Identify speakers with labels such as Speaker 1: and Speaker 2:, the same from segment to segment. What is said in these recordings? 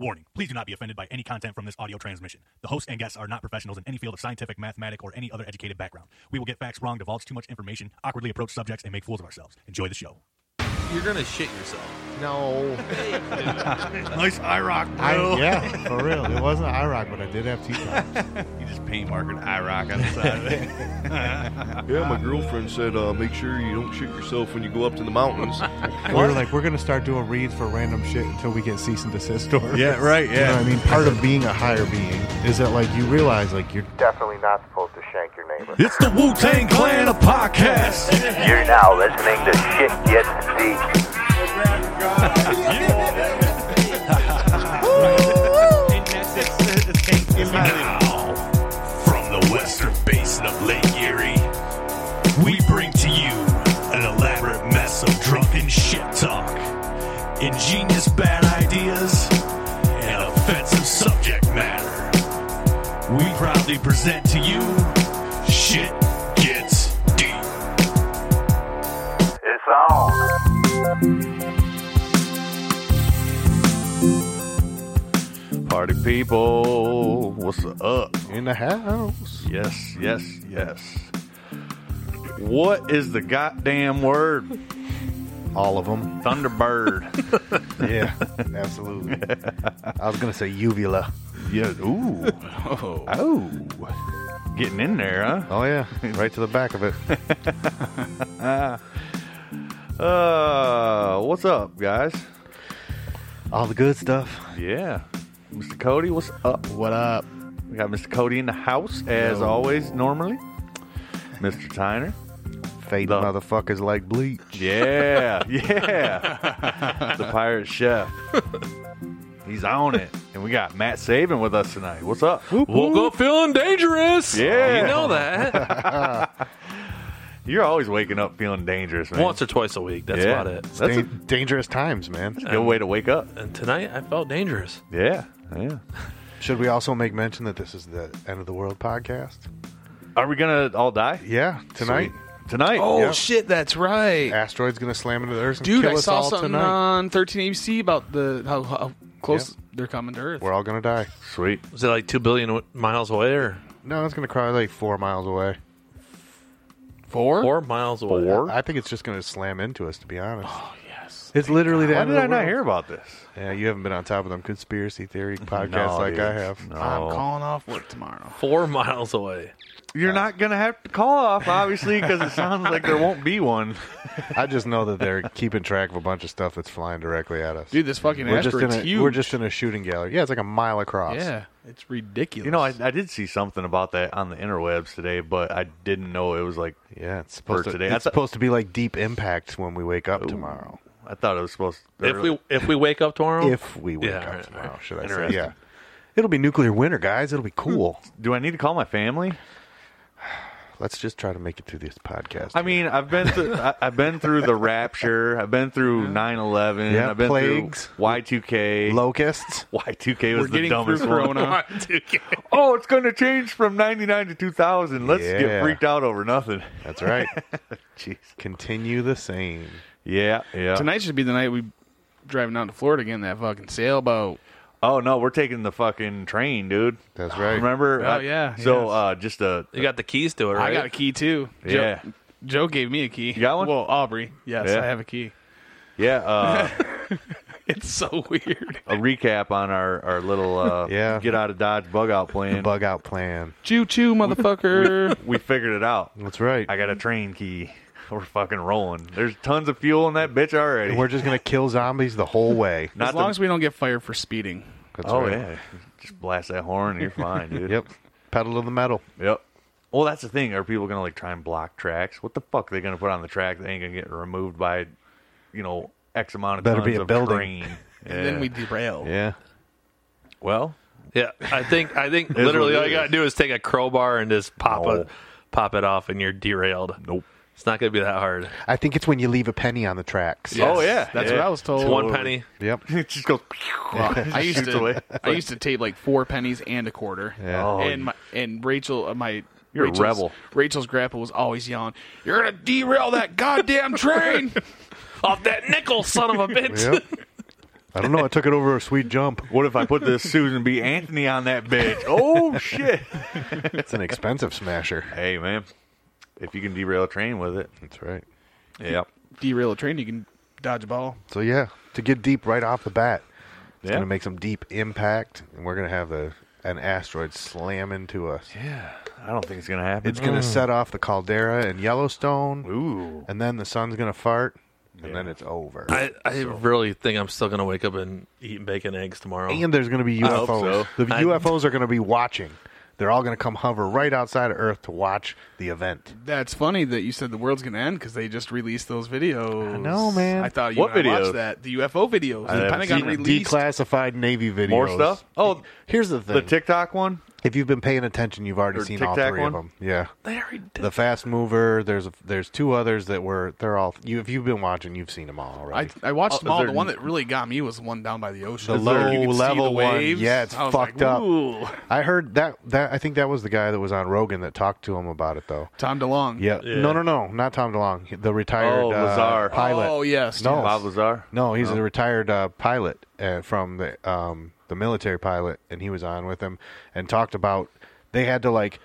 Speaker 1: Warning, please do not be offended by any content from this audio transmission. The hosts and guests are not professionals in any field of scientific, mathematic, or any other educated background. We will get facts wrong, divulge too much information, awkwardly approach subjects, and make fools of ourselves. Enjoy the show.
Speaker 2: You're gonna shit yourself.
Speaker 3: No.
Speaker 1: nice IROC,
Speaker 3: I, yeah, for real. It wasn't IROC, but I did have T-Top.
Speaker 4: You just paint marker an eye rock on the side of it.
Speaker 5: Yeah, my girlfriend said, uh, make sure you don't shit yourself when you go up to the mountains.
Speaker 3: we were like, we're going to start doing reads for random shit until we get cease and desist orders.
Speaker 4: Yeah, right,
Speaker 3: You know
Speaker 4: yeah.
Speaker 3: what I mean? Part of being a higher being is that, like, you realize, like, you're
Speaker 6: definitely not supposed to shank your neighbor.
Speaker 1: It's the Wu Tang Clan of podcasts.
Speaker 6: You're now listening to Shit Gets Deep.
Speaker 1: Now, from the western basin of Lake Erie, we bring to you an elaborate mess of drunken shit talk, ingenious bad ideas, and offensive subject matter. We proudly present to you Shit Gets Deep.
Speaker 6: It's on.
Speaker 4: Party people, what's up?
Speaker 3: in the house.
Speaker 4: Yes, yes, yes. What is the goddamn word?
Speaker 3: All of them.
Speaker 4: Thunderbird.
Speaker 3: Yeah, absolutely. I was going to say uvula.
Speaker 4: yeah. Ooh. Oh. Getting in there, huh?
Speaker 3: Oh, yeah. Right to the back of it.
Speaker 4: Uh, what's up, guys?
Speaker 3: All the good stuff.
Speaker 4: Yeah. Mr. Cody, what's up?
Speaker 3: What up?
Speaker 4: We got Mr. Cody in the house, as
Speaker 3: Yo.
Speaker 4: always, normally. Mr. Tyner.
Speaker 3: Fade
Speaker 4: Love.
Speaker 3: motherfuckers like bleach.
Speaker 4: Yeah, yeah. the pirate chef. He's on it. And we got Matt Saban with us tonight. What's up?
Speaker 2: Woke up feeling dangerous.
Speaker 4: Yeah.
Speaker 2: you know that.
Speaker 4: You're always waking up feeling dangerous, man.
Speaker 2: Once or twice a week. That's
Speaker 4: Yeah.
Speaker 2: about it.
Speaker 4: That's a-
Speaker 3: Dan- dangerous times, man.
Speaker 4: Good way to wake up.
Speaker 2: And tonight I felt dangerous.
Speaker 4: Yeah, yeah.
Speaker 3: Should we also make mention that this is the end of the world podcast?
Speaker 4: Are we gonna all die
Speaker 3: Yeah, tonight.
Speaker 4: Sweet. Tonight?
Speaker 7: Oh
Speaker 3: Yeah.
Speaker 7: shit, that's right,
Speaker 3: Asteroid's gonna slam into the Earth and
Speaker 7: dude!
Speaker 3: kill
Speaker 7: I
Speaker 3: us
Speaker 7: saw
Speaker 3: all
Speaker 7: something
Speaker 3: tonight.
Speaker 7: on 13 ABC about the how, how close they're coming to Earth.
Speaker 3: We're all gonna die.
Speaker 4: sweet.
Speaker 2: Was it like two billion w- miles away or
Speaker 3: No, it's gonna cry like four miles away.
Speaker 7: Four?
Speaker 2: four miles away?
Speaker 4: Four.
Speaker 3: I think it's just gonna slam into us. To be honest. Oh yes. It's literally the
Speaker 4: Why
Speaker 3: end
Speaker 4: did
Speaker 3: of
Speaker 4: I
Speaker 3: the
Speaker 4: not
Speaker 3: world.
Speaker 4: hear about this?
Speaker 3: Yeah, you haven't been on top of them conspiracy theory podcasts
Speaker 4: No,
Speaker 3: like
Speaker 4: dude.
Speaker 3: I have.
Speaker 4: No.
Speaker 7: I'm calling off work tomorrow.
Speaker 2: Four miles away.
Speaker 4: You're not gonna have to call off, obviously, because it sounds like there won't be one.
Speaker 3: I just know that they're keeping track of a bunch of stuff that's flying directly at us.
Speaker 7: Dude, this fucking
Speaker 3: we're just in
Speaker 7: asteroid's
Speaker 3: a
Speaker 7: huge.
Speaker 3: we're just in a shooting gallery. Yeah, it's like a mile across.
Speaker 7: yeah, it's ridiculous.
Speaker 4: You know, I, I did see something about that on the interwebs today, but I didn't know it was like.
Speaker 3: Yeah, it's supposed
Speaker 4: For
Speaker 3: to.
Speaker 4: today. I
Speaker 3: It's
Speaker 4: thought-
Speaker 3: supposed to be like deep impact when we wake up tomorrow.
Speaker 4: I thought it was supposed. To,
Speaker 2: If we if we wake up
Speaker 4: Oh.
Speaker 2: tomorrow,
Speaker 3: If we wake
Speaker 2: Yeah,
Speaker 3: up
Speaker 2: alright,
Speaker 3: tomorrow,
Speaker 2: alright.
Speaker 3: should I say?
Speaker 2: Interesting.
Speaker 3: Yeah, it'll be nuclear winter, guys. It'll be cool.
Speaker 4: do I need to call my family?
Speaker 3: Let's just try to make it through this podcast.
Speaker 4: I mean, I've been through, I, I've been through the rapture. I've been through 9/11.
Speaker 3: Yeah,
Speaker 4: I've been
Speaker 3: plagues.
Speaker 4: through Y2K.
Speaker 3: locusts.
Speaker 4: Y2K
Speaker 7: we're
Speaker 4: was the
Speaker 7: getting
Speaker 4: dumbest
Speaker 7: through Corona.
Speaker 4: one. oh, it's going to change from 99 to 2000. Let's get
Speaker 3: Yeah.
Speaker 4: freaked out over nothing.
Speaker 3: That's right. Jeez. Continue the same.
Speaker 4: Yeah, yeah.
Speaker 7: Tonight should be the night we driving down to Florida again. That fucking sailboat.
Speaker 4: Oh no, we're taking the fucking train, dude.
Speaker 3: That's right.
Speaker 4: Remember?
Speaker 7: Oh, yeah,
Speaker 4: So
Speaker 7: yes.
Speaker 4: uh, just a
Speaker 2: you got the keys to it, right?
Speaker 7: I got a key too. Joe,
Speaker 4: Yeah.
Speaker 7: Joe gave me a key.
Speaker 4: got one?
Speaker 7: Well, Aubrey. Yes,
Speaker 4: Yeah.
Speaker 7: I have a key.
Speaker 4: yeah uh,
Speaker 7: It's so weird.
Speaker 4: a recap on our our little uh,
Speaker 3: Yeah.
Speaker 4: get out of dodge bug out plan.
Speaker 3: Bug out plan.
Speaker 7: Choo choo, motherfucker.
Speaker 4: we figured it out.
Speaker 3: That's right.
Speaker 4: I got a train key. We're fucking rolling. There's tons of fuel in that bitch already.
Speaker 3: We're just gonna kill zombies the whole way.
Speaker 4: Not
Speaker 7: as long
Speaker 4: the-
Speaker 7: as we don't get fired for speeding.
Speaker 3: That's
Speaker 4: oh
Speaker 3: right.
Speaker 4: yeah, just blast that horn. and You're fine, dude.
Speaker 3: Yep. Pedal to the metal.
Speaker 4: Yep. Well, that's the thing. Are people gonna like try and block tracks? What the fuck are they gonna put on the track that ain't gonna get removed by, you know, x amount of
Speaker 3: Better
Speaker 4: tons
Speaker 3: be a
Speaker 4: of
Speaker 3: building.
Speaker 4: Train.
Speaker 7: And then we derail.
Speaker 3: Yeah.
Speaker 4: well,
Speaker 2: Yeah, I think I think
Speaker 4: what
Speaker 2: literally
Speaker 4: it
Speaker 2: all you
Speaker 4: is.
Speaker 2: gotta do is take a crowbar and just pop
Speaker 4: No.
Speaker 2: it, pop it off, and you're derailed.
Speaker 4: Nope.
Speaker 2: It's not gonna be that hard.
Speaker 3: I think it's when you leave a penny on the tracks.
Speaker 2: Yeah.
Speaker 4: oh yeah,
Speaker 7: That's
Speaker 4: yeah.
Speaker 7: what I was told.
Speaker 2: It's one penny.
Speaker 3: Yep.
Speaker 4: it just goes.
Speaker 7: I used
Speaker 4: shoots
Speaker 7: to.
Speaker 4: away.
Speaker 7: I used to tape like four pennies and a quarter.
Speaker 3: Yeah.
Speaker 4: Oh,
Speaker 7: and my, and Rachel, uh, my
Speaker 4: You're a
Speaker 7: Rachel's,
Speaker 4: rebel.
Speaker 7: Rachel's grandpa was always yelling, "You're gonna derail that goddamn train!"
Speaker 2: Off that nickel, son of a bitch.
Speaker 3: Yep. I don't know. I took it over a sweet jump.
Speaker 4: What if I put this Susan B. Anthony on that bitch? Oh shit!
Speaker 3: It's an expensive smasher.
Speaker 4: hey man, if you can derail a train with it,
Speaker 3: That's right.
Speaker 4: yeah,
Speaker 7: Derail a train, you can dodge a ball.
Speaker 3: So yeah, to get deep right off the bat, it's
Speaker 4: Yeah.
Speaker 3: going to make some deep impact, and we're going to have the an asteroid slam into us.
Speaker 4: yeah. I don't think it's gonna happen.
Speaker 3: It's going to set off the caldera in Yellowstone,
Speaker 4: Mm. Ooh.
Speaker 3: and then the sun's going to fart, and then it's over.
Speaker 2: I, I really think I'm still gonna wake up and eat bacon and eggs tomorrow.
Speaker 3: and there's going to be
Speaker 4: I hope
Speaker 3: UFOs.
Speaker 4: so.
Speaker 3: The
Speaker 2: I-
Speaker 3: UFOs are going to be watching. They're all going to come hover right outside of Earth to watch the event.
Speaker 7: That's funny that you said the world's gonna end because they just released those videos. I
Speaker 3: know, man.
Speaker 7: I thought you
Speaker 4: What
Speaker 7: and I
Speaker 4: videos?
Speaker 7: watched that the UFO videos. the
Speaker 4: haven't
Speaker 7: Pentagon
Speaker 4: seen them.
Speaker 7: released.
Speaker 3: Declassified Navy videos.
Speaker 4: More stuff?
Speaker 3: Oh, here's the thing.
Speaker 4: The TikTok one?
Speaker 3: if you've been paying attention, you've already
Speaker 4: Or
Speaker 3: seen
Speaker 4: Tic
Speaker 3: all
Speaker 4: Tac
Speaker 3: three of
Speaker 4: one?
Speaker 3: them. Yeah.
Speaker 2: they already did.
Speaker 3: The fast mover. There's a, there's two others that were they're all. You, if you've been watching, you've seen them all
Speaker 7: I,
Speaker 3: already.
Speaker 7: I watched them
Speaker 4: is
Speaker 7: all.
Speaker 4: there-
Speaker 7: The one that really got me was the one down by the ocean.
Speaker 3: the
Speaker 7: You could see
Speaker 3: low
Speaker 7: the
Speaker 3: level
Speaker 7: waves.
Speaker 3: one. Yeah, it's
Speaker 7: I was
Speaker 3: fucked
Speaker 7: like,
Speaker 3: up.
Speaker 7: "Ooh."
Speaker 3: I heard that that I think that was the guy that was on Rogan that talked to him about it though.
Speaker 7: Tom DeLong.
Speaker 3: Yeah.
Speaker 2: Yeah.
Speaker 3: No, no, no, not Tom DeLong. The retired
Speaker 4: Oh,
Speaker 3: uh,
Speaker 4: Lazar. Uh-huh.
Speaker 3: pilot.
Speaker 7: Oh yes.
Speaker 3: No.
Speaker 7: yes.
Speaker 4: Bob Lazar?
Speaker 3: No, he's a retired uh, pilot uh, from the um, the military pilot, and he was on with him and talked about they had to like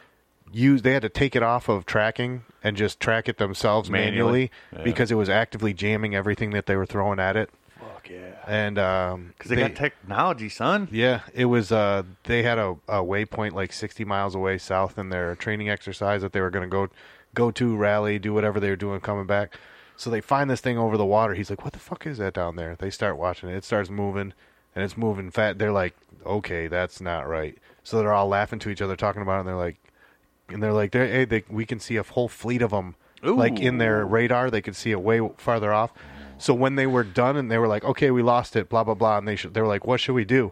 Speaker 3: use they had to take it off of tracking and just track it themselves manually,
Speaker 4: Manually. Yeah.
Speaker 3: because it was actively jamming everything that they were throwing at it.
Speaker 4: Fuck yeah.
Speaker 3: And um,
Speaker 4: Because they, got technology, son.
Speaker 3: yeah, it was. Uh, they had a, a waypoint like 60 miles away south in their training exercise that they were going to go go to rally, do whatever they were doing coming back. So they find this thing over the water. He's like, "What the fuck is that down there?" They start watching it. It starts moving, and it's moving fat. They're like, "Okay, that's not right." So they're all laughing to each other, talking about it. And they're like, and they're like, they're, "Hey, they, we can see a whole fleet of them, like in their radar. They could see it way farther off." So when they were done, and they were like, "Okay, we lost it," blah blah blah, and they should, they were like, "What should we do?"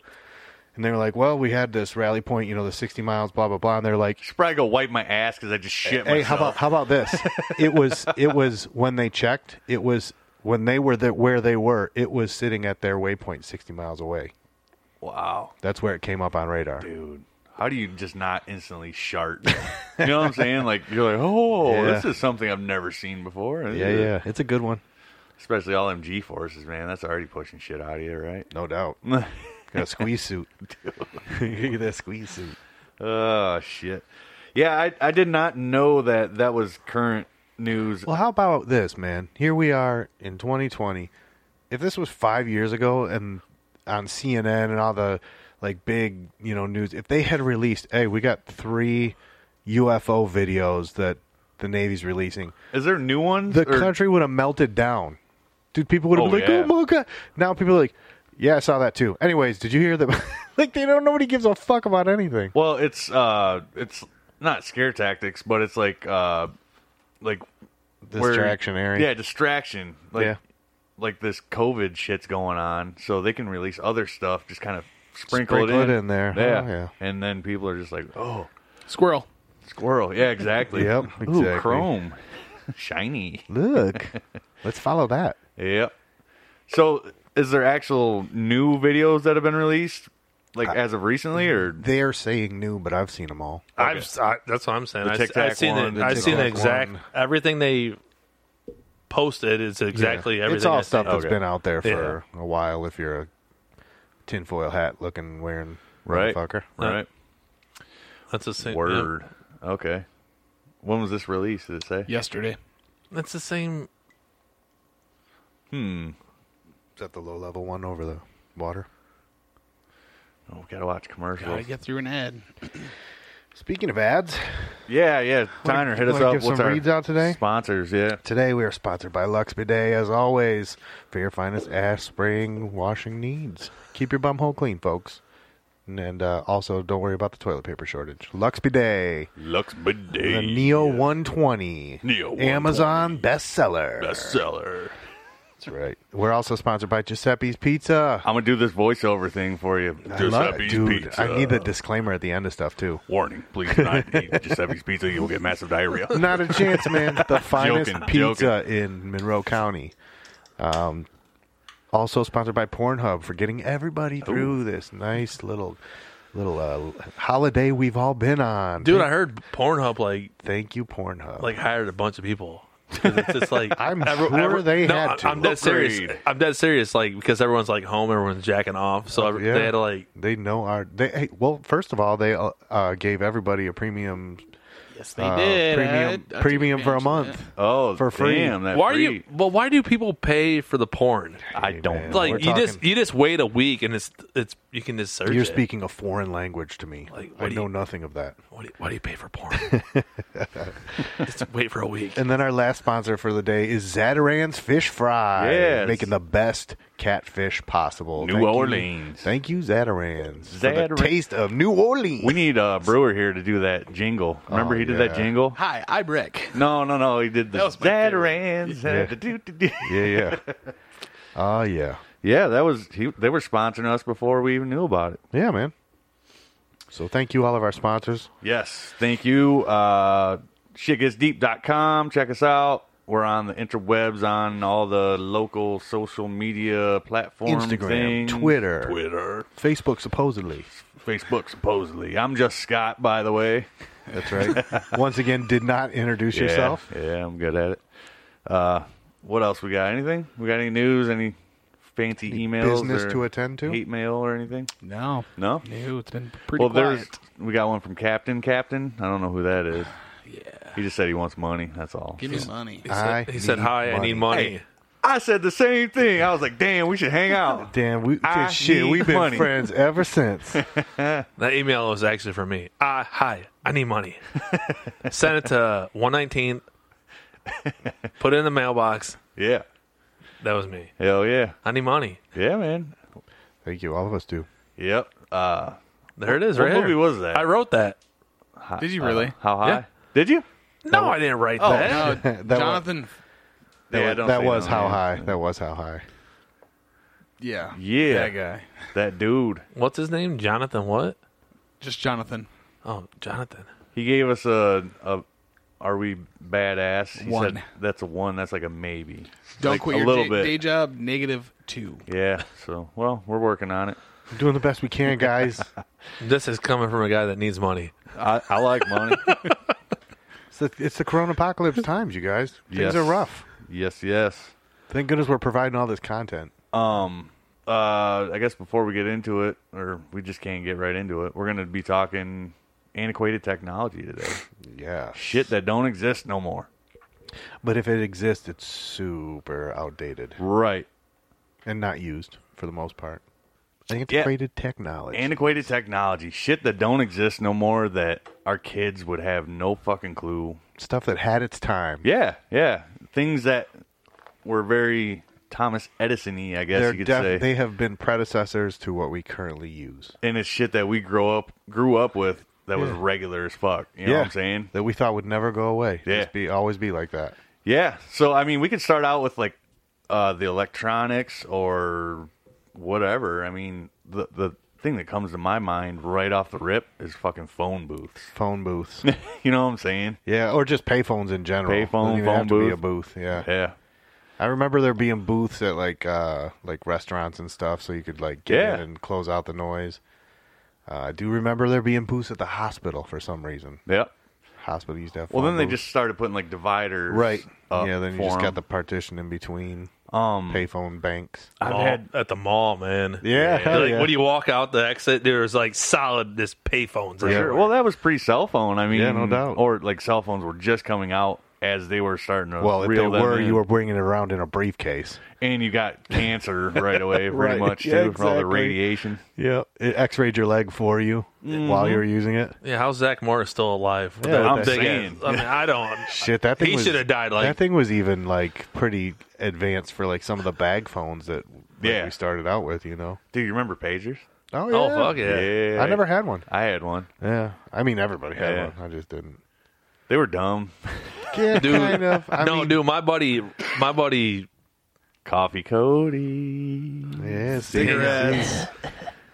Speaker 3: And they were like, "Well, we had this rally point, you know, the 60 miles, blah blah blah." And they're like,
Speaker 4: Should probably go wipe my ass because I just shit
Speaker 3: "Hey,
Speaker 4: myself.
Speaker 3: how about how about this? it was it was when they checked, it was when they were the, where they were, it was sitting at their waypoint 60 miles away.
Speaker 4: wow,
Speaker 3: That's where it came up on radar.
Speaker 4: dude. How do you just not instantly shart? you know what I'm saying? Like, you're like, oh,
Speaker 3: Yeah.
Speaker 4: this is something I've never seen before.
Speaker 3: Yeah, yeah, it's a good one,
Speaker 4: Especially all MG forces, man. That's already pushing shit out of you, right?
Speaker 3: no doubt. Got a squeeze suit. Look at that squeeze suit.
Speaker 4: Oh, shit. Yeah, I, I did not know that that was current news.
Speaker 3: Well, how about this, man? Here we are in 2020. If this was five years ago and on CNN and all the like big, you know, news, if they had released, hey, we got three UFO videos that the Navy's releasing,
Speaker 4: Is there new ones?
Speaker 3: the
Speaker 4: or-
Speaker 3: country would have melted down. Dude, people would have
Speaker 4: Oh,
Speaker 3: been like,
Speaker 4: yeah.
Speaker 3: oh my God. Now people are like, yeah, I saw that too. Anyways, did you hear that? like, they don't, nobody gives a fuck about anything.
Speaker 4: Well, it's uh, it's not scare tactics, but it's like uh, like where-
Speaker 3: Distractionary.
Speaker 4: Yeah, distraction. Like,
Speaker 3: Yeah.
Speaker 4: like this COVID shit's going on, so they can release other stuff. Just kind of sprinkle,
Speaker 3: Sprinkle it in there.
Speaker 4: Yeah.
Speaker 3: Oh, yeah.
Speaker 4: and then people are just like, oh,
Speaker 7: Squirrel.
Speaker 4: squirrel. Yeah, exactly.
Speaker 3: Yep,
Speaker 4: Ooh,
Speaker 3: exactly.
Speaker 4: chrome, shiny.
Speaker 3: Look, let's follow that.
Speaker 4: Yep. So, is there actual new videos that have been released, like as of recently, or
Speaker 3: They're saying new, but I've seen them all.
Speaker 2: I've I, that's what I'm saying.
Speaker 4: The
Speaker 2: I,
Speaker 4: Tic
Speaker 2: have
Speaker 4: Tac
Speaker 2: seen
Speaker 4: one,
Speaker 2: it.
Speaker 4: the
Speaker 2: I've
Speaker 4: Tic
Speaker 2: seen the
Speaker 3: Tac
Speaker 2: exact
Speaker 3: one.
Speaker 2: everything they posted. It's exactly
Speaker 3: Yeah.
Speaker 2: everything.
Speaker 3: It's all
Speaker 2: I
Speaker 3: stuff
Speaker 2: seen.
Speaker 3: that's
Speaker 4: Okay.
Speaker 3: been out there for a while. If you're a tinfoil hat looking wearing
Speaker 4: Right.
Speaker 3: motherfucker,
Speaker 4: right?
Speaker 2: That's the same
Speaker 4: Word. Okay. When was this released? Did it say?
Speaker 7: Yesterday.
Speaker 2: yeah. that's the same.
Speaker 3: is that the low level one over the water?
Speaker 4: Oh, we gotta watch commercials.
Speaker 7: Gotta get through an ad.
Speaker 3: Speaking of ads,
Speaker 4: Yeah, yeah. Tyner, hit us
Speaker 3: wanna
Speaker 4: up.
Speaker 3: give
Speaker 4: What's
Speaker 3: some
Speaker 4: our
Speaker 3: reads out today?
Speaker 4: Sponsors, yeah.
Speaker 3: today we are sponsored by Lux Bidet, as always, for your finest ass spraying washing needs. Keep your bum hole clean, folks, and, and, uh, also don't worry about the toilet paper shortage. Lux Bidet,
Speaker 5: Lux Bidet.
Speaker 3: the Neo 120,
Speaker 5: Neo
Speaker 3: Amazon bestseller.
Speaker 5: bestseller.
Speaker 3: That's right. We're also sponsored by Giuseppe's Pizza.
Speaker 4: I'm gonna do this voiceover thing for you. uh,
Speaker 3: I love,
Speaker 5: Giuseppe's
Speaker 3: dude,
Speaker 5: Pizza.
Speaker 3: I need the disclaimer at the end of stuff too.
Speaker 5: Warning, please do not eat Giuseppe's pizza. You will get massive diarrhea.
Speaker 3: Not a chance, man. The finest
Speaker 5: Joking,
Speaker 3: pizza in Monroe County. Um, also sponsored by Pornhub for getting everybody through this nice little little uh, holiday we've all been on.
Speaker 2: Dude, I heard Pornhub like
Speaker 3: thank you, Pornhub.
Speaker 2: like hired a bunch of people. 'Cause it's just like
Speaker 3: I'm sure they
Speaker 2: no,
Speaker 3: had
Speaker 2: I'm-
Speaker 3: to.
Speaker 2: I'm dead serious.
Speaker 5: Upgrade.
Speaker 2: I'm dead serious. Like because everyone's like home, everyone's jacking off, so every-
Speaker 3: Oh, yeah.
Speaker 2: they had to like
Speaker 3: They know our. They hey, well, first of all, they uh, uh, gave everybody a premium
Speaker 7: Yes, they
Speaker 3: uh,
Speaker 7: did. I- I
Speaker 3: premium
Speaker 7: took
Speaker 3: premium for a
Speaker 7: advantage of
Speaker 3: month.
Speaker 4: Oh,
Speaker 3: For free.
Speaker 4: Damn, that
Speaker 2: why are
Speaker 4: free.
Speaker 2: you? But why do people pay for the porn?
Speaker 4: I don't
Speaker 3: man.
Speaker 4: know.
Speaker 2: Like
Speaker 3: we're
Speaker 2: you just
Speaker 3: talking-
Speaker 2: you just wait a week and it's it's you can just search.
Speaker 3: You're
Speaker 2: it.
Speaker 3: speaking a foreign language to me.
Speaker 2: Like, what
Speaker 3: I
Speaker 2: do
Speaker 3: know
Speaker 2: you-
Speaker 3: nothing of that.
Speaker 2: Why do you, why do you pay for porn? just wait for a week.
Speaker 3: And then our last sponsor for the day is Zataran's Fish Fry,
Speaker 4: Yes.
Speaker 3: making the best catfish possible.
Speaker 4: New
Speaker 3: Thank you-
Speaker 4: Orleans.
Speaker 3: Thank you, Zataran's, for the
Speaker 4: Zataran-
Speaker 3: taste of New Orleans.
Speaker 4: We need uh, Brewer here to do that jingle. Remember
Speaker 3: Oh,
Speaker 4: he did
Speaker 3: yeah.
Speaker 4: that jingle?
Speaker 7: Hi, I'm Rick.
Speaker 4: No, no, no. He did the
Speaker 7: That was my
Speaker 4: Zatarans. Yeah.
Speaker 3: yeah, yeah. Oh yeah,
Speaker 4: yeah, that was he, they were sponsoring us before we even knew about it.
Speaker 3: yeah, man. So thank you all of our sponsors.
Speaker 4: Yes. Thank you. Uh, shitgetsdeep.com. Check us out. We're on the interwebs on all the local social media platforms.
Speaker 3: Instagram,
Speaker 4: things.
Speaker 3: Twitter,
Speaker 4: Twitter,
Speaker 3: Facebook, supposedly.
Speaker 4: Facebook, supposedly. I'm just Scott, by the way.
Speaker 3: That's right. Once again, did not introduce
Speaker 4: Yeah,
Speaker 3: yourself.
Speaker 4: Yeah, I'm good at it. Uh, what else we got? Anything? We got any news? Any fancy emails?
Speaker 3: business
Speaker 4: or
Speaker 3: to attend to?
Speaker 4: Hate mail or anything?
Speaker 7: No,
Speaker 4: No.
Speaker 7: no, it's been pretty
Speaker 4: Well,
Speaker 7: quiet.
Speaker 4: there's we got one from Captain. Captain. I don't know who that is. Yeah. He just said he wants money. That's all.
Speaker 7: Give me money.
Speaker 2: He said-
Speaker 3: I
Speaker 2: he said,
Speaker 3: need
Speaker 2: "Hi, I
Speaker 3: money."
Speaker 2: need money."
Speaker 4: I said the same thing. I was like, "Damn, we should hang out."
Speaker 3: Damn, we
Speaker 4: I
Speaker 3: shit.
Speaker 4: need
Speaker 3: We've been
Speaker 4: money.
Speaker 3: friends ever since.
Speaker 2: That email was actually for me. Ah, hi, I need money. Send it to one nineteen. Put it in the mailbox.
Speaker 4: Yeah.
Speaker 2: That was me.
Speaker 4: Hell yeah.
Speaker 2: I need money.
Speaker 4: Yeah, man.
Speaker 3: Thank you, all of us do.
Speaker 4: Yep. Uh,
Speaker 2: There it is.
Speaker 4: What
Speaker 2: right here.
Speaker 4: movie was that?
Speaker 2: I wrote that.
Speaker 7: Did you really?
Speaker 4: uh, how high?
Speaker 2: Yeah.
Speaker 4: Did you?
Speaker 2: No, I didn't write that.
Speaker 7: Oh, No,
Speaker 3: That was-
Speaker 7: Jonathan.
Speaker 4: Yeah,
Speaker 3: That,
Speaker 4: don't
Speaker 3: that
Speaker 4: say
Speaker 3: was
Speaker 4: no,
Speaker 3: how
Speaker 4: man.
Speaker 3: high. That was how high.
Speaker 7: Yeah.
Speaker 4: Yeah.
Speaker 7: That guy.
Speaker 4: That dude.
Speaker 2: What's his name? Jonathan what?
Speaker 7: Just Jonathan.
Speaker 2: Oh, Jonathan.
Speaker 4: He gave us a, a are we badass? He
Speaker 7: One.
Speaker 4: said that's a one. That's like a maybe.
Speaker 7: Don't
Speaker 4: Like,
Speaker 7: quit
Speaker 4: a
Speaker 7: your
Speaker 4: little
Speaker 7: day,
Speaker 4: bit.
Speaker 7: day job. Negative two.
Speaker 4: Yeah. So well, we're working on it.
Speaker 3: We're doing the best we can, guys.
Speaker 2: This is coming from a guy that needs money.
Speaker 4: I, I like money.
Speaker 3: it's, the, it's the corona apocalypse times, you guys. Things
Speaker 4: Yes.
Speaker 3: are rough.
Speaker 4: yes. Yes.
Speaker 3: Thank goodness we're providing all this content.
Speaker 4: Uh, I guess before we get into it, or we just can't get right into it, we're gonna be talking antiquated technology today.
Speaker 3: Yeah.
Speaker 4: Shit that don't exist no more.
Speaker 3: But if it exists, it's super outdated
Speaker 4: Right.
Speaker 3: and not used for the most part.
Speaker 4: Yeah.
Speaker 3: Antiquated technology.
Speaker 4: Antiquated technology. Shit that don't exist no more. That our kids would have no fucking clue
Speaker 3: Stuff that had its time.
Speaker 4: Yeah, yeah. Things that were very Thomas Edison y, I guess
Speaker 3: They're
Speaker 4: you could
Speaker 3: def-
Speaker 4: say.
Speaker 3: They have been predecessors to what we currently use.
Speaker 4: and it's shit that we grow up grew up with that was
Speaker 3: Yeah.
Speaker 4: regular as fuck. You know what I'm saying?
Speaker 3: That we thought would never go away.
Speaker 4: Yeah.
Speaker 3: Just be always be like that.
Speaker 4: Yeah. So I mean we could start out with like uh the electronics or whatever. I mean the the thing that comes to my mind right off the rip is fucking phone booths.
Speaker 3: Phone booths.
Speaker 4: you know what I'm saying?
Speaker 3: yeah, or just payphones in general.
Speaker 4: Payphone,
Speaker 3: Doesn't even
Speaker 4: phone
Speaker 3: have to be
Speaker 4: booth.
Speaker 3: a booth. Yeah.
Speaker 4: Yeah.
Speaker 3: I remember there being booths at like uh like restaurants and stuff so you could like get
Speaker 4: Yeah.
Speaker 3: in and close out the noise. Uh, I do remember there being booths at the hospital for some reason.
Speaker 4: Yeah.
Speaker 3: Hospital used to have
Speaker 4: Well
Speaker 3: phone
Speaker 4: then they
Speaker 3: booths.
Speaker 4: just started putting like dividers
Speaker 3: Right.
Speaker 4: up
Speaker 3: yeah, then you
Speaker 4: for
Speaker 3: just
Speaker 4: 'em.
Speaker 3: got the partition in between
Speaker 4: um
Speaker 3: payphone banks.
Speaker 4: I've
Speaker 2: Mall-
Speaker 4: had
Speaker 2: at the mall, man.
Speaker 3: Yeah, hell
Speaker 2: Like
Speaker 3: yeah.
Speaker 2: when you walk out the exit, there's like solid this payphones.
Speaker 4: For
Speaker 2: everywhere.
Speaker 4: sure. Well, that was pre cell phone. I mean,
Speaker 3: Yeah, no doubt.
Speaker 4: Or like cell phones were just coming out as they were starting to.
Speaker 3: Well, if
Speaker 4: reel
Speaker 3: they
Speaker 4: them
Speaker 3: were,
Speaker 4: in.
Speaker 3: you were bringing it around in a briefcase.
Speaker 4: and you got cancer right away, pretty
Speaker 3: Right.
Speaker 4: much too,
Speaker 3: Yeah,
Speaker 4: from all the
Speaker 3: exactly.
Speaker 4: radiation.
Speaker 3: Yeah, it x-rayed your leg for you
Speaker 4: Mm-hmm.
Speaker 3: while you were using it.
Speaker 2: yeah, how's Zach Morris still alive? with
Speaker 3: Yeah,
Speaker 2: that
Speaker 3: I'm
Speaker 2: big ass-
Speaker 4: saying.
Speaker 2: I mean, I don't.
Speaker 3: Shit, that thing
Speaker 2: He
Speaker 3: was-
Speaker 2: should have died like
Speaker 3: that thing was even like pretty advanced for like some of the bag phones that like,
Speaker 4: Yeah.
Speaker 3: we started out with. You know?
Speaker 4: Do you remember pagers?
Speaker 3: Oh
Speaker 2: Oh fuck yeah.
Speaker 3: I never had one.
Speaker 4: I had one.
Speaker 3: Yeah, I mean everybody had
Speaker 4: Yeah.
Speaker 3: one. I just didn't.
Speaker 4: They were dumb.
Speaker 3: Yeah,
Speaker 2: Dude,
Speaker 3: kind of. I
Speaker 2: no,
Speaker 3: mean,
Speaker 2: dude, my buddy, my buddy,
Speaker 4: Coffee Cody.
Speaker 3: Yeah, see,
Speaker 7: Cigarettes.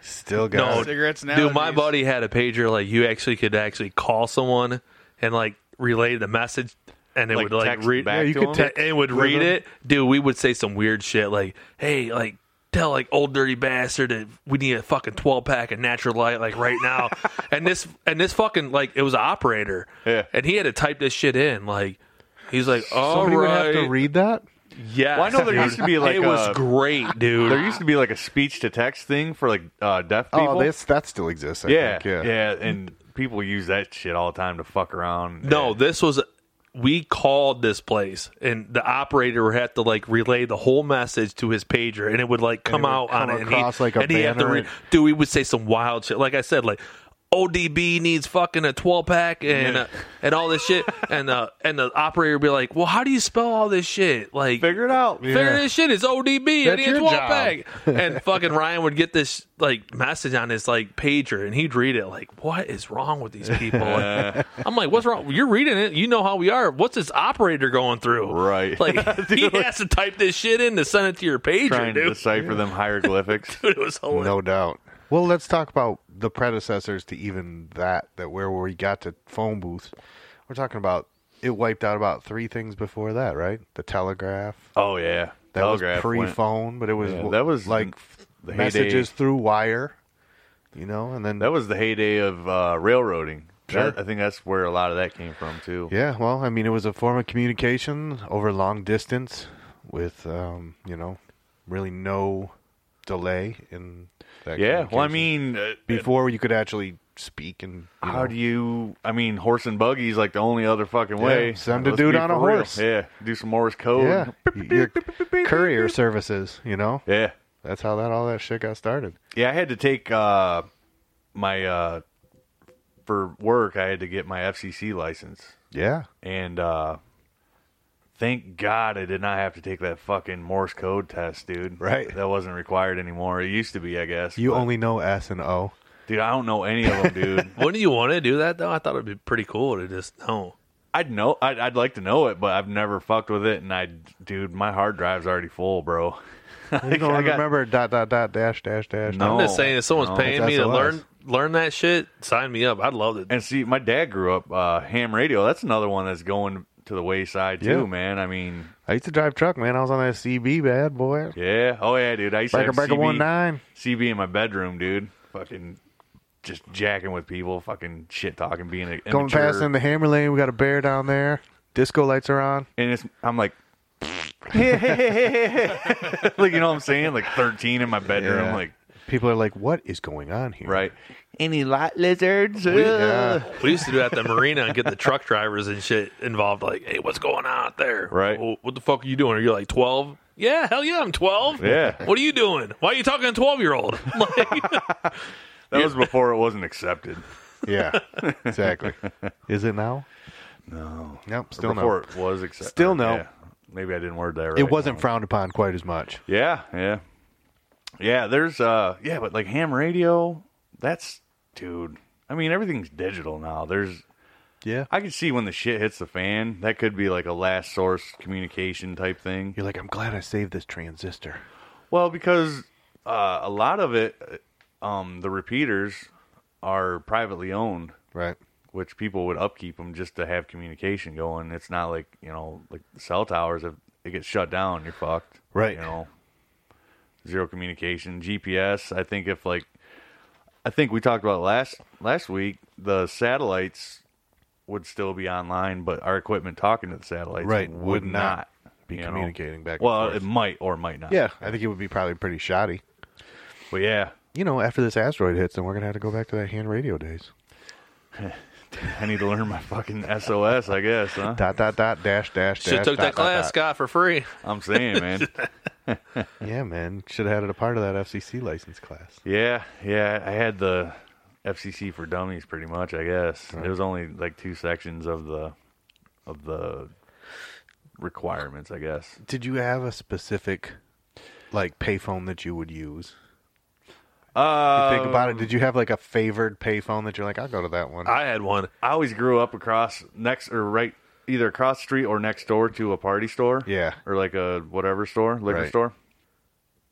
Speaker 3: still got
Speaker 2: No,
Speaker 3: it.
Speaker 7: Cigarettes now.
Speaker 2: dude, my buddy had a pager. Like you actually could actually call someone and like relay the message, and it
Speaker 4: Like
Speaker 2: would like
Speaker 4: text
Speaker 2: read.
Speaker 4: back
Speaker 3: Yeah, you
Speaker 4: to
Speaker 3: could Mm-hmm.
Speaker 4: them?
Speaker 3: text-
Speaker 2: and and would read it, dude. We would say some weird shit like, "Hey, like." Tell like old dirty bastard that we need a fucking twelve pack of natural light like right now, and this and this fucking like it was an operator,
Speaker 4: Yeah.
Speaker 2: and he had to type this shit in like, He's like, all right,
Speaker 3: Somebody would have to read that.
Speaker 2: yes.
Speaker 4: Well, I know there
Speaker 2: dude.
Speaker 4: used to be like
Speaker 2: it was
Speaker 3: uh,
Speaker 4: a-
Speaker 2: great, dude.
Speaker 4: There used to be like a speech to text thing for like uh, deaf people.
Speaker 3: Oh, this that still exists. I
Speaker 4: yeah,
Speaker 3: think,
Speaker 4: yeah,
Speaker 3: yeah,
Speaker 4: and people use that shit all the time to fuck around.
Speaker 2: No, this was we called this place, and the operator would have to like relay the whole message to his pager, and it would like come
Speaker 3: would
Speaker 2: out
Speaker 3: come
Speaker 2: on it, and
Speaker 3: across
Speaker 2: he
Speaker 3: like a
Speaker 2: and he'd have to
Speaker 3: banner
Speaker 2: re-
Speaker 3: and-
Speaker 2: dude. We would say some wild shit, like I said, like. ODB needs fucking a 12 pack and uh, and all this shit and uh, and the operator would be like, "Well, how do you spell all this shit?" Like
Speaker 4: figure it out.
Speaker 2: Figure this shit. It's ODB. I
Speaker 3: That's
Speaker 2: need a
Speaker 3: your
Speaker 2: 12
Speaker 3: job.
Speaker 2: pack. And fucking Ryan would get this like message on his like pager, and he'd read it like, "What is wrong with these people?" Like, I'm like, "What's wrong? You're reading it. You know how we are. What's this operator going through?
Speaker 4: Right.
Speaker 2: Like he has to type this shit in to send it to your pager,
Speaker 4: Trying to
Speaker 2: dude.
Speaker 4: decipher them hieroglyphics.
Speaker 2: Dude, it was hilarious.
Speaker 3: no doubt. Well, let's talk about the predecessors to even that. That where we got to phone booths. We're talking about it wiped out about three things before that, right? The telegraph.
Speaker 4: oh yeah,
Speaker 3: That was
Speaker 4: Telegraph went-
Speaker 3: pre-phone, but it was
Speaker 4: Yeah, that was
Speaker 3: like
Speaker 4: the heyday.
Speaker 3: messages through wire. You know, and then
Speaker 4: That was the heyday of uh, railroading.
Speaker 3: Sure.
Speaker 4: That- I think that's where a lot of that came from too.
Speaker 3: Yeah, well, I mean, it was a form of communication over long distance with, um, you know, really no delay in that.
Speaker 4: Yeah, Well, I
Speaker 3: communication.
Speaker 4: mean, uh,
Speaker 3: before you could actually speak and you
Speaker 4: how
Speaker 3: know,
Speaker 4: do you? I mean, horse and buggy is like the only other fucking way. Uh,
Speaker 3: send a
Speaker 4: Let's
Speaker 3: dude
Speaker 4: be
Speaker 3: on a
Speaker 4: for real.
Speaker 3: horse.
Speaker 4: Yeah, do some Morse code.
Speaker 3: yeah, your courier services. You know,
Speaker 4: yeah.
Speaker 3: that's how that all that shit got started.
Speaker 4: Yeah, I had to take uh, my uh, for work. I had to get my FCC license,
Speaker 3: Yeah,
Speaker 4: and uh, thank God I did not have to take that fucking Morse code test, dude.
Speaker 3: Right.
Speaker 4: that wasn't required anymore. It used to be, I guess.
Speaker 3: you
Speaker 4: but-
Speaker 3: only know S and O.
Speaker 4: dude. I don't know any of them, dude.
Speaker 2: Wouldn't you want to do that though? I thought it'd be pretty cool to just know.
Speaker 4: I'd know. I'd, I'd like to know it, but I've never fucked with it. And I, dude, my hard drive's already full, bro.
Speaker 3: You don't
Speaker 4: I got-
Speaker 3: remember dot dot dot dash dash dash.
Speaker 4: No.
Speaker 2: I'm just saying, if someone's
Speaker 4: no,
Speaker 2: paying me to
Speaker 3: that's
Speaker 2: learn learn that shit, sign me up. I'd love it.
Speaker 4: And see, my dad grew up uh, ham radio. That's another one that's going to the wayside too,
Speaker 3: Yeah.
Speaker 4: man. I mean,
Speaker 3: I used to drive truck, man. I was on that CB bad boy.
Speaker 4: yeah. Oh yeah, dude. I used to
Speaker 3: Breaker
Speaker 4: have
Speaker 3: breaker
Speaker 4: CB
Speaker 3: one nine.
Speaker 4: CB in my bedroom, dude. Fucking just jacking with people, fucking shit talking, being a
Speaker 3: Going
Speaker 4: immature.
Speaker 3: past in the hammer lane, we got a bear down there. Disco lights are on.
Speaker 4: and it's I'm like, like you know what I'm saying? Like 13 in my bedroom,
Speaker 3: Yeah.
Speaker 4: like
Speaker 3: People are like, "What is going on here?"
Speaker 4: right. Any lot lizards?
Speaker 3: Yeah.
Speaker 2: We used to do that at the marina and get the truck drivers and shit involved. Like, hey, what's going on out there?
Speaker 4: Right.
Speaker 2: Well, what the fuck are you doing? Are you like twelve? Yeah, hell yeah, I'm twelve.
Speaker 4: Yeah.
Speaker 2: What are you doing? Why are you talking to twelve year old? Like,
Speaker 4: That was before it wasn't accepted.
Speaker 3: Yeah. Exactly. is it now? No. Nope. Still
Speaker 4: before
Speaker 3: no.
Speaker 4: it was accepted.
Speaker 3: Still no.
Speaker 4: Maybe I didn't word that right.
Speaker 3: It wasn't frowned upon quite as much.
Speaker 4: Yeah, yeah. Yeah, there's uh yeah, but like ham radio, that's dude. I mean, everything's digital now. There's
Speaker 3: Yeah.
Speaker 4: I can see when the shit hits the fan. That could be like a last source communication type thing.
Speaker 3: You're like, I'm glad I saved this transistor.
Speaker 4: Well, because uh, a lot of it, um, the repeaters are privately owned,
Speaker 3: Right.
Speaker 4: which people would upkeep them just to have communication going. It's not like you know, like the cell towers. If it gets shut down, you're fucked.
Speaker 3: Right.
Speaker 4: You know, zero communication. GPS. I think if like, I think we talked about it last last week. The satellites would still be online, but our equipment talking to the satellites
Speaker 3: Right,
Speaker 4: would,
Speaker 3: would
Speaker 4: not
Speaker 3: not be
Speaker 4: you know.
Speaker 3: communicating back and
Speaker 4: Well,
Speaker 3: forth.
Speaker 4: it might or might not.
Speaker 3: Yeah. I think it would be probably pretty shoddy.
Speaker 4: But yeah,
Speaker 3: You know, after this asteroid hits, then we're gonna have to go back to that hand radio days.
Speaker 4: I need to learn my fucking SOS, I guess, huh?
Speaker 3: Dot dot dot dash dash.
Speaker 2: should
Speaker 3: dash,
Speaker 2: have took
Speaker 3: dot,
Speaker 2: that
Speaker 3: dot,
Speaker 2: class,
Speaker 3: dot.
Speaker 2: Scott, for free.
Speaker 4: I'm saying, man.
Speaker 3: Yeah, man. Should have had it a part of that FCC license class.
Speaker 4: Yeah, yeah. I had the FCC for dummies, pretty much. I guess there was only like two sections of the of the requirements. I guess.
Speaker 3: Did you have a specific like payphone that you would use?
Speaker 4: Uh,
Speaker 3: think about it. Did you have like a favored payphone that you're like, I'll go to that one?
Speaker 2: Um, I had one.
Speaker 4: I always grew up across next or right either across the street or next door to a party store.
Speaker 3: Yeah.
Speaker 4: Or like a whatever store, liquor
Speaker 3: Right.
Speaker 4: store.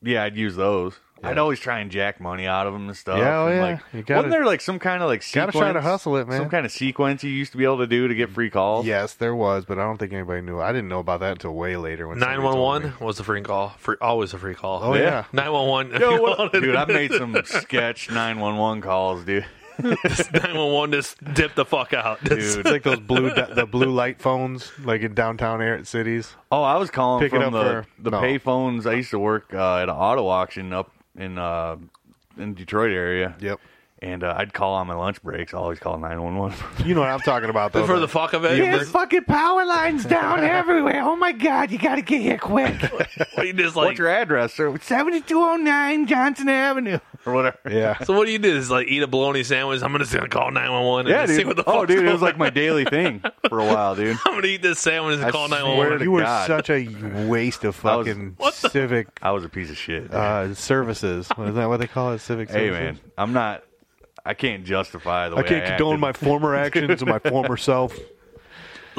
Speaker 4: Yeah, I'd use those. I'd always try and jack money out of them and stuff.
Speaker 3: Yeah, oh
Speaker 4: and
Speaker 3: yeah.
Speaker 4: Like,
Speaker 3: You gotta-
Speaker 4: wasn't there like some kind of like
Speaker 3: Gotta
Speaker 4: sequence?
Speaker 3: try to hustle it, man.
Speaker 4: Some kind of sequence you used to be able to do to get free calls.
Speaker 3: yes, there was, but I don't think anybody knew. I didn't know about that until way later. When somebody
Speaker 2: Nine
Speaker 3: told
Speaker 2: one one
Speaker 3: me.
Speaker 2: was a free call. Free, always a free call.
Speaker 3: Oh yeah.
Speaker 2: Nine one one.
Speaker 4: Yo, what- dude, I made some sketch nine one one calls, dude.
Speaker 2: Nine one one just dip the fuck out. Just-
Speaker 3: It's like those blue di- the blue light phones, like in downtown air cities.
Speaker 4: Oh, I was calling
Speaker 3: Pick it
Speaker 4: from
Speaker 3: up
Speaker 4: the
Speaker 3: for-
Speaker 4: the
Speaker 3: no.
Speaker 4: pay phones. I used to work uh, at an auto auction up in uh, in Detroit area.
Speaker 3: Yep.
Speaker 4: And uh, I'd call on my lunch breaks. I always call nine one one.
Speaker 3: You know what I'm talking about, though.
Speaker 2: for the
Speaker 3: like-
Speaker 2: fuck of it,
Speaker 3: Yeah,
Speaker 2: just,
Speaker 4: fucking power lines down everywhere. Oh my god, you got to get here quick.
Speaker 2: you just
Speaker 4: What's
Speaker 2: like.
Speaker 4: your address, sir? Seventy two oh nine Johnson Avenue or whatever.
Speaker 3: yeah.
Speaker 2: So what do you do? Is like eat a bologna sandwich? I'm just gonna call nine one one.
Speaker 4: Yeah,
Speaker 2: and
Speaker 4: dude.
Speaker 2: See what the
Speaker 4: oh,
Speaker 2: fuck's
Speaker 4: dude, it was
Speaker 2: going
Speaker 4: like my daily thing for a while, dude.
Speaker 2: on. I'm gonna eat this sandwich and
Speaker 4: I
Speaker 2: call
Speaker 4: swear
Speaker 2: nine one
Speaker 4: to
Speaker 2: one.
Speaker 3: You were
Speaker 4: God.
Speaker 3: such a waste of
Speaker 4: That was-
Speaker 3: fucking
Speaker 2: What the-
Speaker 3: civic
Speaker 4: I was a piece of shit.
Speaker 3: uh, services. Isn't that what they call it? Civic
Speaker 4: hey,
Speaker 3: services.
Speaker 4: man, I'm not. I can't justify the
Speaker 3: I
Speaker 4: way
Speaker 3: can't
Speaker 4: I
Speaker 3: condone
Speaker 4: acted.
Speaker 3: my former actions and my former self.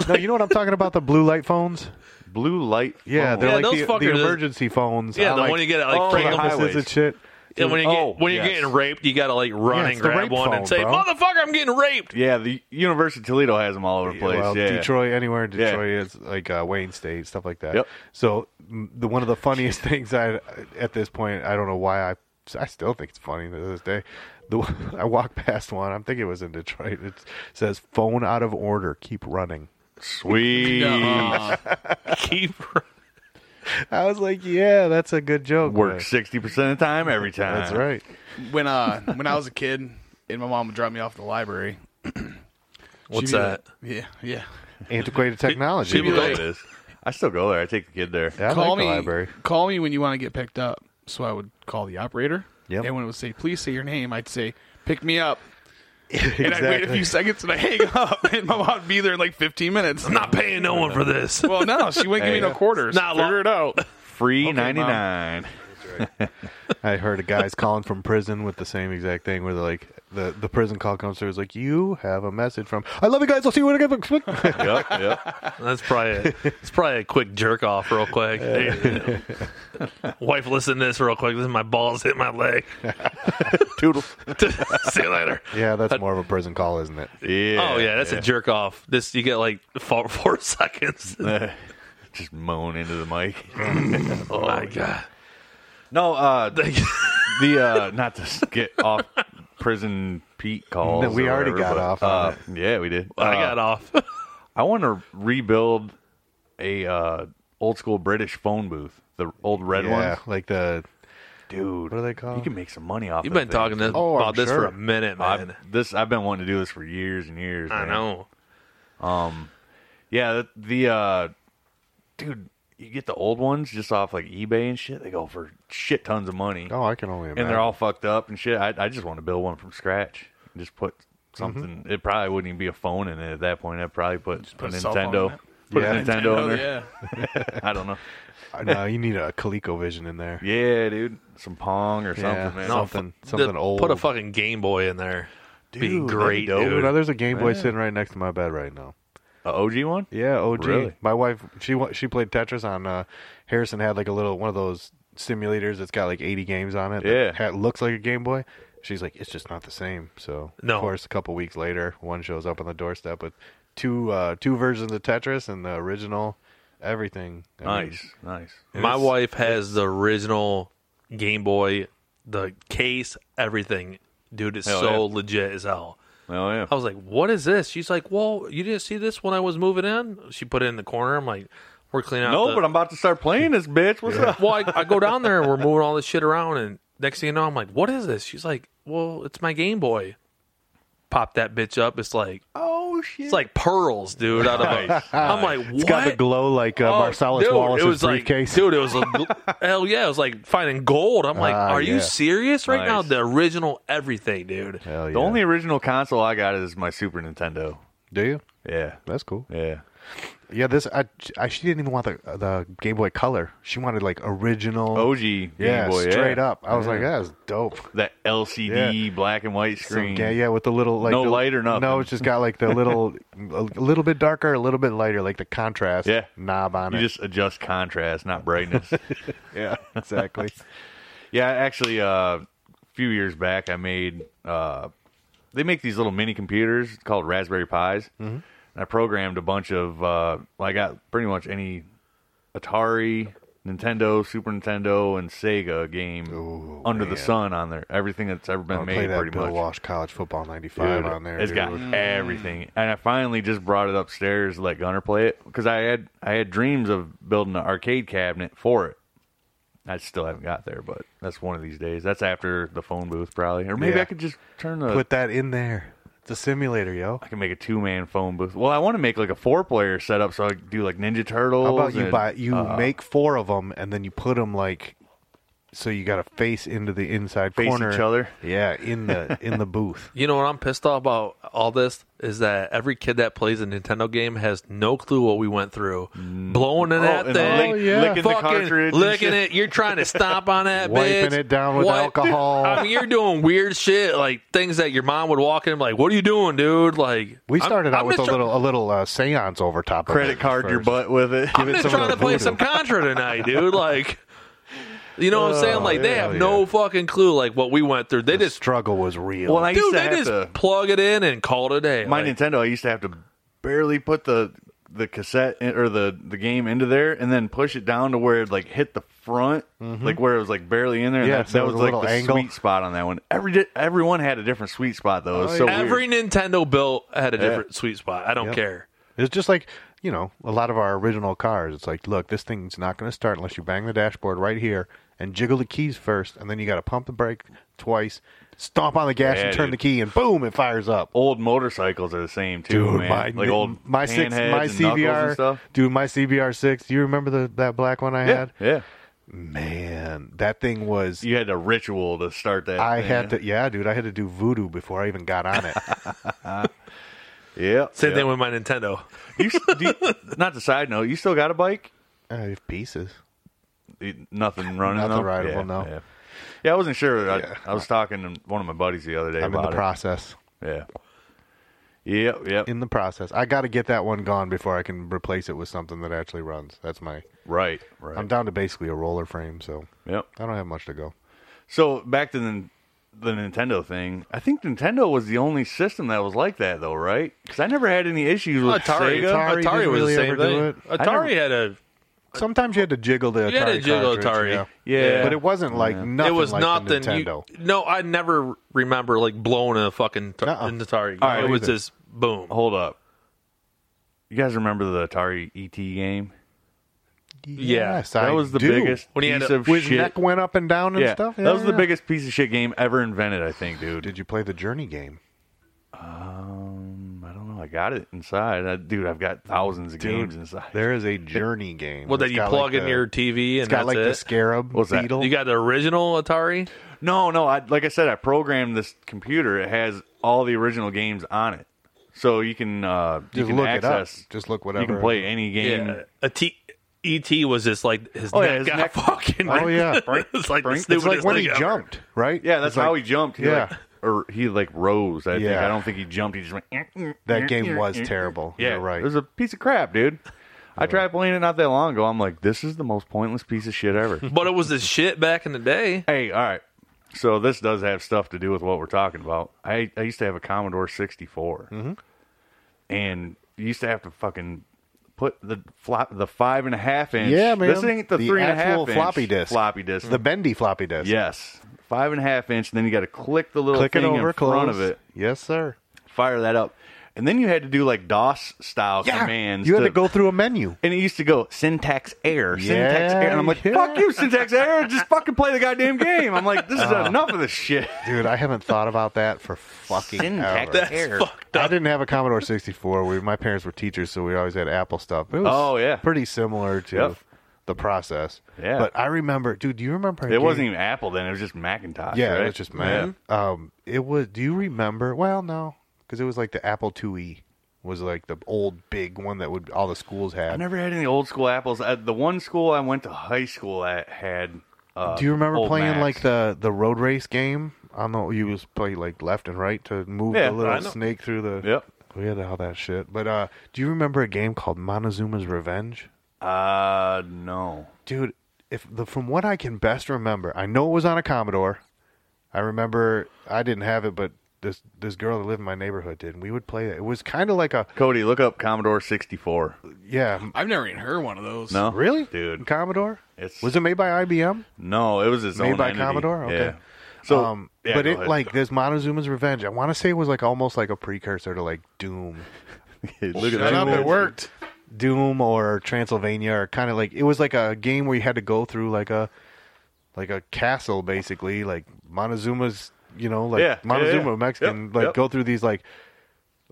Speaker 3: No, you know what I'm talking about? The blue light phones.
Speaker 4: blue light.
Speaker 3: Yeah,
Speaker 4: phone.
Speaker 3: they're
Speaker 2: Yeah,
Speaker 3: like
Speaker 2: those
Speaker 3: the,
Speaker 2: fuckers
Speaker 3: the
Speaker 2: is-
Speaker 3: emergency phones.
Speaker 2: Yeah,
Speaker 3: I
Speaker 2: the
Speaker 3: like
Speaker 2: one you get at, like
Speaker 4: Oh,
Speaker 2: oh,
Speaker 4: the
Speaker 2: Brigham.
Speaker 4: high-
Speaker 3: Highways and
Speaker 4: highways.
Speaker 3: shit.
Speaker 2: And when you get,
Speaker 4: Oh,
Speaker 2: when you're
Speaker 4: yes.
Speaker 2: getting raped, you gotta like run
Speaker 3: Yeah, it's
Speaker 2: and
Speaker 3: the
Speaker 2: grab
Speaker 3: rape
Speaker 2: one
Speaker 3: phone,
Speaker 2: and say,
Speaker 3: bro.
Speaker 2: "Motherfucker, I'm getting raped."
Speaker 4: Yeah, the University of Toledo has them all over the place.
Speaker 3: Well,
Speaker 4: yeah.
Speaker 3: Detroit, anywhere in
Speaker 4: Yeah.
Speaker 3: Detroit is like uh, Wayne State, stuff like that.
Speaker 4: Yep.
Speaker 3: So m- the one of the funniest things I at this point, I don't know why I, I still think it's funny to this day. The one- I walked past one. I'm thinking it was in Detroit. It says "phone out of order, keep running."
Speaker 4: Sweet.
Speaker 7: Uh,
Speaker 2: Keep. running.
Speaker 3: I was like, "Yeah, that's a good joke."
Speaker 4: Work
Speaker 3: man."
Speaker 4: sixty percent of the time every time.
Speaker 2: Ah.
Speaker 3: That's right.
Speaker 7: when uh when I was a kid and my mom would drop me off at the library.
Speaker 2: What's
Speaker 7: she'd be
Speaker 2: that?
Speaker 7: like- Yeah, yeah.
Speaker 3: Antiquated technology.
Speaker 2: people
Speaker 4: You know
Speaker 2: like-
Speaker 4: it is. I still go there. I take the kid there.
Speaker 3: Yeah, I
Speaker 7: call
Speaker 3: like
Speaker 7: me
Speaker 3: the library.
Speaker 7: call me when you want to get picked up. So I would call the operator.
Speaker 3: Yep.
Speaker 7: And when it would say, please say your name, I'd say, pick me up. And I'd wait a
Speaker 3: Exactly.
Speaker 7: few seconds and I hang up and my mom would be there in like fifteen minutes.
Speaker 2: I'm not paying no one for this.
Speaker 7: Well, no, she wouldn't give me no quarters.
Speaker 2: Not
Speaker 7: Figure
Speaker 2: long.
Speaker 7: it out.
Speaker 4: Free ninety nine.
Speaker 3: I heard a guy's calling from prison with the same exact thing where they're like the, the prison call comes through is like you have a message from I love you guys I'll see you when I get back.
Speaker 4: yep, yep.
Speaker 2: That's probably a, it's probably a quick jerk off, real quick. Hey, wife, listen to this real quick. This is my balls hit my leg.
Speaker 4: Toodles.
Speaker 2: See you later.
Speaker 3: yeah that's more of a prison call isn't it
Speaker 4: Yeah.
Speaker 2: Oh yeah, that's a jerk off. This you get like four, four seconds.
Speaker 4: Oh, Just moan into the mic.
Speaker 2: oh my god.
Speaker 4: No, uh
Speaker 2: Thank you.
Speaker 4: the uh not to get off prison Pete calls.
Speaker 3: No, we
Speaker 4: or
Speaker 3: already
Speaker 4: whatever,
Speaker 3: got off
Speaker 4: but,
Speaker 3: on
Speaker 4: uh, Yeah, we did.
Speaker 2: I
Speaker 4: Uh,
Speaker 2: got off.
Speaker 4: I want to rebuild a uh, old school British phone booth, the old red
Speaker 3: yeah
Speaker 4: one.
Speaker 3: like the
Speaker 4: Dude,
Speaker 3: What are they called?
Speaker 4: You can make some money off.
Speaker 2: You've
Speaker 4: that
Speaker 2: been
Speaker 4: thing.
Speaker 2: talking this,
Speaker 3: Oh, I'm
Speaker 2: about this for
Speaker 3: sure.
Speaker 2: a minute, man.
Speaker 4: I've, this I've been wanting to do this for years and years.
Speaker 2: I
Speaker 4: man.
Speaker 2: know.
Speaker 4: Yeah, the, the uh, dude, you get the old ones just off like eBay and shit. They go for shit tons of money,
Speaker 3: oh I can only imagine
Speaker 4: and they're all fucked up and shit. I, I just want to build one from scratch. Just put
Speaker 3: Mm-hmm.
Speaker 4: something. It probably wouldn't even be a phone in it at that point. I'd probably put,
Speaker 7: put
Speaker 4: a
Speaker 7: a cell phone in
Speaker 4: Nintendo.
Speaker 7: it.
Speaker 4: Put
Speaker 3: Yeah.
Speaker 4: a Nintendo in there.
Speaker 7: yeah.
Speaker 4: I don't know.
Speaker 3: no you need a ColecoVision in there
Speaker 4: Yeah, dude, some Pong or something.
Speaker 3: Yeah,
Speaker 4: man.
Speaker 3: no, Something- something
Speaker 2: Th-
Speaker 3: old.
Speaker 2: Put a fucking Game Boy in there. be
Speaker 4: that'd be
Speaker 2: great,
Speaker 4: dope.
Speaker 2: dude.
Speaker 3: now there's a Game Boy sitting right next to my bed right now
Speaker 4: A OG one.
Speaker 3: yeah OG
Speaker 4: Really?
Speaker 3: my wife she wa- she played Tetris on uh, Harrison had like a little one of those simulators that's got like 80 games on it that
Speaker 4: Yeah.
Speaker 3: ha- looks like a Game Boy she's like it's just not the same so
Speaker 2: No.
Speaker 3: of course a couple weeks later one shows up on the doorstep with two uh, two versions of Tetris and the original everything I mean,
Speaker 4: Nice, nice.
Speaker 2: My wife has the original Game Boy, the case, everything. Dude, it's
Speaker 4: Hell
Speaker 2: so
Speaker 4: yeah.
Speaker 2: legit as hell.
Speaker 4: Oh yeah.
Speaker 2: I was like, "What is this?" She's like, "Well, you didn't see this when I was moving in." She put it in the corner. I'm like, "We're cleaning out."
Speaker 4: No,
Speaker 2: the-
Speaker 4: but I'm about to start playing this bitch. What's up?
Speaker 2: well, I, I go down there and we're moving all this shit around, and next thing you know, I'm like, "What is this?" She's like, "Well, it's my Game Boy." Pop that bitch up. It's like
Speaker 4: Oh shit!
Speaker 2: it's like pearls, dude. Out of a, I'm like, what?
Speaker 3: It's got the glow like uh, Marcellus
Speaker 2: Oh, dude,
Speaker 3: Wallace's
Speaker 2: it was
Speaker 3: briefcase.
Speaker 2: Like, dude, it was a, gl- hell yeah. It was like finding gold. I'm like,
Speaker 3: Ah,
Speaker 2: are
Speaker 3: yeah.
Speaker 2: you serious right now?
Speaker 4: Nice.
Speaker 2: The original everything, dude.
Speaker 3: Hell
Speaker 4: the
Speaker 3: yeah.
Speaker 4: only original console I got is my Super Nintendo.
Speaker 3: do you?
Speaker 4: Yeah,
Speaker 3: That's cool.
Speaker 4: yeah.
Speaker 3: Yeah, this I, I she didn't even want the the Game Boy Color. She wanted like original
Speaker 4: OG
Speaker 3: Yeah,
Speaker 4: Oh, Game Boy, yeah.
Speaker 3: straight up. I was like, that's dope.
Speaker 4: That LCD black and white
Speaker 3: Some-
Speaker 4: screen.
Speaker 3: yeah, yeah, with the little like
Speaker 4: No
Speaker 3: the,
Speaker 4: light or nothing.
Speaker 3: No, it's just got like the little, a little bit darker, a little bit lighter, like the contrast
Speaker 4: Yeah.
Speaker 3: knob on
Speaker 4: You
Speaker 3: it.
Speaker 4: just adjust contrast, not brightness.
Speaker 3: yeah, exactly.
Speaker 4: yeah, actually, uh, a few years back, I made. Uh, they make these little mini computers called Raspberry Pis,
Speaker 3: Mm-hmm.
Speaker 4: and I programmed a bunch of. Uh, well, I got pretty much any Atari, Nintendo, Super Nintendo, and Sega game
Speaker 3: Ooh,
Speaker 4: under
Speaker 3: man.
Speaker 4: the sun on there. Everything that's ever been
Speaker 3: I'll
Speaker 4: made,
Speaker 3: play that
Speaker 4: pretty
Speaker 3: Bill
Speaker 4: much.
Speaker 3: Walsh College Football '95
Speaker 4: Dude,
Speaker 3: on there.
Speaker 4: It's
Speaker 3: dude.
Speaker 4: got everything. And I finally just brought it upstairs, to let Gunner play it because I had I had dreams of building an arcade cabinet for it. I still haven't got there, but that's one of these days. That's after the phone booth, probably, or maybe
Speaker 3: Yeah.
Speaker 4: I could just turn the.
Speaker 3: Put that in there. It's a simulator, yo.
Speaker 4: I can make a two man phone booth. Well, I want to make like a four player setup, so I could do like Ninja Turtles.
Speaker 3: How about you
Speaker 4: and-
Speaker 3: buy you
Speaker 4: uh-huh.
Speaker 3: make four of them and then you put them like so you got to face into the inside
Speaker 4: Face
Speaker 3: corner
Speaker 4: each other?
Speaker 3: Yeah, in the in the booth.
Speaker 2: You know what I'm pissed off about all this is that every kid that plays a Nintendo game has no clue what we went through.
Speaker 3: Mm.
Speaker 2: Blowing in
Speaker 4: Oh,
Speaker 2: that
Speaker 4: and
Speaker 2: thing,
Speaker 4: lick- Yeah. licking the
Speaker 2: fucking
Speaker 4: cartridge and
Speaker 2: licking
Speaker 4: shit.
Speaker 2: it. You're trying to stomp on that,
Speaker 3: Wiping
Speaker 2: bitch.
Speaker 3: it down with alcohol.
Speaker 2: I mean, you're doing weird shit, like things that your mom would walk in and be like, "What are you doing, dude?" Like
Speaker 3: We
Speaker 2: I'm-
Speaker 3: started out
Speaker 2: I'm
Speaker 3: with a
Speaker 2: just try-
Speaker 3: little a little uh, séance over top of
Speaker 4: credit
Speaker 3: it
Speaker 4: card your
Speaker 3: first.
Speaker 4: butt with it.
Speaker 2: I'm just
Speaker 3: some of
Speaker 2: trying
Speaker 3: the
Speaker 2: to play
Speaker 3: voodoo.
Speaker 2: some Contra tonight, dude. Like, you know what I'm saying? Like, they
Speaker 3: Oh, yeah,
Speaker 2: have
Speaker 3: yeah.
Speaker 2: no fucking clue, like what we went through. They
Speaker 3: The
Speaker 2: just,
Speaker 3: struggle was real.
Speaker 4: Well, I used
Speaker 2: dude,
Speaker 4: to
Speaker 2: they
Speaker 4: have
Speaker 2: just
Speaker 4: to-
Speaker 2: plug it in and call it a day.
Speaker 4: my
Speaker 2: Like,
Speaker 4: Nintendo, I used to have to barely put the the cassette in, or the the game into there and then push it down to where it like hit the front, like where it was like barely in there.
Speaker 3: Mm-hmm.
Speaker 4: and
Speaker 3: Yeah,
Speaker 4: that,
Speaker 3: so
Speaker 4: that
Speaker 3: it
Speaker 4: was
Speaker 3: was a
Speaker 4: like
Speaker 3: little
Speaker 4: the
Speaker 3: angle.
Speaker 4: sweet spot on that one. Every di- everyone had a different sweet spot though. It
Speaker 3: Oh,
Speaker 4: was so weird.
Speaker 2: Every Nintendo built had a different sweet spot. I don't
Speaker 3: Yep.
Speaker 2: care.
Speaker 3: It's just like, you know, a lot of our original cars. It's like, look, this thing's not going to start unless you bang the dashboard right here and jiggle the keys first, and then you got to pump the brake twice, stomp on the gas,
Speaker 4: Yeah,
Speaker 3: and turn
Speaker 4: dude.
Speaker 3: the key, and boom, it fires up.
Speaker 4: old motorcycles are the same too,
Speaker 3: Dude,
Speaker 4: man.
Speaker 3: my
Speaker 4: like old
Speaker 3: my six,
Speaker 4: panheads
Speaker 3: my
Speaker 4: and knuckles and
Speaker 3: CBR,
Speaker 4: stuff.
Speaker 3: dude, my CBR six. Do you remember the that black one I
Speaker 4: Yeah,
Speaker 3: had?
Speaker 4: yeah.
Speaker 3: Man, that thing was.
Speaker 4: You had a ritual to start that.
Speaker 3: I
Speaker 4: thing.
Speaker 3: had to, yeah, dude. I had to do voodoo before I even got on it.
Speaker 4: yeah.
Speaker 2: Same
Speaker 4: yeah.
Speaker 2: thing with my Nintendo.
Speaker 4: You, s- do you, not the side note. You still got a bike?
Speaker 3: I have pieces.
Speaker 4: It- nothing running.
Speaker 3: Nothing
Speaker 4: though?
Speaker 3: rideable,
Speaker 4: Yeah,
Speaker 3: no.
Speaker 4: Yeah. Yeah, I wasn't sure. I, I was talking to one of my buddies the other day
Speaker 3: I'm in the
Speaker 4: about
Speaker 3: process.
Speaker 4: it. Yeah. Yep. Yep.
Speaker 3: in the process. I got to get that one gone before I can replace it with something that actually runs. That's my.
Speaker 4: right. Right.
Speaker 3: I'm down to basically a roller frame, so
Speaker 4: Yep.
Speaker 3: I don't have much to go.
Speaker 4: So back to the the Nintendo thing. I think Nintendo was the only system that was like that, though, right? Because I never had any issues with
Speaker 2: Atari,
Speaker 4: Sega.
Speaker 2: Atari,
Speaker 3: Atari didn't
Speaker 2: was
Speaker 3: really
Speaker 2: the
Speaker 3: ever
Speaker 2: same
Speaker 3: do
Speaker 2: thing.
Speaker 3: it.
Speaker 4: I
Speaker 2: Atari had a
Speaker 3: Sometimes you had to jiggle the Atari.
Speaker 2: You had to jiggle
Speaker 3: cartridge,
Speaker 2: Atari.
Speaker 4: Yeah.
Speaker 3: but it wasn't like nothing.
Speaker 2: it was
Speaker 3: like
Speaker 2: nothing.
Speaker 3: The
Speaker 2: you-
Speaker 3: Nintendo.
Speaker 2: no, I never remember like blowing a fucking t-
Speaker 3: Nuh-uh.
Speaker 2: an Atari.
Speaker 4: All right,
Speaker 2: it was
Speaker 3: either.
Speaker 2: just boom.
Speaker 4: Hold up. You guys remember the Atari ET game?
Speaker 3: yes,
Speaker 4: That
Speaker 3: I
Speaker 4: was the
Speaker 3: do.
Speaker 4: biggest
Speaker 2: When he had
Speaker 4: piece
Speaker 2: a-
Speaker 4: of
Speaker 3: His
Speaker 4: shit.
Speaker 3: neck went up and down and
Speaker 4: yeah,
Speaker 3: stuff.
Speaker 4: that was the biggest piece of shit game ever invented. I think, dude.
Speaker 3: Did you play the Journey game?
Speaker 4: Um, I don't know. I got it inside, I, dude. I've got thousands of games inside.
Speaker 3: There is a Journey game.
Speaker 2: Well,
Speaker 3: that
Speaker 2: then you plug in your TV and
Speaker 3: It's got
Speaker 2: that's
Speaker 3: like the
Speaker 2: it.
Speaker 3: scarab
Speaker 4: What's that?
Speaker 3: beetle.
Speaker 2: you got the original Atari.
Speaker 4: No, no. I like I said, I programmed this computer. It has all the original games on it, so you can uh, you
Speaker 3: Just
Speaker 4: can
Speaker 3: look it up.
Speaker 4: access.
Speaker 3: Just look
Speaker 4: You
Speaker 3: whatever.
Speaker 4: can play any game.
Speaker 2: Yeah, a T. ET was just like his
Speaker 4: Oh,
Speaker 2: neck
Speaker 4: yeah, his
Speaker 2: got
Speaker 4: neck-
Speaker 2: fucking.
Speaker 3: Oh, yeah.
Speaker 2: it's like the
Speaker 4: Brink. It's
Speaker 3: It's
Speaker 2: stupidest
Speaker 3: like when
Speaker 2: thing
Speaker 3: he
Speaker 2: ever.
Speaker 3: jumped, right?
Speaker 4: Yeah, that's
Speaker 3: It's like-
Speaker 4: how he jumped. He
Speaker 3: yeah.
Speaker 4: like, or he like rose. I think.
Speaker 3: Yeah.
Speaker 4: I don't think he jumped. He just went. "Eh, eh, eh,
Speaker 3: That game
Speaker 4: eh,
Speaker 3: was
Speaker 4: eh, eh."
Speaker 3: terrible.
Speaker 4: Yeah,
Speaker 3: You're right.
Speaker 4: It was a piece of crap, dude. I tried playing it not that long ago. I'm like, this is the most pointless piece of shit ever.
Speaker 2: But it was the shit back in the day.
Speaker 4: Hey, all right. So this does have stuff to do with what we're talking about. I, I used to have a Commodore 64,
Speaker 3: Mm-hmm.
Speaker 4: and you used to have to fucking put the flop the five and a half inch.
Speaker 3: Yeah, man.
Speaker 4: This ain't the,
Speaker 3: The
Speaker 4: three and a half
Speaker 3: actual
Speaker 4: inch
Speaker 3: floppy disk.
Speaker 4: Floppy disk.
Speaker 3: the bendy floppy disk.
Speaker 4: yes, five and a half inch. And then you got to click the little
Speaker 3: click it
Speaker 4: thing
Speaker 3: over,
Speaker 4: in front
Speaker 3: close.
Speaker 4: of it,
Speaker 3: Yes, sir.
Speaker 4: fire that up, and then you had to do like DOS style commands.
Speaker 3: you had to, go through a menu.
Speaker 4: And it used to go syntax error, syntax
Speaker 3: Yeah,
Speaker 4: error, and I'm like,
Speaker 3: yeah.
Speaker 4: "Fuck you, syntax error! Just fucking play the goddamn game." I'm like, "This is
Speaker 3: Uh-huh.
Speaker 4: enough of this shit."
Speaker 3: Dude, I haven't thought about that for fucking
Speaker 4: Syntax
Speaker 3: ever.
Speaker 4: error.
Speaker 3: I didn't have a Commodore 64. We, my parents were teachers, so we always had Apple stuff. It was
Speaker 4: Oh, yeah.
Speaker 3: pretty similar to
Speaker 4: Yep.
Speaker 3: the process.
Speaker 4: Yeah.
Speaker 3: But I remember, dude. Do you remember? I
Speaker 4: It
Speaker 3: gave-
Speaker 4: wasn't even Apple then; it was just Macintosh.
Speaker 3: Yeah,
Speaker 4: right?
Speaker 3: it was just man. Um, it was. Do you remember? Well, no, because it was like the Apple IIe was like the old big one that would all the schools had.
Speaker 4: I never had any old school apples. Uh the one school I went to high school at had. Uh,
Speaker 3: Do you remember
Speaker 4: old
Speaker 3: playing
Speaker 4: Macs.
Speaker 3: like the the road race game? I know you was play like left and right to move the
Speaker 4: Yeah, I
Speaker 3: little
Speaker 4: know.
Speaker 3: snake through the.
Speaker 4: Yep.
Speaker 3: We had all that shit. But uh, do you remember a game called Montezuma's Revenge?
Speaker 4: Uh, no.
Speaker 3: Dude, if the from what I can best remember, I know it was on a Commodore. I remember I didn't have it, but this this girl that lived in my neighborhood did. And we would play it. It was kind of like a
Speaker 4: Cody, look up Commodore 64.
Speaker 3: yeah,
Speaker 7: I've never even heard one of those.
Speaker 4: No,
Speaker 3: really,
Speaker 4: dude.
Speaker 3: Commodore.
Speaker 4: It's-
Speaker 3: was it made by IBM?
Speaker 4: No, it was his
Speaker 3: Made
Speaker 4: own
Speaker 3: by
Speaker 4: entity.
Speaker 3: Commodore? Okay.
Speaker 4: Yeah. So,
Speaker 3: um,
Speaker 4: yeah,
Speaker 3: but
Speaker 4: go
Speaker 3: it
Speaker 4: ahead.
Speaker 3: like this Montezuma's Revenge. I want to say it was like almost like a precursor to like Doom,
Speaker 4: look at
Speaker 7: Shut
Speaker 4: that.
Speaker 7: up, it worked.
Speaker 3: Doom or Transylvania, or kind of like it was like a game where you had to go through like a like a castle basically, like Montezuma's, you know, like
Speaker 4: Yeah, yeah,
Speaker 3: Montezuma
Speaker 4: yeah.
Speaker 3: Mexican,
Speaker 4: Yep,
Speaker 3: like
Speaker 4: yep.
Speaker 3: go through these like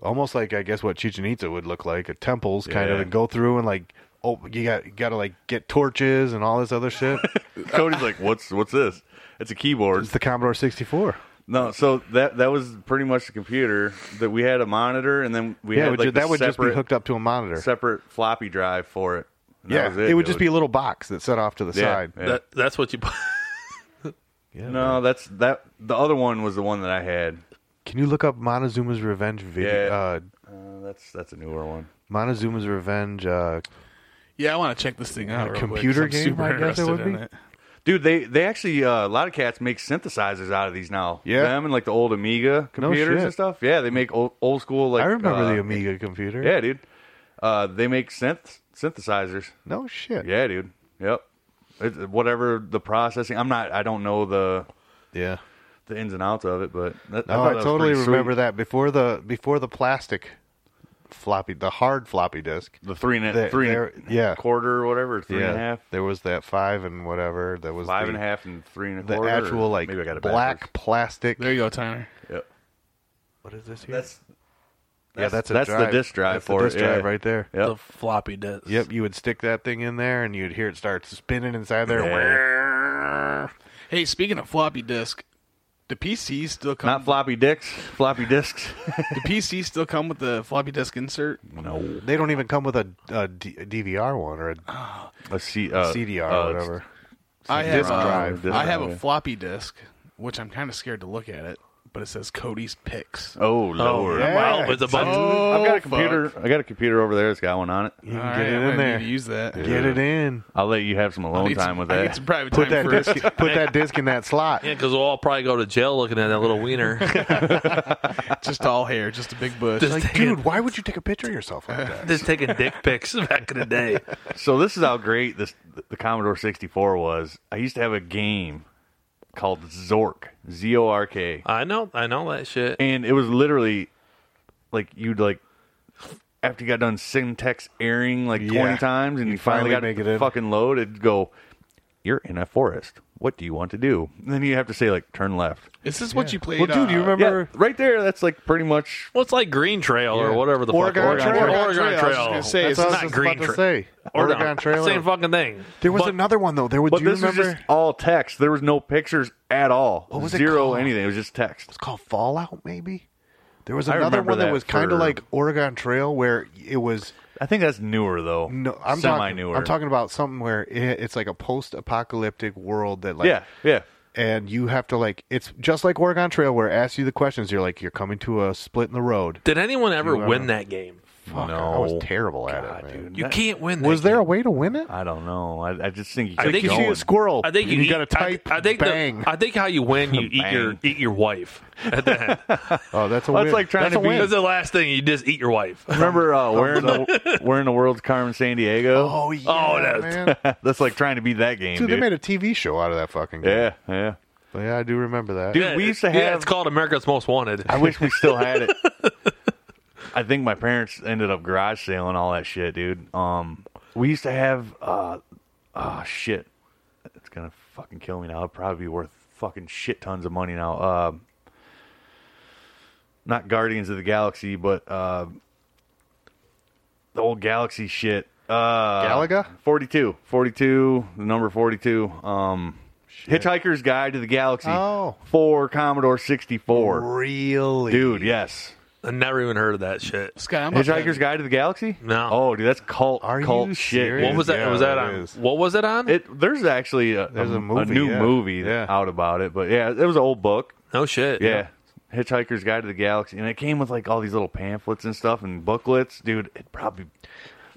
Speaker 3: almost like I guess what Chichen Itza would look like, or temples kind of,
Speaker 4: Yeah.
Speaker 3: and go through and like oh you got you got to like get torches and all this other shit.
Speaker 4: Cody's like, what's what's this? It's a keyboard.
Speaker 3: it's the Commodore sixty four.
Speaker 4: No, so that that was pretty much the computer that we had a monitor, and then we
Speaker 3: Yeah, it
Speaker 4: had
Speaker 3: would
Speaker 4: like
Speaker 3: ju-
Speaker 4: the
Speaker 3: that would just be
Speaker 4: separate-
Speaker 3: hooked up to a monitor.
Speaker 4: separate floppy drive for it. And that
Speaker 3: Yeah,
Speaker 4: was
Speaker 3: it. would just be a little box that set off to the
Speaker 4: Yeah,
Speaker 3: side.
Speaker 4: yeah.
Speaker 2: That, that's what you.
Speaker 4: no, that's that. The other one was the one that I had.
Speaker 3: Can you look up Montezuma's Revenge video?
Speaker 4: Yeah.
Speaker 3: Uh,
Speaker 4: Uh, that's that's a newer one.
Speaker 3: Montezuma's Revenge. Uh,
Speaker 7: Yeah, I want to check this thing out.
Speaker 3: A
Speaker 7: real quick,
Speaker 3: computer
Speaker 7: 'cause I'm
Speaker 3: game,
Speaker 7: super
Speaker 3: I guess it
Speaker 7: interested
Speaker 3: would
Speaker 7: in
Speaker 3: be.
Speaker 7: it.
Speaker 4: Dude, they they actually uh, a lot of cats make synthesizers out of these now.
Speaker 3: Yeah.
Speaker 4: them and like the old Amiga computers
Speaker 3: shit.
Speaker 4: and stuff. Yeah, they make old, old school like.
Speaker 3: I remember
Speaker 4: uh,
Speaker 3: the Amiga computer.
Speaker 4: Yeah, dude. Uh, they make synth synthesizers.
Speaker 3: No shit.
Speaker 4: Yeah, dude. Yep. It, whatever the processing, I'm not. I don't know the
Speaker 3: Yeah.
Speaker 4: the ins and outs of it, but Oh, that,
Speaker 3: No,
Speaker 4: thought
Speaker 3: I,
Speaker 4: that was
Speaker 3: totally
Speaker 4: pretty sweet.
Speaker 3: remember that before the before the plastic floppy, the hard floppy disk.
Speaker 4: the three and a,
Speaker 3: There-
Speaker 4: three and a
Speaker 3: there- yeah.
Speaker 4: quarter or whatever, three
Speaker 3: yeah,
Speaker 4: and a half,
Speaker 3: There was that five and whatever. That was
Speaker 4: five
Speaker 3: the,
Speaker 4: and a half, and three and a
Speaker 3: The
Speaker 4: quarter. or
Speaker 3: actual like
Speaker 4: maybe I got it
Speaker 3: black
Speaker 4: backwards.
Speaker 3: plastic.
Speaker 7: There you go, Tyler.
Speaker 4: Yep.
Speaker 3: What is this here?
Speaker 4: That's
Speaker 3: yeah, that's a
Speaker 4: that's
Speaker 3: drive.
Speaker 4: the disk drive
Speaker 3: That's
Speaker 4: for
Speaker 3: the disk
Speaker 4: it.
Speaker 3: drive
Speaker 4: yeah.
Speaker 3: right there.
Speaker 4: Yep.
Speaker 2: The floppy disk.
Speaker 3: Yep, you would stick that thing in there, and you'd hear it start spinning inside there.
Speaker 7: Hey, speaking of floppy disk, do PCs still come?
Speaker 4: Not floppy dicks, floppy discs.
Speaker 7: do PCs still come with the floppy disk insert?
Speaker 4: no,
Speaker 3: They don't even come with a, a D- a DVR one or a
Speaker 4: a C, uh,
Speaker 3: CDR
Speaker 4: uh,
Speaker 3: or whatever.
Speaker 7: I have
Speaker 3: disk
Speaker 7: a-
Speaker 3: drive,
Speaker 4: disk
Speaker 7: I have a
Speaker 4: drive.
Speaker 7: floppy disk, which I'm kind of scared to look at it, but it says Cody's picks.
Speaker 4: Oh lord!
Speaker 3: yeah. Oh.
Speaker 2: Wow, with the button.
Speaker 4: Oh, I've
Speaker 7: Oh,
Speaker 4: got a computer. I got a computer over there. It's got one on it.
Speaker 3: You can
Speaker 7: All
Speaker 3: get
Speaker 7: right,
Speaker 3: it
Speaker 7: I'm
Speaker 3: in
Speaker 7: gonna
Speaker 3: there.
Speaker 7: Need to use that.
Speaker 3: Get it in.
Speaker 4: I'll let you have some
Speaker 7: I
Speaker 4: alone
Speaker 7: need
Speaker 4: time
Speaker 7: some,
Speaker 4: with
Speaker 7: I
Speaker 4: that.
Speaker 7: need some private
Speaker 3: Put
Speaker 7: time
Speaker 3: that
Speaker 7: first.
Speaker 3: disc. Put that disc in that slot.
Speaker 2: Yeah, because we'll all probably go to jail looking at that little wiener.
Speaker 7: just all hair, just a big bush.
Speaker 2: Just
Speaker 3: Like,
Speaker 2: taking,
Speaker 3: dude, why would you take a picture of yourself like that?
Speaker 2: just taking dick pics back in the day.
Speaker 4: So this is how great this the Commodore 64 was. I used to have a game called Zork, Z O R K,
Speaker 2: I know, I know that shit.
Speaker 4: and it was literally like you'd like after you got done syntax airing like 20
Speaker 3: Yeah.
Speaker 4: times and you,
Speaker 3: You'd finally
Speaker 4: finally, got
Speaker 3: make
Speaker 4: it
Speaker 3: it in.
Speaker 4: fucking load, it'd go, "You're in a forest. What do you want to do?" And then you have to say like, "Turn left."
Speaker 7: Is this what you played?
Speaker 3: Well, dude,
Speaker 7: uh,
Speaker 3: you remember?
Speaker 4: yeah, right there. That's like pretty much
Speaker 2: Well, it's like Green Trail or
Speaker 3: Yeah.
Speaker 2: whatever the
Speaker 3: Oregon
Speaker 2: fuck.
Speaker 3: Trail.
Speaker 2: Oregon,
Speaker 7: Oregon
Speaker 2: Trail.
Speaker 7: Trail, I was just gonna say,
Speaker 3: That's
Speaker 7: It's
Speaker 2: not
Speaker 3: what I was just
Speaker 2: Green
Speaker 3: about to
Speaker 2: Trail.
Speaker 3: say.
Speaker 2: Oregon,
Speaker 3: Oregon Trail.
Speaker 2: Same fucking thing.
Speaker 3: There was
Speaker 2: But-
Speaker 3: another one though. There was.
Speaker 4: But
Speaker 3: Do you
Speaker 4: this
Speaker 3: remember?
Speaker 4: was just all text. There was no pictures at all.
Speaker 3: What was it
Speaker 4: Zero
Speaker 3: called?
Speaker 4: anything. It was just text.
Speaker 3: It's called Fallout, maybe. There was
Speaker 4: I
Speaker 3: another
Speaker 4: remember
Speaker 3: one that,
Speaker 4: that
Speaker 3: was kind
Speaker 4: for-
Speaker 3: of like Oregon Trail, where it was.
Speaker 4: I think that's newer though.
Speaker 3: No, I'm
Speaker 4: semi
Speaker 3: talking.
Speaker 4: newer.
Speaker 3: I'm talking about something where it, it's like a post-apocalyptic world that, like,
Speaker 4: yeah, yeah.
Speaker 3: and you have to like. It's just like Oregon Trail, where it asks you the questions. You're like, you're coming to a split in the road.
Speaker 2: Did anyone ever
Speaker 3: uh,
Speaker 2: win that game?
Speaker 3: Fuck, I was terrible at it. man.
Speaker 2: You can't win. That
Speaker 3: Was there a
Speaker 2: game.
Speaker 3: way to win it?
Speaker 4: I don't know. I, I just think you
Speaker 2: I
Speaker 4: kept
Speaker 2: think
Speaker 3: you
Speaker 4: going.
Speaker 3: see a squirrel.
Speaker 2: I think you,
Speaker 3: Oh, you
Speaker 2: eat-
Speaker 3: got to type.
Speaker 2: I, I think the-
Speaker 3: bang.
Speaker 2: I think how you win, you eat your
Speaker 4: Bang.
Speaker 2: eat your wife at the end.
Speaker 3: oh, that's a
Speaker 4: Well,
Speaker 3: win.
Speaker 4: it's like trying
Speaker 3: That's
Speaker 4: to
Speaker 3: a
Speaker 4: beat
Speaker 3: win.
Speaker 2: That's the last thing you just eat your wife.
Speaker 4: Remember, uh, we're in the we're in the world's Carmen San Diego.
Speaker 3: Oh yeah,
Speaker 2: Oh, that's-
Speaker 3: man.
Speaker 4: That's like trying to be that game,
Speaker 3: Dude,
Speaker 4: dude.
Speaker 3: they made a TV show out of that fucking game.
Speaker 4: yeah, yeah.
Speaker 3: But yeah, I do remember that.
Speaker 4: Dude, we used to
Speaker 2: Yeah,
Speaker 4: have-
Speaker 2: it's called America's Most Wanted.
Speaker 4: I wish we still had it. I think my parents ended up garage selling all that shit, dude. Um, we used to have uh, oh shit, it's gonna fucking kill me now. It'd probably be worth fucking shit tons of money now. Uh, not Guardians of the Galaxy, but uh, the old Galaxy shit. Uh,
Speaker 3: Galaga?
Speaker 4: 42. 42, the number 42. Um, Hitchhiker's Guide to the Galaxy
Speaker 3: Oh.
Speaker 4: for Commodore 64.
Speaker 3: really,
Speaker 4: Dude, yes.
Speaker 2: I never even heard of that shit.
Speaker 7: Sky, I'm about
Speaker 4: Hitchhiker's
Speaker 7: to-
Speaker 4: Guide to the Galaxy?
Speaker 2: No.
Speaker 4: Oh, dude, that's cult
Speaker 3: Are
Speaker 4: cult
Speaker 3: you
Speaker 4: shit.
Speaker 3: serious?
Speaker 4: dude.
Speaker 2: What was that?
Speaker 3: Yeah,
Speaker 2: was that
Speaker 3: it
Speaker 2: on?
Speaker 3: is.
Speaker 2: What was it on?
Speaker 4: It there's actually a,
Speaker 3: There's a
Speaker 4: a,
Speaker 3: movie,
Speaker 4: new
Speaker 3: yeah.
Speaker 4: movie
Speaker 3: Yeah.
Speaker 4: out about it, but yeah, it was an old book.
Speaker 2: no shit.
Speaker 4: Yeah. Hitchhiker's Guide to the Galaxy, and it came with like all these little pamphlets and stuff and booklets, dude. It probably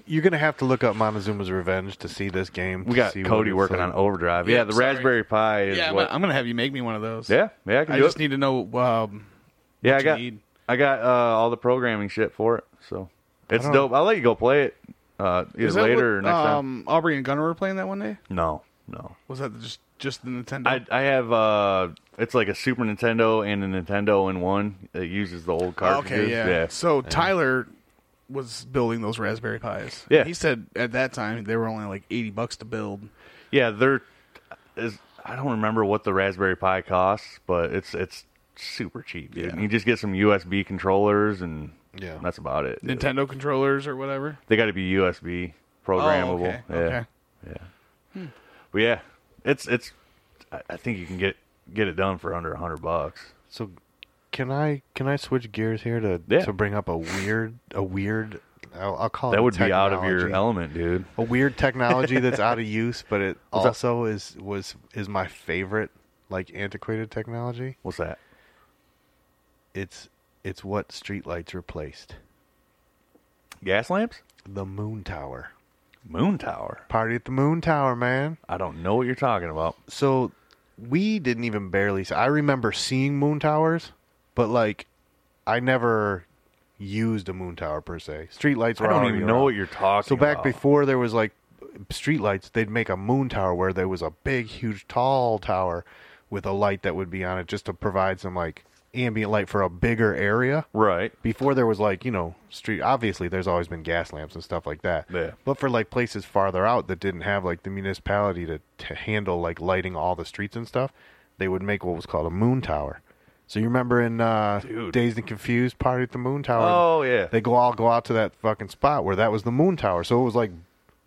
Speaker 3: You're gonna have to look up Montezuma's Revenge to see this game.
Speaker 4: we
Speaker 3: to
Speaker 4: got
Speaker 3: see what
Speaker 4: Cody
Speaker 3: it's
Speaker 4: working
Speaker 3: like.
Speaker 4: on overdrive.
Speaker 7: Yeah,
Speaker 4: Yeah, the
Speaker 7: sorry.
Speaker 4: Raspberry Pi is
Speaker 7: Yeah, I'm
Speaker 4: what.
Speaker 7: gonna- I'm gonna have you make me one of those.
Speaker 4: yeah, yeah, I can
Speaker 7: I
Speaker 4: do
Speaker 7: just
Speaker 4: it.
Speaker 7: need to know um,
Speaker 4: Yeah,
Speaker 7: what
Speaker 4: I
Speaker 7: you
Speaker 4: got
Speaker 7: need.
Speaker 4: I got uh, all the programming shit for it, so it's
Speaker 3: don't-
Speaker 4: dope. I'll let you go play it uh, either
Speaker 7: Is that
Speaker 4: later
Speaker 7: what,
Speaker 4: or next time.
Speaker 7: um, Aubrey and Gunnar were playing that one day.
Speaker 4: No, no.
Speaker 7: Was that just just the Nintendo?
Speaker 4: I I have uh, it's like a Super Nintendo and a Nintendo in one. It uses the old cartridges.
Speaker 7: Oh, okay, yeah.
Speaker 4: yeah.
Speaker 7: So Tyler was building those Raspberry Pis.
Speaker 4: Yeah.
Speaker 7: He said at that time they were only like eighty bucks to build.
Speaker 4: Yeah, they're is I don't remember what the Raspberry Pi costs, but it's it's super cheap. Dude.
Speaker 7: Yeah.
Speaker 4: You just get some USB controllers and
Speaker 3: Yeah.
Speaker 4: that's about it.
Speaker 7: Nintendo controllers or whatever.
Speaker 4: They got to be USB
Speaker 7: Oh,
Speaker 4: programmable.
Speaker 7: okay.
Speaker 4: Yeah.
Speaker 7: okay.
Speaker 4: But yeah, it's it's I I think you can get get it done for under a 100 bucks.
Speaker 3: So can I can I switch gears here to
Speaker 4: Yeah.
Speaker 3: to bring up a weird a weird I'll, I'll
Speaker 7: Oh,
Speaker 3: call it
Speaker 4: That
Speaker 3: a
Speaker 4: would be out of your
Speaker 3: technology.
Speaker 4: element, dude.
Speaker 3: a weird technology that's out of use, but it also is was is my favorite like antiquated technology.
Speaker 4: What's that?
Speaker 3: It's it's what streetlights replaced.
Speaker 4: Gas lamps?
Speaker 3: The moon tower.
Speaker 4: Moon tower.
Speaker 3: Party at the moon tower, man.
Speaker 4: I don't know what you're talking about.
Speaker 3: so we didn't even barely see, i remember seeing moon towers but like i never used a moon tower per se streetlights were
Speaker 4: I don't
Speaker 3: already
Speaker 4: even know
Speaker 3: around.
Speaker 4: what you're talking
Speaker 3: so back
Speaker 4: about.
Speaker 3: before there was like streetlights they'd make a moon tower where there was a big huge tall tower with a light that would be on it just to provide some like ambient light for a bigger area
Speaker 4: Right.
Speaker 3: before there was like you know street obviously there's always been gas lamps and stuff like that
Speaker 4: Yeah.
Speaker 3: but for like places farther out that didn't have like the municipality to, to handle like lighting all the streets and stuff they would make what was called a moon tower so you remember in uh
Speaker 4: Dude.
Speaker 3: dazed and confused party at the moon tower
Speaker 4: Oh, yeah.
Speaker 3: they go all go out to that fucking spot where that was the moon tower so it was like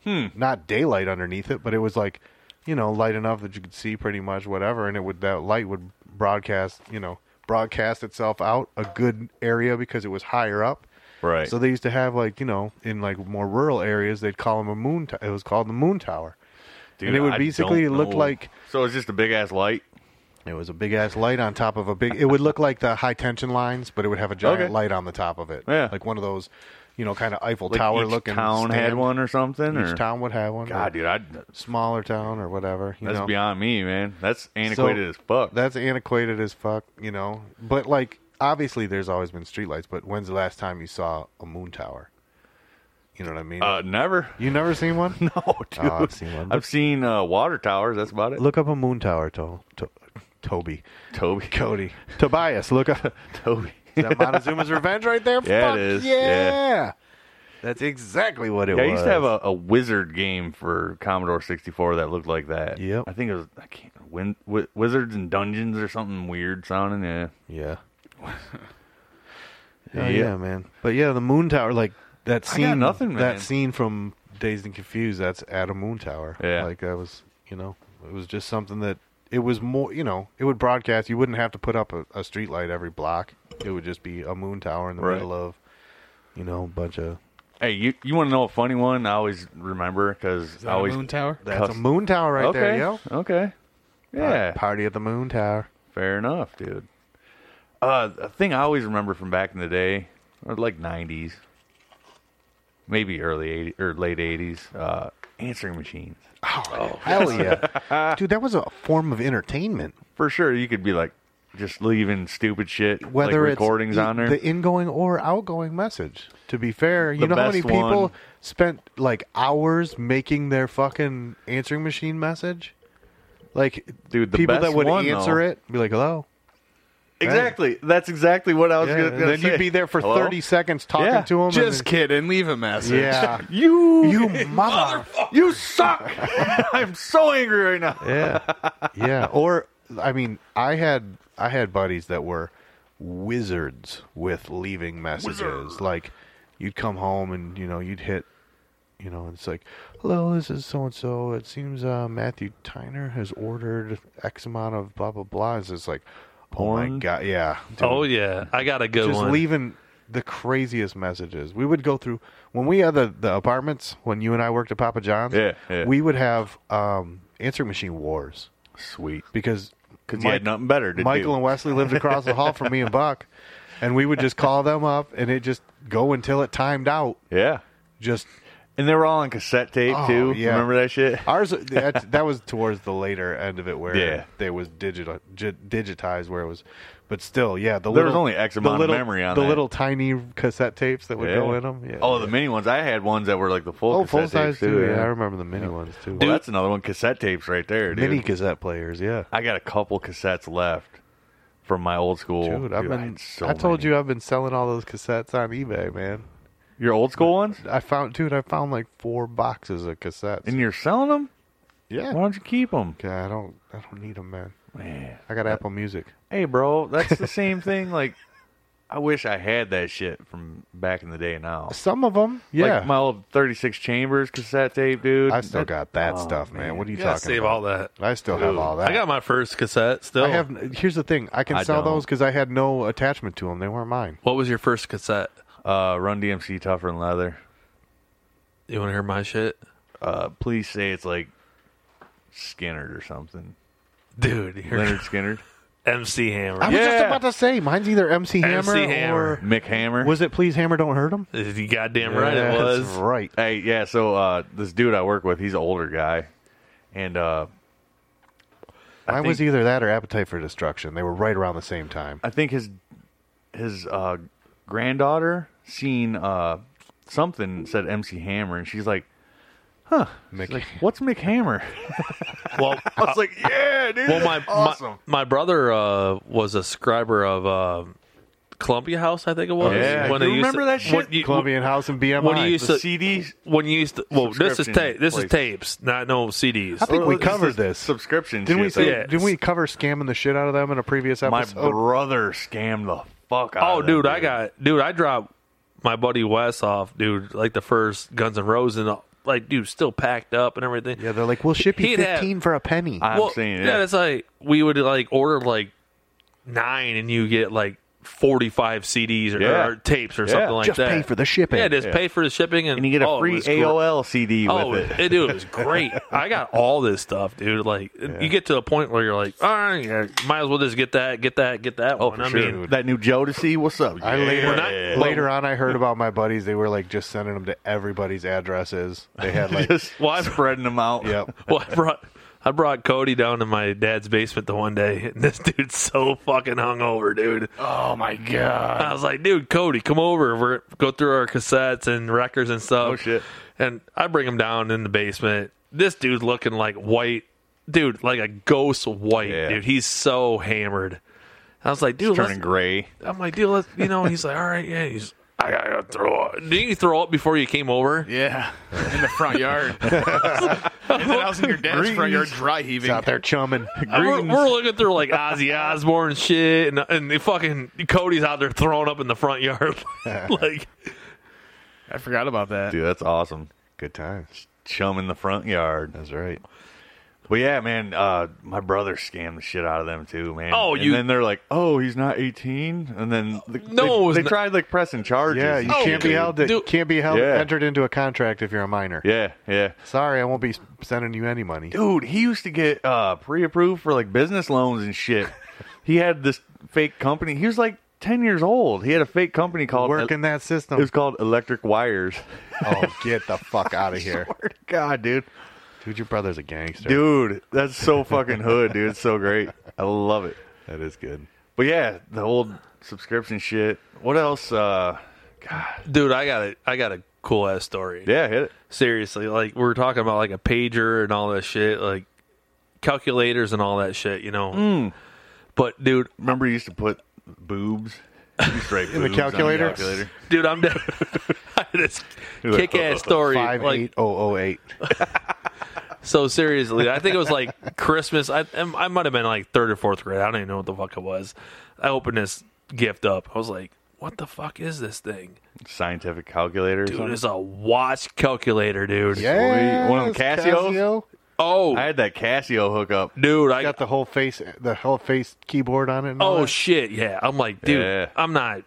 Speaker 3: not daylight underneath it but it was like you know light enough that you could see pretty much whatever and it would that light would broadcast you know broadcast itself out a good area because it was higher up
Speaker 4: Right.
Speaker 3: so they used to have like you know in like more rural areas they'd call them a moon. To- it was called the moon tower, and it would
Speaker 4: I
Speaker 3: basically
Speaker 4: don't
Speaker 3: look
Speaker 4: know.
Speaker 3: like
Speaker 4: So it's just a big ass light.
Speaker 3: it was a big ass light on top of a big. It would look like the high tension lines, but it would have a giant
Speaker 4: Okay.
Speaker 3: light on the top of it.
Speaker 4: Yeah.
Speaker 3: like one of those, you know, kind of Eiffel
Speaker 4: Like
Speaker 3: Tower
Speaker 4: each
Speaker 3: looking.
Speaker 4: town had
Speaker 3: stand.
Speaker 4: one or something.
Speaker 3: Each
Speaker 4: or?
Speaker 3: town would have one.
Speaker 4: God,
Speaker 3: or
Speaker 4: dude, I'd,
Speaker 3: smaller town or whatever. You
Speaker 4: that's
Speaker 3: know?
Speaker 4: beyond me, man. That's antiquated
Speaker 3: So,
Speaker 4: as fuck.
Speaker 3: That's antiquated as fuck, you know. But like, obviously, there's always been streetlights. But when's the last time you saw a moon tower? You know what I mean?
Speaker 4: uh, never.
Speaker 3: you never seen one?
Speaker 4: No, dude.
Speaker 3: Oh, I've seen one.
Speaker 4: I've seen, uh, water towers. That's about it.
Speaker 3: Look up a moon tower, to- to- Toby.
Speaker 4: Toby,
Speaker 3: Cody. Tobias, look up. Is
Speaker 4: Toby.
Speaker 3: that Montezuma's Revenge right there?
Speaker 4: Yeah, it
Speaker 3: Fuck
Speaker 4: is.
Speaker 3: Yeah.
Speaker 4: Yeah.
Speaker 3: That's exactly what it
Speaker 4: Yeah, I
Speaker 3: was.
Speaker 4: used to have a, a wizard game for Commodore 64 that looked like that.
Speaker 3: Yep.
Speaker 4: I think it was I can't win, wi- Wizards and Dungeons or something weird sounding. Yeah.
Speaker 3: Yeah.
Speaker 4: Oh, Yeah.
Speaker 3: Hell yeah, man. But yeah, the moon tower, like that
Speaker 4: got
Speaker 3: scene.
Speaker 4: nothing, man.
Speaker 3: That scene from Dazed and Confused. That's at a moon tower.
Speaker 4: Yeah.
Speaker 3: like that was, you know, it was just something that it was more. You know, it would broadcast. You wouldn't have to put up a, a street light every block. It would just be a moon tower in the
Speaker 4: Right.
Speaker 3: middle of, you know, a bunch of.
Speaker 4: Hey, you you want to know a funny one? I always remember because I always
Speaker 7: Moon Tower.
Speaker 3: That's a
Speaker 4: Cus-
Speaker 3: moon tower right
Speaker 4: okay.
Speaker 3: there, yo.
Speaker 4: Okay. Yeah.
Speaker 3: Uh, Party at the moon tower.
Speaker 4: Fair enough, dude. Uh, a thing I always remember from back in the day, or like '90s, maybe early '80s or late '80s, uh, answering machines. Oh,
Speaker 3: Hell yeah, dude, that was a form of entertainment.
Speaker 4: For sure, you could be like just leaving stupid shit,
Speaker 3: whether
Speaker 4: like
Speaker 3: it's
Speaker 4: recordings
Speaker 3: e-
Speaker 4: on there.
Speaker 3: the ingoing or outgoing message. To be fair, you
Speaker 4: The
Speaker 3: know how many
Speaker 4: best
Speaker 3: people
Speaker 4: one-
Speaker 3: spent like hours making their fucking answering machine message. Like,
Speaker 4: Dude, the
Speaker 3: people
Speaker 4: best
Speaker 3: that would
Speaker 4: one,
Speaker 3: answer
Speaker 4: though-
Speaker 3: it be like, "Hello."
Speaker 4: exactly. That's exactly what I was
Speaker 3: Yeah,
Speaker 4: gonna,
Speaker 3: and
Speaker 4: gonna
Speaker 3: then
Speaker 4: say.
Speaker 3: you'd be there for
Speaker 4: Hello?
Speaker 3: thirty seconds talking
Speaker 4: Yeah.
Speaker 3: to them.
Speaker 7: Just kidding. Leave a message.
Speaker 3: yeah,
Speaker 4: You,
Speaker 3: you mother.
Speaker 4: you suck. I'm so angry right now.
Speaker 3: yeah, yeah. Or I mean, I had I had buddies that were wizards with leaving messages. Like you'd come home and you know you'd hit, you know, it's like, hello, this is so and so. It seems uh, Matthew Tyner has ordered X amount of blah blah blah. It's just like, oh
Speaker 4: Porn?
Speaker 3: my god, yeah. dude.
Speaker 2: Oh yeah, I got a good
Speaker 3: just
Speaker 2: one.
Speaker 3: leaving the craziest messages. We would go through when we had the, the apartments when you and I worked at Papa John's.
Speaker 4: Yeah, yeah.
Speaker 3: we would have um, answering machine wars
Speaker 4: Sweet,
Speaker 3: because
Speaker 4: because you had
Speaker 3: Mike-
Speaker 4: nothing better to do.
Speaker 3: Michael and Wesley lived across the hall from me and Buck, and we would just call them up and it just go until it timed out.
Speaker 4: yeah.
Speaker 3: Just
Speaker 4: And they were all on cassette tape
Speaker 3: Oh,
Speaker 4: too.
Speaker 3: yeah.
Speaker 4: Remember that shit?
Speaker 3: Ours that, that was towards the later end of it where
Speaker 4: Yeah.
Speaker 3: they was digital gi- digitized where it was, but still, yeah. The
Speaker 4: There was
Speaker 3: little,
Speaker 4: only X
Speaker 3: the
Speaker 4: amount of
Speaker 3: little-
Speaker 4: memory on
Speaker 3: the
Speaker 4: that.
Speaker 3: little tiny cassette tapes that would go
Speaker 4: Yeah.
Speaker 3: in them. Yeah.
Speaker 4: Oh, the mini ones. I had ones that were like the full.
Speaker 3: oh
Speaker 4: cassette
Speaker 3: full size
Speaker 4: tapes,
Speaker 3: too. Yeah. I remember the mini ones too.
Speaker 4: Well, that's another one. Cassette tapes right there, dude.
Speaker 3: mini cassette players. Yeah.
Speaker 4: I got a couple cassettes left from my old school.
Speaker 3: Dude, I've
Speaker 4: I
Speaker 3: been.
Speaker 4: had so
Speaker 3: I told
Speaker 4: many.
Speaker 3: you I've been selling all those cassettes on eBay, man.
Speaker 4: your old school ones,
Speaker 3: I found, dude. I found like four boxes of cassettes.
Speaker 4: and you're selling them.
Speaker 3: yeah.
Speaker 4: Why don't you keep them?
Speaker 3: Okay, I don't. I don't need them, man.
Speaker 4: Man,
Speaker 3: I got Apple Music.
Speaker 4: hey, bro, that's the same thing. Like, I wish I had that shit from back in the day. Now,
Speaker 3: Some of them, yeah.
Speaker 4: like my old 36 chambers cassette tape, dude.
Speaker 3: I still
Speaker 4: That-
Speaker 3: got that stuff, Oh, man. What are you
Speaker 2: gotta
Speaker 3: talking
Speaker 2: save
Speaker 3: about?
Speaker 2: all that.
Speaker 3: I still have all that.
Speaker 2: I got my first cassette still.
Speaker 3: I have. Here's the thing. I can
Speaker 4: I
Speaker 3: sell
Speaker 4: don't.
Speaker 3: those because I had no attachment to them. They weren't mine.
Speaker 2: What was your first cassette?
Speaker 4: uh, Run DMC, tougher than leather.
Speaker 2: You want to hear my shit?
Speaker 4: Uh, please say it's like Skinner or something.
Speaker 2: Dude, you
Speaker 4: Leonard Skinner,
Speaker 2: MC Hammer.
Speaker 3: I was just
Speaker 4: Yeah.
Speaker 3: about to say mine's either MC Hammer,
Speaker 2: MC
Speaker 3: or
Speaker 2: Hammer.
Speaker 4: Mick Hammer.
Speaker 3: was it? Please Hammer, don't hurt him.
Speaker 2: You goddamn right it
Speaker 3: That's
Speaker 2: was.
Speaker 3: right.
Speaker 4: Hey, yeah, so uh this dude I work with, he's an older guy. And uh
Speaker 3: Mine was
Speaker 4: think-
Speaker 3: either that or Appetite for Destruction. They were right around the same time.
Speaker 4: I think his his uh granddaughter seen uh something said MC Hammer and she's like,
Speaker 3: Mick-
Speaker 4: like what's Mick Hammer?
Speaker 2: Well,
Speaker 4: I was like, Yeah, dude.
Speaker 2: well, my,
Speaker 4: that's awesome.
Speaker 2: my my brother uh, was a scriber of uh, Columbia House, I think it was.
Speaker 4: Oh, Yeah,
Speaker 2: they
Speaker 4: you
Speaker 2: used
Speaker 4: remember that shit?
Speaker 2: When you,
Speaker 3: Colombian House and BMI.
Speaker 2: when you used
Speaker 4: the
Speaker 2: to-
Speaker 4: CD
Speaker 2: when you used to, well, this is
Speaker 4: Subscription
Speaker 2: tape. This
Speaker 4: place.
Speaker 2: is tapes, not no CDs.
Speaker 3: I think we
Speaker 4: Oh,
Speaker 3: covered
Speaker 4: is
Speaker 3: this.
Speaker 4: subscription
Speaker 3: didn't we?
Speaker 4: shit,
Speaker 3: Say,
Speaker 2: Yeah.
Speaker 3: Didn't we cover scamming the shit out of them in a previous
Speaker 4: though. my
Speaker 3: episode?
Speaker 4: brother scammed the fuck out
Speaker 2: Oh,
Speaker 4: of that
Speaker 2: dude, I got dude. I dropped my buddy Wes off, dude. Like the first Guns N' Roses, and all- like dude, still packed up and everything.
Speaker 3: yeah, they're like, we'll ship you
Speaker 2: He'd have-
Speaker 3: fifteen for a penny.
Speaker 4: I'm saying it.
Speaker 2: yeah, it's like we would like order like nine, and you get like forty-five CDs or,
Speaker 4: Yeah.
Speaker 2: or tapes or
Speaker 4: Yeah.
Speaker 2: something like
Speaker 3: just
Speaker 2: that.
Speaker 3: pay for the shipping.
Speaker 2: yeah, just pay for the shipping, and,
Speaker 4: and you get a
Speaker 2: oh, it
Speaker 4: free
Speaker 2: was great.
Speaker 4: AOL CD
Speaker 2: Oh,
Speaker 4: with it.
Speaker 2: it, dude, it was great. I got all this stuff, dude. Like, you get to a point where you're like, all right, yeah, might as well just get that, get that, get
Speaker 4: Oh,
Speaker 2: that one. I mean,
Speaker 4: that new Jodeci, what's up?
Speaker 3: I later,
Speaker 2: We're not-
Speaker 3: later on, I heard about my buddies. They were like just sending them to everybody's addresses. They had like,
Speaker 4: just
Speaker 2: Well, I've-
Speaker 4: spreading them out.
Speaker 3: yep.
Speaker 2: Well, I brought I brought Cody down to my dad's basement the one day, and this dude's so fucking hungover, dude.
Speaker 7: Oh my god!
Speaker 2: I was like, dude, Cody, come over. We're go through our cassettes and records and stuff.
Speaker 4: Oh, shit.
Speaker 2: And I bring him down in the basement. This dude's looking like white, dude, like a ghost white,
Speaker 4: Yeah.
Speaker 2: dude. He's so hammered. I was like, dude,
Speaker 4: It's
Speaker 2: let's,
Speaker 4: turning gray.
Speaker 2: I'm like, dude, let's, you know. He's like, all right, yeah. He's, I gotta throw up. Didn't you throw up before you came over?
Speaker 7: Yeah, in the front yard. and then I was in your dad's front yard dry heaving.
Speaker 3: Out there chumming.
Speaker 2: We're, we're looking through like Ozzy Osbourne shit, and and the fucking Cody's out there throwing up in the front yard. like,
Speaker 7: I forgot about that.
Speaker 4: Dude, that's awesome.
Speaker 3: Good times.
Speaker 4: Chum in the front yard.
Speaker 3: That's right.
Speaker 4: But yeah, man, uh, my brother scammed the shit out of them too, man.
Speaker 2: Oh,
Speaker 4: and
Speaker 2: you-
Speaker 4: then they're like, "Oh, he's not 18," and then the,
Speaker 2: No, it was
Speaker 4: they, they
Speaker 2: not-
Speaker 4: tried like pressing charges.
Speaker 3: Yeah, you can't be held. To,
Speaker 2: Dude.
Speaker 3: can't be held.
Speaker 4: Oh, Yeah.
Speaker 3: Entered into a contract if you're a minor.
Speaker 4: yeah, yeah.
Speaker 3: Sorry, I won't be sending you any money.
Speaker 4: Dude, he used to get uh, pre-approved for like business loans and shit. he had this fake company. He was like 10 years old. He had a fake company called
Speaker 3: Work in that
Speaker 4: It
Speaker 3: system.
Speaker 4: was called Electric Wires.
Speaker 3: oh, get the fuck out of here,
Speaker 4: Swear to God, dude.
Speaker 3: dude! Your brother's a gangster.
Speaker 4: Dude, that's so fucking hood, dude. It's so great. I love it.
Speaker 3: that is good.
Speaker 4: But yeah, the old subscription shit. What else? Uh,
Speaker 2: dude, I got a I got a cool ass story.
Speaker 4: yeah, hit it.
Speaker 2: Seriously, like we were talking about like a pager and all that shit, like calculators and all that shit, you know. But dude,
Speaker 4: Remember, you used to put boobs.
Speaker 3: In the calculator?
Speaker 2: dude, I'm dead. I had this
Speaker 4: like,
Speaker 2: kick ass story.
Speaker 3: Five
Speaker 2: like,
Speaker 3: eight oh oh eight.
Speaker 2: So seriously, I think it was like Christmas. I I might have been like third or fourth grade. I don't even know what the fuck it was. I opened this gift up. I was like, "What the fuck is this thing,
Speaker 4: Scientific calculator. or
Speaker 2: dude?
Speaker 4: something?
Speaker 2: It's a watch calculator, dude.
Speaker 3: Yeah,
Speaker 4: One of them Casios?
Speaker 3: Casio.
Speaker 2: Oh,
Speaker 4: I had that Casio hookup.
Speaker 2: dude, I
Speaker 3: Got the whole face, the whole face keyboard on it. and all
Speaker 2: oh
Speaker 3: that.
Speaker 2: shit, yeah. I'm like, dude,
Speaker 4: Yeah.
Speaker 2: I'm not.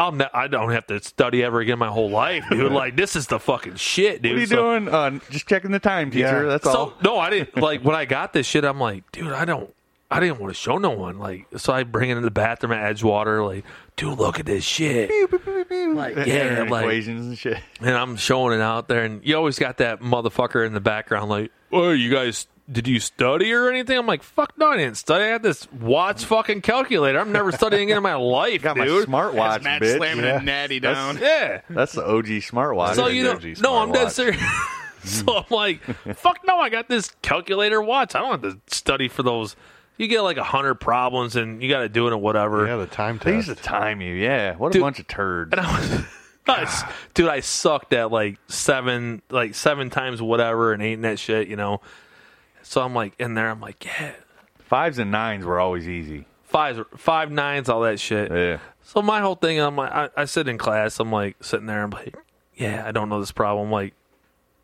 Speaker 2: I'm not. I don't have to study ever again my whole life, dude. like this is the fucking shit, dude.
Speaker 4: What are you
Speaker 2: So-
Speaker 4: doing? Uh, just checking the time, teacher.
Speaker 3: Yeah.
Speaker 4: That's
Speaker 2: So
Speaker 4: all.
Speaker 2: no, I didn't like when I got this shit. I'm like, dude, I don't. I didn't want to show no one. Like, so I bring it in the bathroom at Edgewater. Like, dude, look at this shit. Like, yeah,
Speaker 4: Different
Speaker 2: like,
Speaker 4: equations and shit.
Speaker 2: and I'm showing it out there, and you always got that motherfucker in the background, like, "Oh, you guys, did you study or anything?" I'm like, "Fuck no, I didn't study. I had this watch fucking calculator. I'm never studying it in my life,
Speaker 4: Got my
Speaker 2: dude."
Speaker 4: smartwatch,
Speaker 7: That's Matt
Speaker 4: bitch.
Speaker 7: slamming
Speaker 4: Yeah.
Speaker 7: a natty
Speaker 4: That's-
Speaker 7: down.
Speaker 2: yeah.
Speaker 4: That's the OG smartwatch.
Speaker 2: So you know, no, I'm dead serious. so I'm like, "Fuck no, I got this calculator watch. I don't have to study for those. You get like a hundred problems, and you got to do it and whatever."
Speaker 3: Yeah, the time
Speaker 4: They used
Speaker 3: test.
Speaker 4: to time you. Yeah. What a
Speaker 2: Dude.
Speaker 4: bunch of turds.
Speaker 2: And I was, I s- dude, I sucked at like seven, like seven times whatever, and eating that shit, you know. So I'm like in there, I'm like, yeah,
Speaker 4: Fives and nines were always easy.
Speaker 2: fives, five nines, all that shit.
Speaker 4: Yeah.
Speaker 2: So my whole thing, I'm like, I, I sit in class, I'm like sitting there, I'm like, yeah, I don't know this problem, I'm like,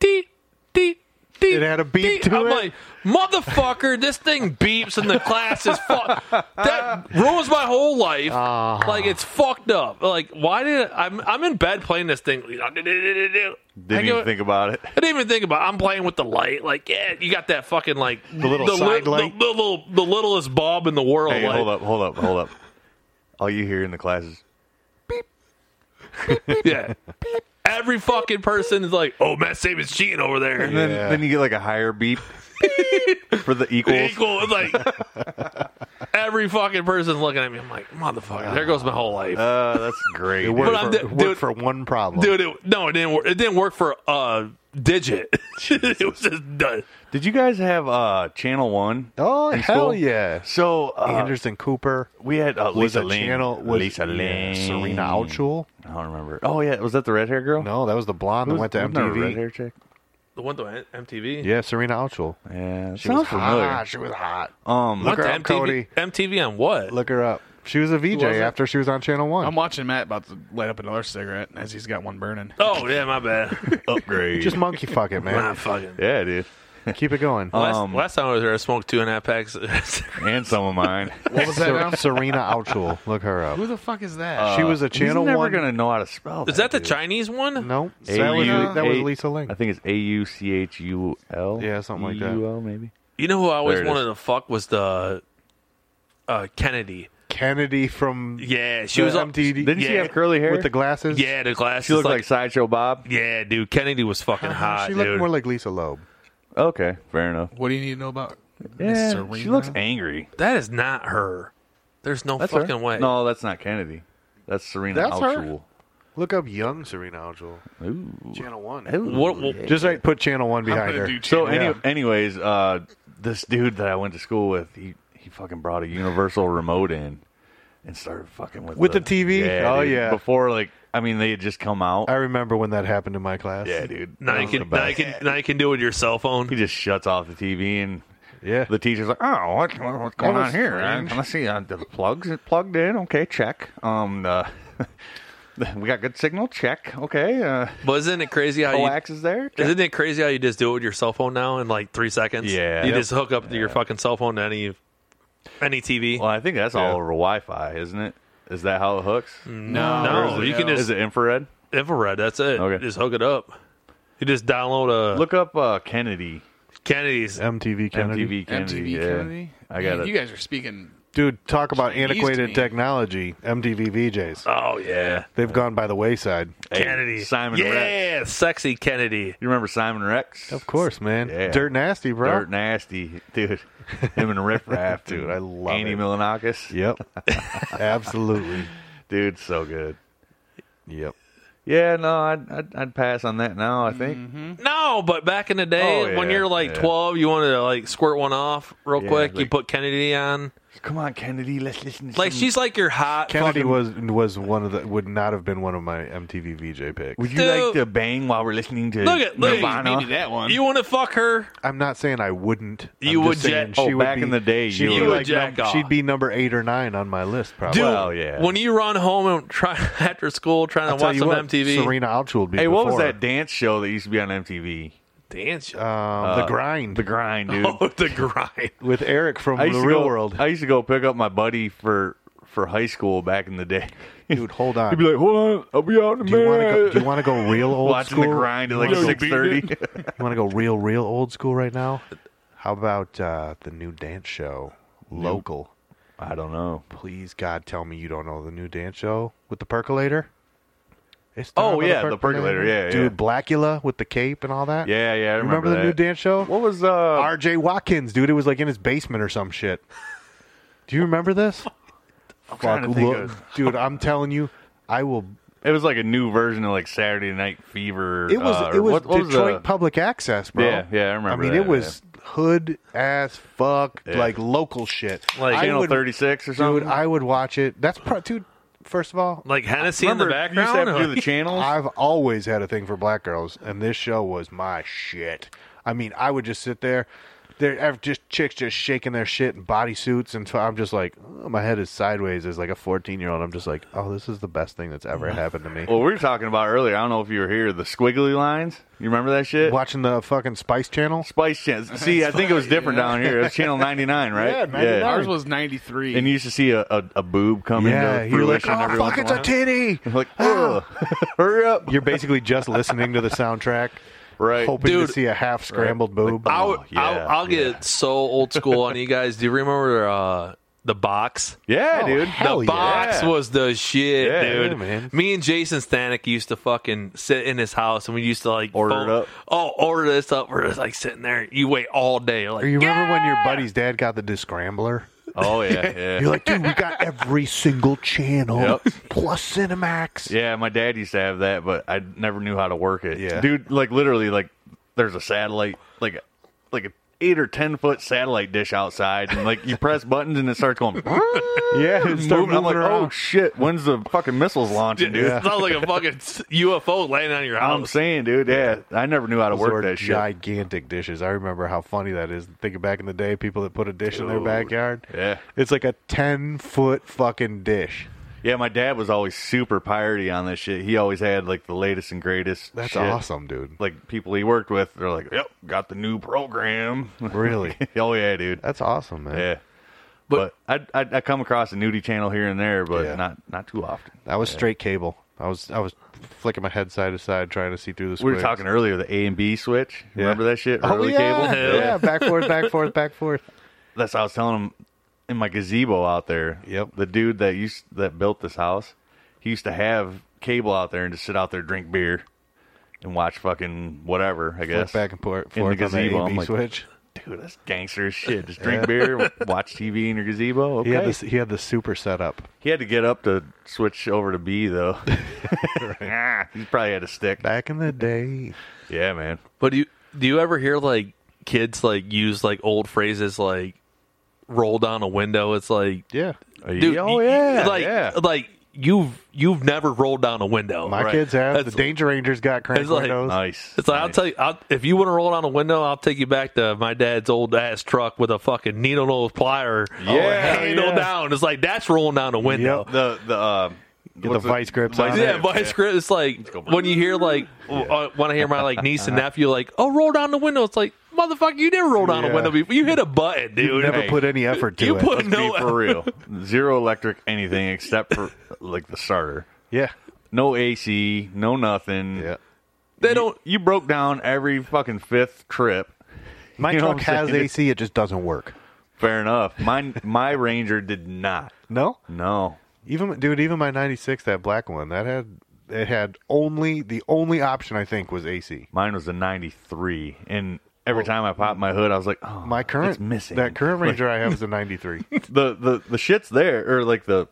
Speaker 2: deep, deep.
Speaker 3: It had a beep to
Speaker 2: I'm
Speaker 3: it?
Speaker 2: like, motherfucker, this thing beeps and the class is fucked. That ruins my whole life. Like it's fucked up. Like why did I'm I'm in bed playing this thing? I
Speaker 4: Didn't
Speaker 2: go-
Speaker 4: even think about it.
Speaker 2: I didn't even think about. I'm playing with the light. Like, yeah, you got that fucking like the
Speaker 3: little side
Speaker 2: the,
Speaker 3: light.
Speaker 2: the little the littlest bob in the world.
Speaker 4: Hey,
Speaker 2: like,
Speaker 4: hold up, hold up, hold up. All you hear in the classes.
Speaker 2: Yeah, every fucking person is like, oh, Matt Saban's cheating over there.
Speaker 4: And then, then you get like a higher beep for the equals.
Speaker 2: Equal, it's like every fucking person's looking at me. I'm like, motherfucker, there goes my whole life.
Speaker 4: Uh, that's great.
Speaker 3: It worked,
Speaker 2: But I'm
Speaker 3: for,
Speaker 2: de-
Speaker 3: worked
Speaker 2: dude-
Speaker 3: for one problem.
Speaker 2: dude. It, no, it didn't. Work, it didn't work for a digit. it was just done.
Speaker 4: Did you guys have uh, Channel One?
Speaker 3: Oh
Speaker 4: in
Speaker 3: hell
Speaker 4: school?
Speaker 3: yeah!
Speaker 4: So uh,
Speaker 3: Anderson Cooper
Speaker 4: we had uh,
Speaker 3: was a
Speaker 4: Lisa Lane.
Speaker 3: channel. Was
Speaker 4: Lisa
Speaker 3: yeah,
Speaker 4: Lane.
Speaker 3: Serena Altschul.
Speaker 4: I don't remember. Oh yeah, was that the red hair girl?
Speaker 3: No, that was the blonde that
Speaker 4: Who's-
Speaker 3: went to
Speaker 4: wasn't there a Red
Speaker 3: MTV.
Speaker 4: hair chick.
Speaker 2: The one to MTV.
Speaker 3: Yeah, Serena Altschul.
Speaker 4: Yeah,
Speaker 3: She
Speaker 4: sounds
Speaker 3: was
Speaker 4: familiar.
Speaker 3: hot. She was hot.
Speaker 2: Went
Speaker 4: Um,
Speaker 3: Look
Speaker 2: to
Speaker 3: her up,
Speaker 2: MTV.
Speaker 3: Cody.
Speaker 2: MTV on what?
Speaker 3: Look her up. She was a VJ
Speaker 7: it?
Speaker 3: after she was on Channel One.
Speaker 7: I'm watching Matt about to light up another cigarette as he's got one burning.
Speaker 2: Oh yeah, my bad.
Speaker 4: upgrade.
Speaker 3: Just monkey fuck it,
Speaker 2: Nah,
Speaker 3: man.
Speaker 2: fucking.
Speaker 4: yeah, dude.
Speaker 3: Keep it going.
Speaker 2: Last,
Speaker 4: Um,
Speaker 2: last time I was there, I smoked two and a half packs.
Speaker 4: And some of mine.
Speaker 7: What was that
Speaker 3: Ser-
Speaker 7: now?
Speaker 3: Serena Altschul. Look her up.
Speaker 7: Who the fuck is that?
Speaker 3: She was a Channel
Speaker 4: Uh, He's never
Speaker 3: One.
Speaker 4: gonna know how to spell.
Speaker 2: Is that the
Speaker 4: dude.
Speaker 2: Chinese one?
Speaker 3: No,
Speaker 4: A-
Speaker 3: that, was, uh,
Speaker 4: U-
Speaker 3: that was
Speaker 4: A-
Speaker 3: Lisa Ling.
Speaker 4: I think it's A U C H U L.
Speaker 3: Yeah, something like that.
Speaker 4: E-U-L, maybe.
Speaker 2: You know who I always
Speaker 4: There it
Speaker 2: wanted to fuck was the uh, Kennedy.
Speaker 3: Kennedy from
Speaker 2: Yeah, she
Speaker 3: the
Speaker 2: was on
Speaker 3: MTV.
Speaker 4: Didn't she
Speaker 2: Yeah.
Speaker 4: have curly hair?
Speaker 3: with the glasses.
Speaker 2: Yeah, the glasses.
Speaker 4: she looked like, Uh-huh,
Speaker 2: like,
Speaker 4: Sideshow Bob.
Speaker 2: yeah, dude. Kennedy was fucking hot,
Speaker 3: Uh-huh. she looked
Speaker 2: dude.
Speaker 3: more like Lisa Loeb.
Speaker 4: Okay, fair enough.
Speaker 7: what do you need to know about?
Speaker 4: Yeah,
Speaker 7: Serena?
Speaker 4: she looks angry.
Speaker 2: that is not her. There's no
Speaker 4: That's her.
Speaker 2: fucking way.
Speaker 4: No, that's not Kennedy. That's Serena
Speaker 3: That's her.
Speaker 4: Altschul.
Speaker 3: Look up young Serena Altschul.
Speaker 4: Ooh.
Speaker 3: Channel One.
Speaker 2: What, what-
Speaker 3: Just like put Channel One behind her.
Speaker 4: So,
Speaker 3: Yeah.
Speaker 4: any, anyways, uh, this dude that I went to school with, he he fucking brought a universal remote in and started fucking with
Speaker 3: With the TV? Oh,
Speaker 4: dude.
Speaker 3: yeah.
Speaker 4: Before like, I mean, they had just come out.
Speaker 3: I remember when that happened in my class.
Speaker 4: yeah, dude.
Speaker 2: now you
Speaker 4: That was
Speaker 2: can
Speaker 4: the
Speaker 2: now you
Speaker 4: best.
Speaker 2: can now you can do it with your cell
Speaker 4: He
Speaker 2: phone.
Speaker 4: just shuts off the TV and
Speaker 3: yeah.
Speaker 4: the teacher's like, "Oh, what, what- what's going on
Speaker 3: was
Speaker 4: here? I'm
Speaker 3: strange.
Speaker 4: gonna see uh, the plugs it plugged in. Okay, check. Um, the, we got good signal. Check. Okay, uh,
Speaker 2: But isn't it crazy how you?
Speaker 4: coax is there. Check.
Speaker 2: Isn't it crazy how you just do it with your cell phone now in like three seconds?
Speaker 4: Yeah.
Speaker 2: you
Speaker 4: Yep.
Speaker 2: just hook up to your fucking cell phone to any any TV.
Speaker 4: Well, I think that's all over Wi-Fi, isn't it? Is that how it hooks?
Speaker 3: Mm.
Speaker 7: no,
Speaker 2: no, you can
Speaker 4: Is
Speaker 2: just
Speaker 4: it infrared?
Speaker 2: infrared. That's it.
Speaker 4: Okay.
Speaker 2: Just hook it up. You just download a
Speaker 4: Look up uh, Kennedy,
Speaker 2: Kennedy's.
Speaker 3: MTV Kennedy.
Speaker 4: MTV Kennedy.
Speaker 7: MTV
Speaker 4: yeah.
Speaker 7: Kennedy.
Speaker 4: I got
Speaker 7: Man,
Speaker 4: it.
Speaker 7: You guys are speaking.
Speaker 3: Dude, talk about
Speaker 7: Jeez, to
Speaker 3: antiquated
Speaker 7: me.
Speaker 3: technology. MTV VJs.
Speaker 4: Uh,
Speaker 2: Oh yeah,
Speaker 3: They've gone by the wayside.
Speaker 4: Hey,
Speaker 2: Kennedy.
Speaker 4: Simon Rex.
Speaker 2: Yeah, sexy Kennedy.
Speaker 4: You remember Simon Rex?
Speaker 3: Of course, man.
Speaker 4: Yeah.
Speaker 3: Dirt nasty, bro.
Speaker 4: Dirt nasty, dude. Him and Riff Raff, dude.
Speaker 3: I love
Speaker 4: Andy
Speaker 3: it.
Speaker 4: Milanakis,
Speaker 3: Yep. Absolutely.
Speaker 4: dude. So good.
Speaker 3: Yep.
Speaker 4: Yeah, no, I'd, I'd, I'd pass on that now. I think
Speaker 2: Mm-hmm. No, but back in the day,
Speaker 4: Oh,
Speaker 2: when
Speaker 4: yeah,
Speaker 2: you're like
Speaker 4: yeah.
Speaker 2: 12, you wanted to like squirt one off real
Speaker 4: Yeah,
Speaker 2: quick. you
Speaker 4: like-
Speaker 2: put Kennedy on.
Speaker 4: come on, Kennedy, let's listen. To
Speaker 2: Like
Speaker 4: some-
Speaker 2: she's like your hot.
Speaker 3: Kennedy
Speaker 2: fucking-
Speaker 3: was was one of the would not have been one of my MTV VJ picks.
Speaker 4: Would you
Speaker 2: Dude.
Speaker 4: like to bang while we're listening to
Speaker 2: Look at- look at-
Speaker 4: Nirvana?
Speaker 7: Maybe that one.
Speaker 2: You want to fuck her?
Speaker 3: I'm not saying I wouldn't. I'm
Speaker 2: You
Speaker 3: just
Speaker 2: would
Speaker 3: saying
Speaker 2: jack-
Speaker 4: oh, back in the day,
Speaker 3: she'd
Speaker 4: you
Speaker 3: be
Speaker 4: would.
Speaker 3: like
Speaker 2: You would
Speaker 3: num-
Speaker 2: jack off.
Speaker 3: she'd be number eight or nine on my list, probably.
Speaker 2: Dude,
Speaker 4: Well, yeah.
Speaker 2: When you run home and try after school trying
Speaker 3: I'll
Speaker 2: to
Speaker 3: tell
Speaker 2: watch
Speaker 3: you
Speaker 2: some
Speaker 3: what,
Speaker 2: MTV
Speaker 3: Serena Altschul would be.
Speaker 4: Hey, what was
Speaker 3: before.
Speaker 4: that dance show that used to be on MTV?
Speaker 2: dance, show.
Speaker 3: Um, the grind
Speaker 4: uh, The Grind, dude.
Speaker 2: oh, the grind.
Speaker 3: with Eric from
Speaker 4: I used
Speaker 3: the
Speaker 4: to
Speaker 3: Real
Speaker 4: go,
Speaker 3: World.
Speaker 4: I used to go pick up my buddy for for high school back in the day.
Speaker 3: Dude, hold on.
Speaker 4: He'd be like, "Hold on, I'll be out in a
Speaker 3: do you want to go?
Speaker 4: minute."
Speaker 3: Do you want to go real old
Speaker 4: Watching
Speaker 3: school?
Speaker 4: the grind at like
Speaker 3: You wanna go-
Speaker 4: six thirty.
Speaker 3: You want to go real, real old school right now? How about uh, the new dance show, local.
Speaker 4: I don't know.
Speaker 3: Please, God, tell me you don't know the new dance show with the percolator. It's
Speaker 4: Oh, yeah, the percolator, yeah,
Speaker 3: dude,
Speaker 4: yeah.
Speaker 3: Blackula with the cape and all that.
Speaker 4: Yeah, yeah. I
Speaker 3: You
Speaker 4: remember,
Speaker 3: remember, the new
Speaker 4: that.
Speaker 3: dance show?
Speaker 4: What was uh?
Speaker 3: R.J. Watkins, dude. It was like in his basement or some shit. Do you remember this?
Speaker 4: I'm trying to think of-
Speaker 3: dude. I'm telling you, I will.
Speaker 4: It was like a new version of like Saturday Night Fever.
Speaker 3: It was
Speaker 4: uh, or
Speaker 3: it was
Speaker 4: what- what
Speaker 3: Detroit
Speaker 4: the-
Speaker 3: Public Access, bro.
Speaker 4: Yeah, yeah, I remember
Speaker 3: I mean,
Speaker 4: that,
Speaker 3: it was hood ass fuck,
Speaker 4: Yeah.
Speaker 3: like local shit.
Speaker 2: Like
Speaker 3: I
Speaker 4: Channel
Speaker 3: would-
Speaker 4: Thirty Six or something.
Speaker 3: dude. I would watch it. That's pro- dude. First of all,
Speaker 2: Like Hennessy in the
Speaker 4: remember you used to
Speaker 2: background.
Speaker 4: have to do the channels.
Speaker 3: I've always had a thing for black girls, and this show was my shit. I mean, I would just sit there, there ev- just chicks just shaking their shit in bodysuits, and so I'm just like, oh, my head is sideways as like a 14 year old. I'm just like, oh, this is the best thing that's ever happened to me.
Speaker 4: well, we were talking about earlier. I don't know if you were here. The squiggly lines. You remember that shit?
Speaker 3: Watching the fucking Spice Channel.
Speaker 4: Spice Channel. See, I think it was different down here. It was Channel 99, right?
Speaker 3: Yeah, 99.
Speaker 7: Ours was 93.
Speaker 4: And you used to see a, a, a boob come
Speaker 3: Yeah,
Speaker 4: into
Speaker 3: you're like,
Speaker 4: fruition
Speaker 3: oh
Speaker 4: every
Speaker 3: fuck, it's
Speaker 4: once in
Speaker 3: a
Speaker 4: while.
Speaker 3: titty.
Speaker 4: Like, ugh, hurry up.
Speaker 3: You're basically just listening to the soundtrack,
Speaker 4: Right.
Speaker 3: hoping
Speaker 2: Dude.
Speaker 3: to see a half scrambled boob.
Speaker 2: I'll,
Speaker 4: Oh, yeah,
Speaker 2: I'll, I'll get
Speaker 4: yeah.
Speaker 2: so old school on you guys. Do you remember uh, the box?
Speaker 4: Yeah,
Speaker 3: Oh,
Speaker 4: dude.
Speaker 3: hell
Speaker 2: the
Speaker 3: yeah.
Speaker 2: box was the shit,
Speaker 4: Yeah,
Speaker 2: dude.
Speaker 3: yeah, man.
Speaker 2: Me and Jason Stanek used to fucking sit in his house, and we used to like
Speaker 4: Order it up.
Speaker 2: Oh, order this up. We're just like sitting there. You wait all day. Like,
Speaker 3: Or you remember when your buddy's dad got the discrambler?
Speaker 4: Oh, yeah, yeah.
Speaker 3: You're like, dude, we got every single channel
Speaker 4: Yep.
Speaker 3: plus Cinemax.
Speaker 4: Yeah, my dad used to have that, but I never knew how to work it.
Speaker 3: Yeah.
Speaker 4: dude, like literally, like there's a satellite, like a, like a eight or ten foot satellite dish outside, and like you press buttons and it starts going.
Speaker 3: Yeah,
Speaker 4: and moving. I'm like, oh shit, when's the fucking missiles launching,
Speaker 2: dude,
Speaker 4: dude?
Speaker 2: it sounds like a fucking UFO landing on your
Speaker 4: I'm
Speaker 2: house.
Speaker 4: saying, dude, yeah, I never knew how to
Speaker 3: Those
Speaker 4: work
Speaker 3: were
Speaker 4: that shit.
Speaker 3: gigantic dishes. I remember how funny that is. Thinking back in the day, people that put a dish in their
Speaker 4: Dude.
Speaker 3: backyard.
Speaker 4: Yeah.
Speaker 3: It's like a 10 foot fucking dish.
Speaker 4: Yeah, my dad was always super piratey on this shit. He always had like the latest and greatest.
Speaker 3: That's
Speaker 4: shit.
Speaker 3: awesome, dude.
Speaker 4: Like people he worked with, they're like, "Yep, got the new program."
Speaker 3: Really?
Speaker 4: oh yeah, dude.
Speaker 3: That's awesome, man.
Speaker 4: Yeah.
Speaker 2: But-
Speaker 4: But, I, I I come across a nudie channel here and there, but
Speaker 3: Yeah.
Speaker 4: not not too often.
Speaker 3: That was straight cable. I was I was flicking my head side to side trying to see through the
Speaker 4: We were
Speaker 3: squigs.
Speaker 4: talking earlier the A and B switch.
Speaker 3: Yeah.
Speaker 4: Remember that shit?
Speaker 3: Oh,
Speaker 4: Early
Speaker 3: yeah.
Speaker 4: cable.
Speaker 3: Yeah, back forth, back forth, back forth.
Speaker 4: That's how I was telling him in my gazebo out there.
Speaker 3: Yep.
Speaker 4: The dude that used that built this house, he used to have cable out there and just sit out there drink beer and watch fucking whatever. I guess.
Speaker 3: Flick back and forth,
Speaker 4: In the
Speaker 3: forth on the
Speaker 4: gazebo,
Speaker 3: A,
Speaker 4: I'm
Speaker 3: B
Speaker 4: like,
Speaker 3: switch.
Speaker 4: Dude, that's gangster as shit. Just drink beer, watch TV in your gazebo. Okay.
Speaker 3: He had this. He had the super setup.
Speaker 4: He had to get up to switch over to B though. he probably had a stick.
Speaker 3: Back in the day,
Speaker 4: Yeah, man.
Speaker 2: But do you, do you ever hear like kids like use like old phrases like roll down a window? It's like,
Speaker 3: yeah.
Speaker 2: dude,
Speaker 4: oh
Speaker 2: y-
Speaker 4: yeah,
Speaker 2: like
Speaker 4: yeah.
Speaker 2: like you've you've never rolled down a window.
Speaker 3: My
Speaker 4: Right.
Speaker 3: kids have
Speaker 2: That's-
Speaker 3: the Danger Rangers got crank
Speaker 2: It's like-
Speaker 3: windows.
Speaker 4: nice.
Speaker 2: It's like I'll
Speaker 4: Nice.
Speaker 2: tell you, I'll, if you want to roll down a window, I'll take you back to my dad's old ass truck with a fucking needle nose plier, Oh,
Speaker 4: Yeah,
Speaker 2: handle
Speaker 3: yeah.
Speaker 2: down. It's like that's rolling down a window.
Speaker 4: the the um,
Speaker 3: Get
Speaker 4: what's
Speaker 3: the vice grips on
Speaker 2: Yeah,
Speaker 3: it.
Speaker 2: but it's great. It's like when you hear like uh, when I hear my like niece and nephew like, oh, roll down the window. It's like motherfucker, you never roll down a
Speaker 3: Yeah.
Speaker 2: window before. You hit a button, dude.
Speaker 3: You never
Speaker 4: hey,
Speaker 3: put any effort to
Speaker 2: you
Speaker 3: it.
Speaker 2: put
Speaker 4: Let's
Speaker 2: no
Speaker 4: be for real. Zero electric anything except for like the starter.
Speaker 3: yeah.
Speaker 4: No AC, no nothing.
Speaker 3: Yeah.
Speaker 2: They don't.
Speaker 4: You broke down every fucking fifth trip.
Speaker 3: My
Speaker 4: You know
Speaker 3: truck
Speaker 4: what I'm
Speaker 3: has
Speaker 4: saying?
Speaker 3: AC, it just doesn't work.
Speaker 4: Fair enough. Mine, my Ranger did not.
Speaker 3: No?
Speaker 4: No.
Speaker 3: Even dude, even my 96 that black one, that had it had only the only option I think was AC.
Speaker 4: Mine was a 93 and every time I popped my hood I was like, "Oh,
Speaker 3: Oh. My current
Speaker 4: it's missing."
Speaker 3: that current Ranger I have is a 93.
Speaker 4: the the the shit's there or like the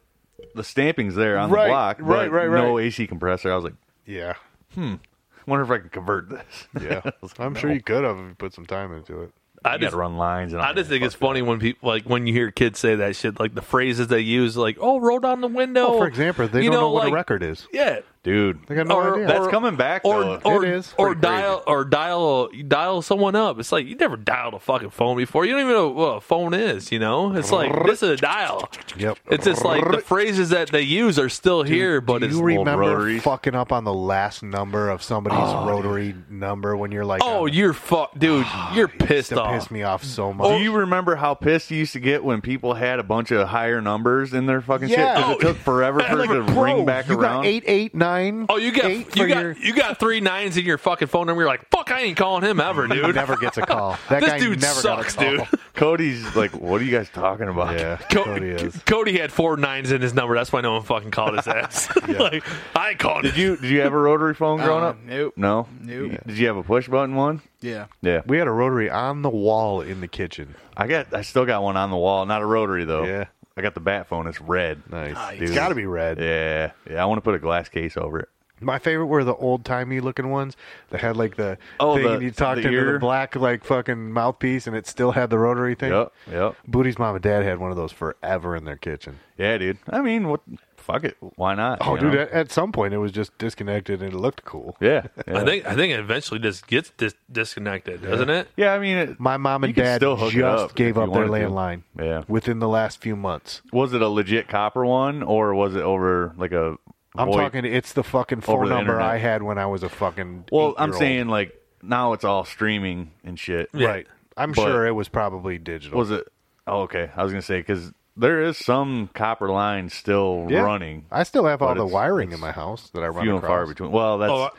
Speaker 4: the stamping's there on
Speaker 3: Right,
Speaker 4: the block.
Speaker 3: right,
Speaker 4: but
Speaker 3: right, right.
Speaker 4: No AC compressor. I was like,
Speaker 3: yeah.
Speaker 4: "Wonder if I can convert this."
Speaker 3: Yeah.
Speaker 4: I was like,
Speaker 3: I'm sure you could have if you put some time into it.
Speaker 2: I
Speaker 4: I got
Speaker 2: just
Speaker 4: to run lines. And all
Speaker 2: I just
Speaker 4: that.
Speaker 2: think it's funny when people like when you hear kids say that shit, like the phrases they use, like "oh, roll down the window."
Speaker 3: Well, for example, they
Speaker 2: you
Speaker 3: don't know, what
Speaker 2: like-
Speaker 3: a record is.
Speaker 2: Yeah,
Speaker 4: dude.
Speaker 3: They got no
Speaker 2: Or-
Speaker 3: idea.
Speaker 4: that's coming back
Speaker 2: or
Speaker 4: though.
Speaker 2: or,
Speaker 3: It is.
Speaker 2: or
Speaker 3: Pretty
Speaker 2: dial or dial dial someone up. It's like you never dialed a fucking phone before. You don't even know what a phone is. You know, it's like this is a dial.
Speaker 3: Yep.
Speaker 2: It's just like the phrases that they use are still here, but
Speaker 3: Do
Speaker 2: it's
Speaker 3: you remember
Speaker 4: rotaries.
Speaker 3: fucking up on the last number of somebody's rotary number when you're like,
Speaker 2: oh,
Speaker 3: uh,
Speaker 2: you're fuck, dude.
Speaker 3: Ah,
Speaker 2: You're pissed
Speaker 3: that
Speaker 2: off. Oh,
Speaker 3: pissed me off so much.
Speaker 4: do you remember how pissed you used to get when people had a bunch of higher numbers in their fucking shit?
Speaker 3: Yeah.
Speaker 4: Because it took forever for it to
Speaker 3: Bro,
Speaker 4: ring back
Speaker 3: you
Speaker 4: around.
Speaker 3: got eight eight nine nine.
Speaker 2: Oh, you got
Speaker 3: eight
Speaker 2: you
Speaker 3: for
Speaker 2: got
Speaker 3: your-
Speaker 2: you got three nines in your fucking phone number. You're like, fuck, I ain't calling him ever,
Speaker 3: He
Speaker 2: dude.
Speaker 3: never gets a call. That
Speaker 2: This
Speaker 3: guy
Speaker 2: dude
Speaker 3: never
Speaker 2: sucks,
Speaker 3: got a
Speaker 2: dude.
Speaker 3: call.
Speaker 4: Cody's like, what are you guys talking about?
Speaker 3: Yeah,
Speaker 2: Co-
Speaker 3: Cody is.
Speaker 2: Cody had four nines in his number. That's why no one fucking called his ass. like, I ain't called
Speaker 4: Did you did you have a rotary phone growing
Speaker 7: Uh,
Speaker 4: up?
Speaker 7: nope.
Speaker 4: No.
Speaker 7: Nope.
Speaker 4: Did you have a push button one?
Speaker 7: Yeah.
Speaker 4: Yeah.
Speaker 3: We had a rotary on the wall in the kitchen.
Speaker 4: I got I still got one on the wall, not a rotary though.
Speaker 3: Yeah.
Speaker 4: I got the bat phone. It's red.
Speaker 3: Nice.
Speaker 4: dude.
Speaker 3: It's got to be red.
Speaker 4: Yeah. Yeah. I want to put a glass case over it.
Speaker 3: My favorite were the old timey looking ones that had like the
Speaker 4: Oh,
Speaker 3: thing
Speaker 4: the-
Speaker 3: and you talked
Speaker 4: the
Speaker 3: into the
Speaker 4: ear.
Speaker 3: black like fucking mouthpiece and it still had the rotary thing.
Speaker 4: Yep. Yep.
Speaker 3: Booty's mom and dad had one of those forever in their kitchen.
Speaker 4: Yeah, dude. I mean, what? Fuck it. Why not?
Speaker 3: Oh,
Speaker 4: you
Speaker 3: dude!
Speaker 4: know?
Speaker 3: At, at some point, it was just disconnected and it looked cool.
Speaker 4: Yeah. yeah.
Speaker 2: I think I think it eventually just gets dis- disconnected, doesn't it?
Speaker 4: Yeah, I mean, it,
Speaker 3: My mom and
Speaker 4: You could
Speaker 3: dad
Speaker 4: still hook it
Speaker 3: just
Speaker 4: up
Speaker 3: gave
Speaker 4: if
Speaker 3: up
Speaker 4: you
Speaker 3: their
Speaker 4: wanted to.
Speaker 3: landline.
Speaker 4: Yeah.
Speaker 3: within the last few months.
Speaker 4: was it a legit copper one or was it over like a?
Speaker 3: I'm
Speaker 4: VoIP?
Speaker 3: talking. It's the fucking
Speaker 4: Over
Speaker 3: phone
Speaker 4: the
Speaker 3: number
Speaker 4: internet.
Speaker 3: I had when I was a fucking.
Speaker 4: Well, I'm
Speaker 3: eight-year-old.
Speaker 4: saying like now it's all streaming and shit.
Speaker 2: Yeah.
Speaker 3: right. I'm
Speaker 4: But-
Speaker 3: sure it was probably digital.
Speaker 4: Was it? Oh, okay. I was gonna say because there is some copper line still
Speaker 3: Yeah.
Speaker 4: running.
Speaker 3: I still have all
Speaker 4: but
Speaker 3: the
Speaker 4: it's-
Speaker 3: wiring
Speaker 4: it's
Speaker 3: in my house that I run
Speaker 4: few and
Speaker 3: across.
Speaker 4: far between. Well, that's
Speaker 2: Oh, I-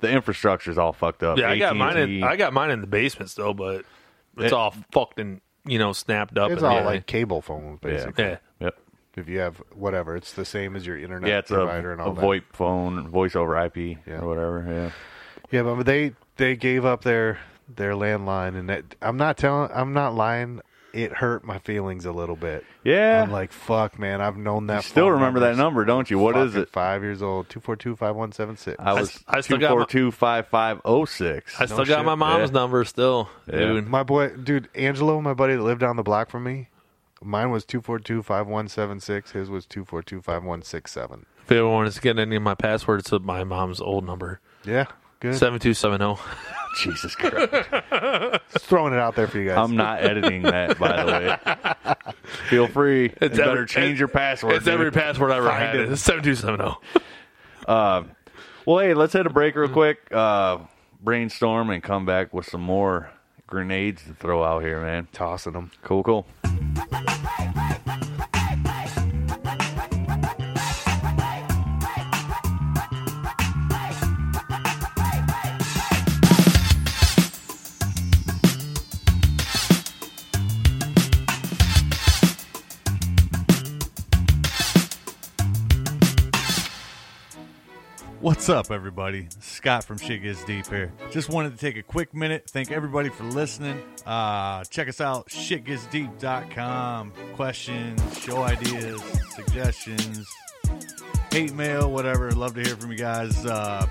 Speaker 4: the infrastructure's all fucked up.
Speaker 2: Yeah, I got
Speaker 4: AT&T,
Speaker 2: mine. In, I got mine in the basement still, but it's
Speaker 4: It-
Speaker 2: all fucked and you know snapped up.
Speaker 3: It's
Speaker 2: and
Speaker 3: all
Speaker 2: yeah.
Speaker 3: like cable phones, basically.
Speaker 2: yeah.
Speaker 4: Yep.
Speaker 3: If you have whatever, it's the same as your internet
Speaker 4: Yeah, it's a,
Speaker 3: provider and all
Speaker 4: a
Speaker 3: that.
Speaker 4: VoIP phone, voice over IP
Speaker 3: Yeah.
Speaker 4: or whatever. Yeah.
Speaker 3: Yeah, but they they gave up their their landline, and it, I'm not telling. I'm not lying. It hurt my feelings a little bit.
Speaker 4: Yeah.
Speaker 3: I'm like, fuck, man. I've known that.
Speaker 4: Still
Speaker 3: phone
Speaker 4: remember
Speaker 3: number
Speaker 4: that number, don't you? What is
Speaker 3: fucking
Speaker 4: it?
Speaker 3: Five years old. Two four two five one seven six.
Speaker 4: I was
Speaker 2: I still
Speaker 4: two
Speaker 2: got my-
Speaker 4: four two five five zero six.
Speaker 2: I still got my mom's
Speaker 4: Yeah.
Speaker 2: number still, dude.
Speaker 3: My boy, dude, Angelo, my buddy that lived down the block from me. Mine was two four two five one seven six. His was two four two five one six seven.
Speaker 2: If anyone wants to get any of my passwords to my mom's old number,
Speaker 3: Yeah, good.
Speaker 2: seven two seven oh. zero.
Speaker 4: Jesus Christ!
Speaker 3: Just throwing it out there for you guys.
Speaker 4: I'm not editing that, by the way. Feel free.
Speaker 2: It's
Speaker 4: you better
Speaker 2: every-
Speaker 4: change your password.
Speaker 2: It's every
Speaker 4: dude.
Speaker 2: password I ever
Speaker 4: Find
Speaker 2: had.
Speaker 4: it.
Speaker 2: It's seven two seven oh. zero.
Speaker 4: Well, hey, let's hit a break real quick. Uh, brainstorm and come back with some more grenades to throw out here, man.
Speaker 3: tossing them.
Speaker 4: Cool, cool.
Speaker 8: What's up, everybody? Scott from Shit Gets Deep here. Just wanted to take a quick minute. Thank everybody for listening. Uh, check us out, shitgetsdeep.com. Questions, show ideas, suggestions, hate mail, whatever. Love to hear from you guys. Uh,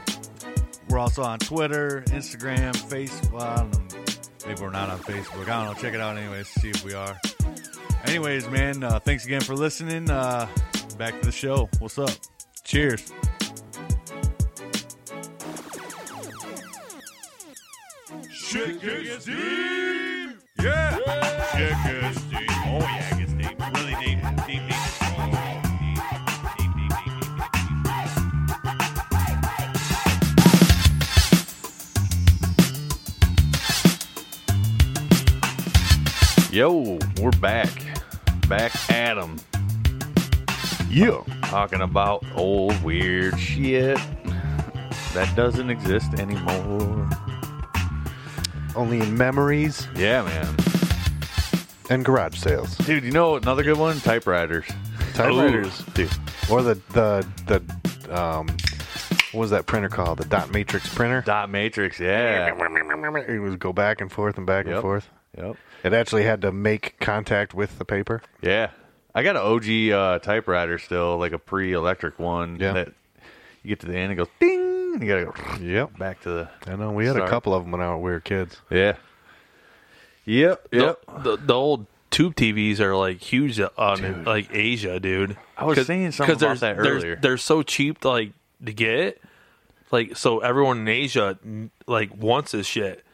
Speaker 8: we're also on Twitter, Instagram, Facebook. Well, I don't know. Maybe we're not on Facebook. I don't know. Check it out anyways. See if we are. Anyways, man, uh, thanks again for listening. Uh, back to the show. What's up? Cheers.
Speaker 5: Shit gets deep. Yeah. Shit gets deep. Oh yeah, it gets deep. Really deep. Deep, deep. Deep, deep, deep, deep, deep, deep.
Speaker 4: Yo, we're back. Back at 'em. Yeah. Talking about old weird shit that doesn't exist anymore.
Speaker 3: Only in memories
Speaker 4: Yeah, man.
Speaker 3: and garage sales.
Speaker 4: Dude, you know another good one? Typewriters.
Speaker 3: Typewriters.
Speaker 4: Dude.
Speaker 3: Or the the the um, what was that printer called? The dot matrix printer.
Speaker 4: Dot matrix, yeah.
Speaker 3: It would go back and forth and back and
Speaker 4: Yep.
Speaker 3: forth.
Speaker 4: Yep.
Speaker 3: It actually had to make contact with the paper.
Speaker 4: Yeah. I got an OG uh, typewriter still, like a pre electric one
Speaker 3: Yeah.
Speaker 4: that you get to the end, it goes ding and you gotta go
Speaker 3: Yep.
Speaker 4: back to the
Speaker 3: I know we had
Speaker 4: Start.
Speaker 3: a couple of them when I, we were kids.
Speaker 4: Yeah. Yep, yep.
Speaker 2: The, the old tube TVs are like huge on like Asia, dude.
Speaker 4: I was saying something
Speaker 2: they're,
Speaker 4: about that
Speaker 2: they're-
Speaker 4: earlier.
Speaker 2: They're, so cheap to like to get. Like so, everyone in Asia n- like wants this shit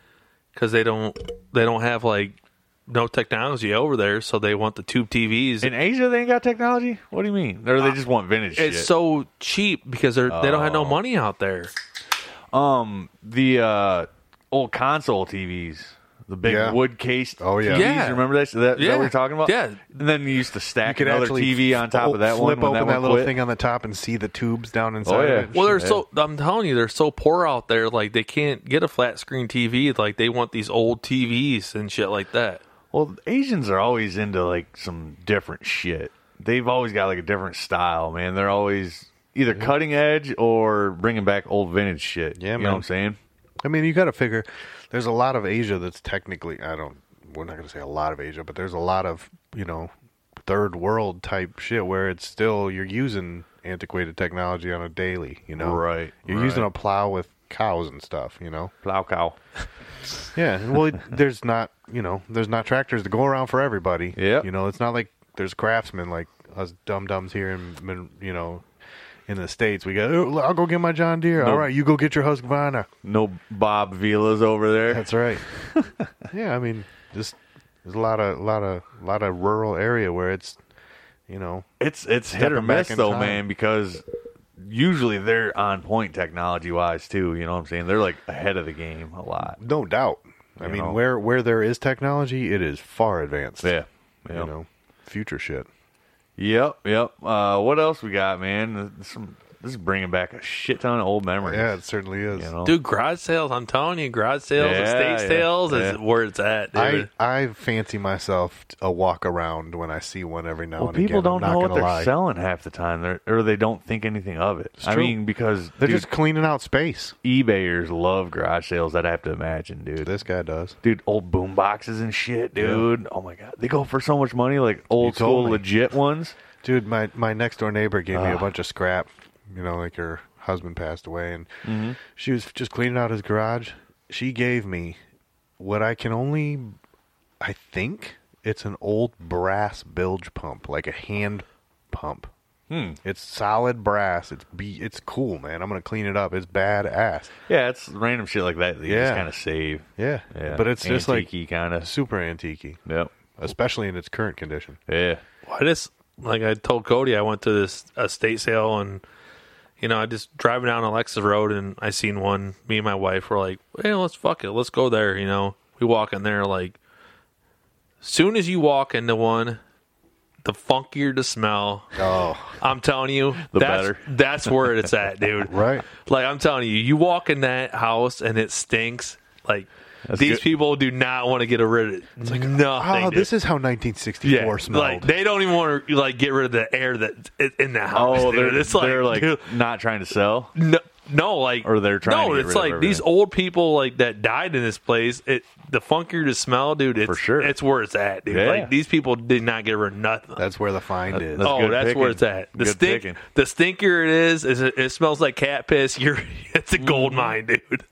Speaker 2: because they don't they don't have like no technology over there, so they want the tube TVs.
Speaker 4: In Asia, they ain't got technology. What do you mean? Or they just want vintage
Speaker 2: Uh, it's
Speaker 4: shit. Oh.
Speaker 2: so cheap because they're they don't have no money out there.
Speaker 4: the uh, old console TVs. The big
Speaker 3: Yeah.
Speaker 4: wood cased
Speaker 3: Oh, yeah.
Speaker 4: TVs.
Speaker 2: Yeah.
Speaker 4: Remember that? That, that
Speaker 2: Yeah.
Speaker 4: we were talking about?
Speaker 2: Yeah.
Speaker 4: And then you used to stack
Speaker 3: could
Speaker 4: another
Speaker 3: actually
Speaker 4: TV on top
Speaker 3: fo-
Speaker 4: of that
Speaker 3: flip
Speaker 4: one when
Speaker 3: open
Speaker 4: that,
Speaker 3: that,
Speaker 4: one
Speaker 3: little
Speaker 4: quit.
Speaker 3: thing on the top and see the tubes down inside.
Speaker 4: Oh, yeah.
Speaker 3: Of it.
Speaker 2: Well, they're so. I'm telling you, they're so poor out there. Like they can't get a flat screen TV. Like they want these old TVs and shit like that.
Speaker 4: Well, Asians are always into like some different shit. They've always got like a different style, man. They're always either cutting edge or bringing back old vintage shit.
Speaker 3: Yeah,
Speaker 4: you know
Speaker 3: man.
Speaker 4: what I'm saying?
Speaker 3: I mean, you got to figure there's a lot of Asia that's technically I don't we're not going to say a lot of Asia, but there's a lot of, you know, third world type shit where it's still you're using antiquated technology on a daily, you know.
Speaker 4: Right,
Speaker 3: You're
Speaker 4: right.
Speaker 3: using a plow with cows and stuff, you know.
Speaker 4: Plow cow.
Speaker 3: Yeah, and well, there's not, you know, there's not tractors to go around for everybody.
Speaker 4: Yeah.
Speaker 3: you know, it's not like there's craftsmen like us dum dums here in, Min- you know, in the states. We go, "Oh, I'll go get my John Deere. All
Speaker 4: Nope.
Speaker 3: right, you go get your Husqvarna.
Speaker 4: No Bob Vilas over there.
Speaker 3: That's right. yeah, I mean, just there's a lot of, lot of, lot of rural area where it's, you know,
Speaker 4: It's it's hit
Speaker 3: Stepping
Speaker 4: or
Speaker 3: back
Speaker 4: miss
Speaker 3: in
Speaker 4: though,
Speaker 3: time.
Speaker 4: man, because usually they're on point technology wise too. You know what I'm saying? They're like ahead of the game a lot.
Speaker 3: no doubt. I
Speaker 4: You
Speaker 3: mean,
Speaker 4: know.
Speaker 3: where where there is technology, it is far advanced.
Speaker 4: Yeah.
Speaker 3: you know, future shit.
Speaker 4: Yep, yep. Uh, what else we got, man? This, some- this is bringing back a shit ton of old memories.
Speaker 3: Yeah, it certainly is.
Speaker 4: you know?
Speaker 2: Dude, garage sales. I'm telling you, garage sales, and
Speaker 4: Oh. Yeah,
Speaker 2: estate
Speaker 4: yeah,
Speaker 2: sales
Speaker 4: yeah.
Speaker 2: is where it's at. Dude.
Speaker 3: I, I fancy myself a walk around when I see one every now
Speaker 4: Well,
Speaker 3: and again.
Speaker 4: people
Speaker 3: I'm
Speaker 4: don't
Speaker 3: not
Speaker 4: know what
Speaker 3: gonna
Speaker 4: they're
Speaker 3: lie.
Speaker 4: selling half the time, they're, or they don't think anything of it. I
Speaker 3: true.
Speaker 4: mean, because
Speaker 3: They're
Speaker 4: dude,
Speaker 3: just cleaning out space.
Speaker 4: eBayers love garage sales. I'd have to imagine, dude.
Speaker 3: This guy does.
Speaker 4: dude, old boom boxes and shit, dude. Oh my god, they go for so much money, like
Speaker 3: told
Speaker 4: old school
Speaker 3: me.
Speaker 4: legit ones.
Speaker 3: Dude, my, my next door neighbor gave me a bunch of scrap. You know, like her husband passed away, and she was just cleaning out his garage. She gave me what I can only, I think it's an old brass bilge pump, like a hand pump. It's solid brass. It's be it's cool, man. I'm gonna clean it up. It's badass.
Speaker 4: Yeah, it's random shit like that. That you just
Speaker 3: Yeah.
Speaker 4: kind of save.
Speaker 3: Yeah. But it's just like
Speaker 4: kind of.
Speaker 3: super antique.
Speaker 4: Yep.
Speaker 3: especially in its current condition.
Speaker 4: Yeah.
Speaker 2: I just like I told Cody, I went to this estate sale and you know I just driving down Alexis Road and I seen one. Me and my wife were like, "Hey, let's fuck it, let's go there." You know, we walk in there like, soon as you walk into one, the funkier the smell.
Speaker 3: Oh,
Speaker 2: I'm telling you,
Speaker 4: The
Speaker 2: that's
Speaker 4: better.
Speaker 2: that's where it's at, dude.
Speaker 3: right.
Speaker 2: Like I'm telling you, you walk in that house and it stinks. Like
Speaker 4: That's
Speaker 2: these
Speaker 4: good.
Speaker 2: people do not want to get rid of it. It's like nothing.
Speaker 3: Oh,
Speaker 2: dude.
Speaker 3: this is how 1964 smelled.
Speaker 2: Like they don't even want to like get rid of the air that i- in the house.
Speaker 4: Oh,
Speaker 2: dude.
Speaker 4: they're,
Speaker 2: it's like,
Speaker 4: they're like
Speaker 2: dude,
Speaker 4: not trying to sell.
Speaker 2: no, no, like
Speaker 4: Or they're trying
Speaker 2: No,
Speaker 4: to get
Speaker 2: it's
Speaker 4: rid of
Speaker 2: like these
Speaker 4: everything.
Speaker 2: old people like that died in this place. It the funkier the smell, dude. It's,
Speaker 4: For sure.
Speaker 2: it's where it's at, dude.
Speaker 4: Yeah.
Speaker 2: Like these people did not get rid of nothing.
Speaker 3: that's where the find is.
Speaker 4: that's-
Speaker 2: oh,
Speaker 4: good
Speaker 2: that's
Speaker 4: picking.
Speaker 2: where it's at. The
Speaker 4: Good
Speaker 2: stink,
Speaker 4: picking.
Speaker 2: the stinkier it is, is it, it smells like cat piss. You're, it's a gold
Speaker 4: Mm-hmm.
Speaker 2: mine, dude.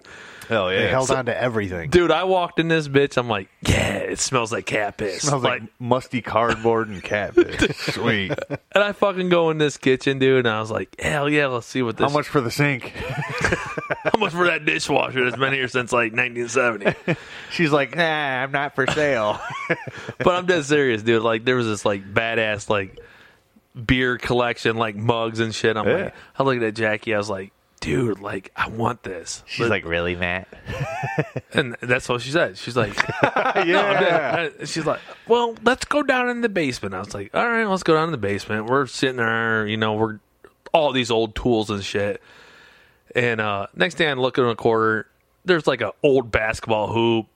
Speaker 4: Hell yeah.
Speaker 3: they held on to everything.
Speaker 2: Dude, I walked in this bitch. I'm like, yeah, it smells like cat piss.
Speaker 4: Smells like, musty cardboard and catfish. Sweet.
Speaker 2: And I fucking go in this kitchen, dude, and I was like, hell yeah, let's see what this
Speaker 4: How much for the sink?
Speaker 2: how much for that dishwasher that's been here since like 1970.
Speaker 4: She's like, nah, I'm not for sale.
Speaker 2: But I'm dead serious, dude. Like there was this like badass like beer collection, like mugs and shit. I'm
Speaker 4: Yeah.
Speaker 2: like, I looked at Jackie, I was like, dude, like I want this.
Speaker 4: She's like, really, Matt?
Speaker 2: and that's what she said. She's like,
Speaker 4: yeah.
Speaker 2: I- she's like, well, let's go down in the basement. I was like, all right, let's go down in the basement. We're sitting there, you know, we're all these old tools and shit. And uh, next day, I'm looking at a quarter. There's like a old basketball hoop,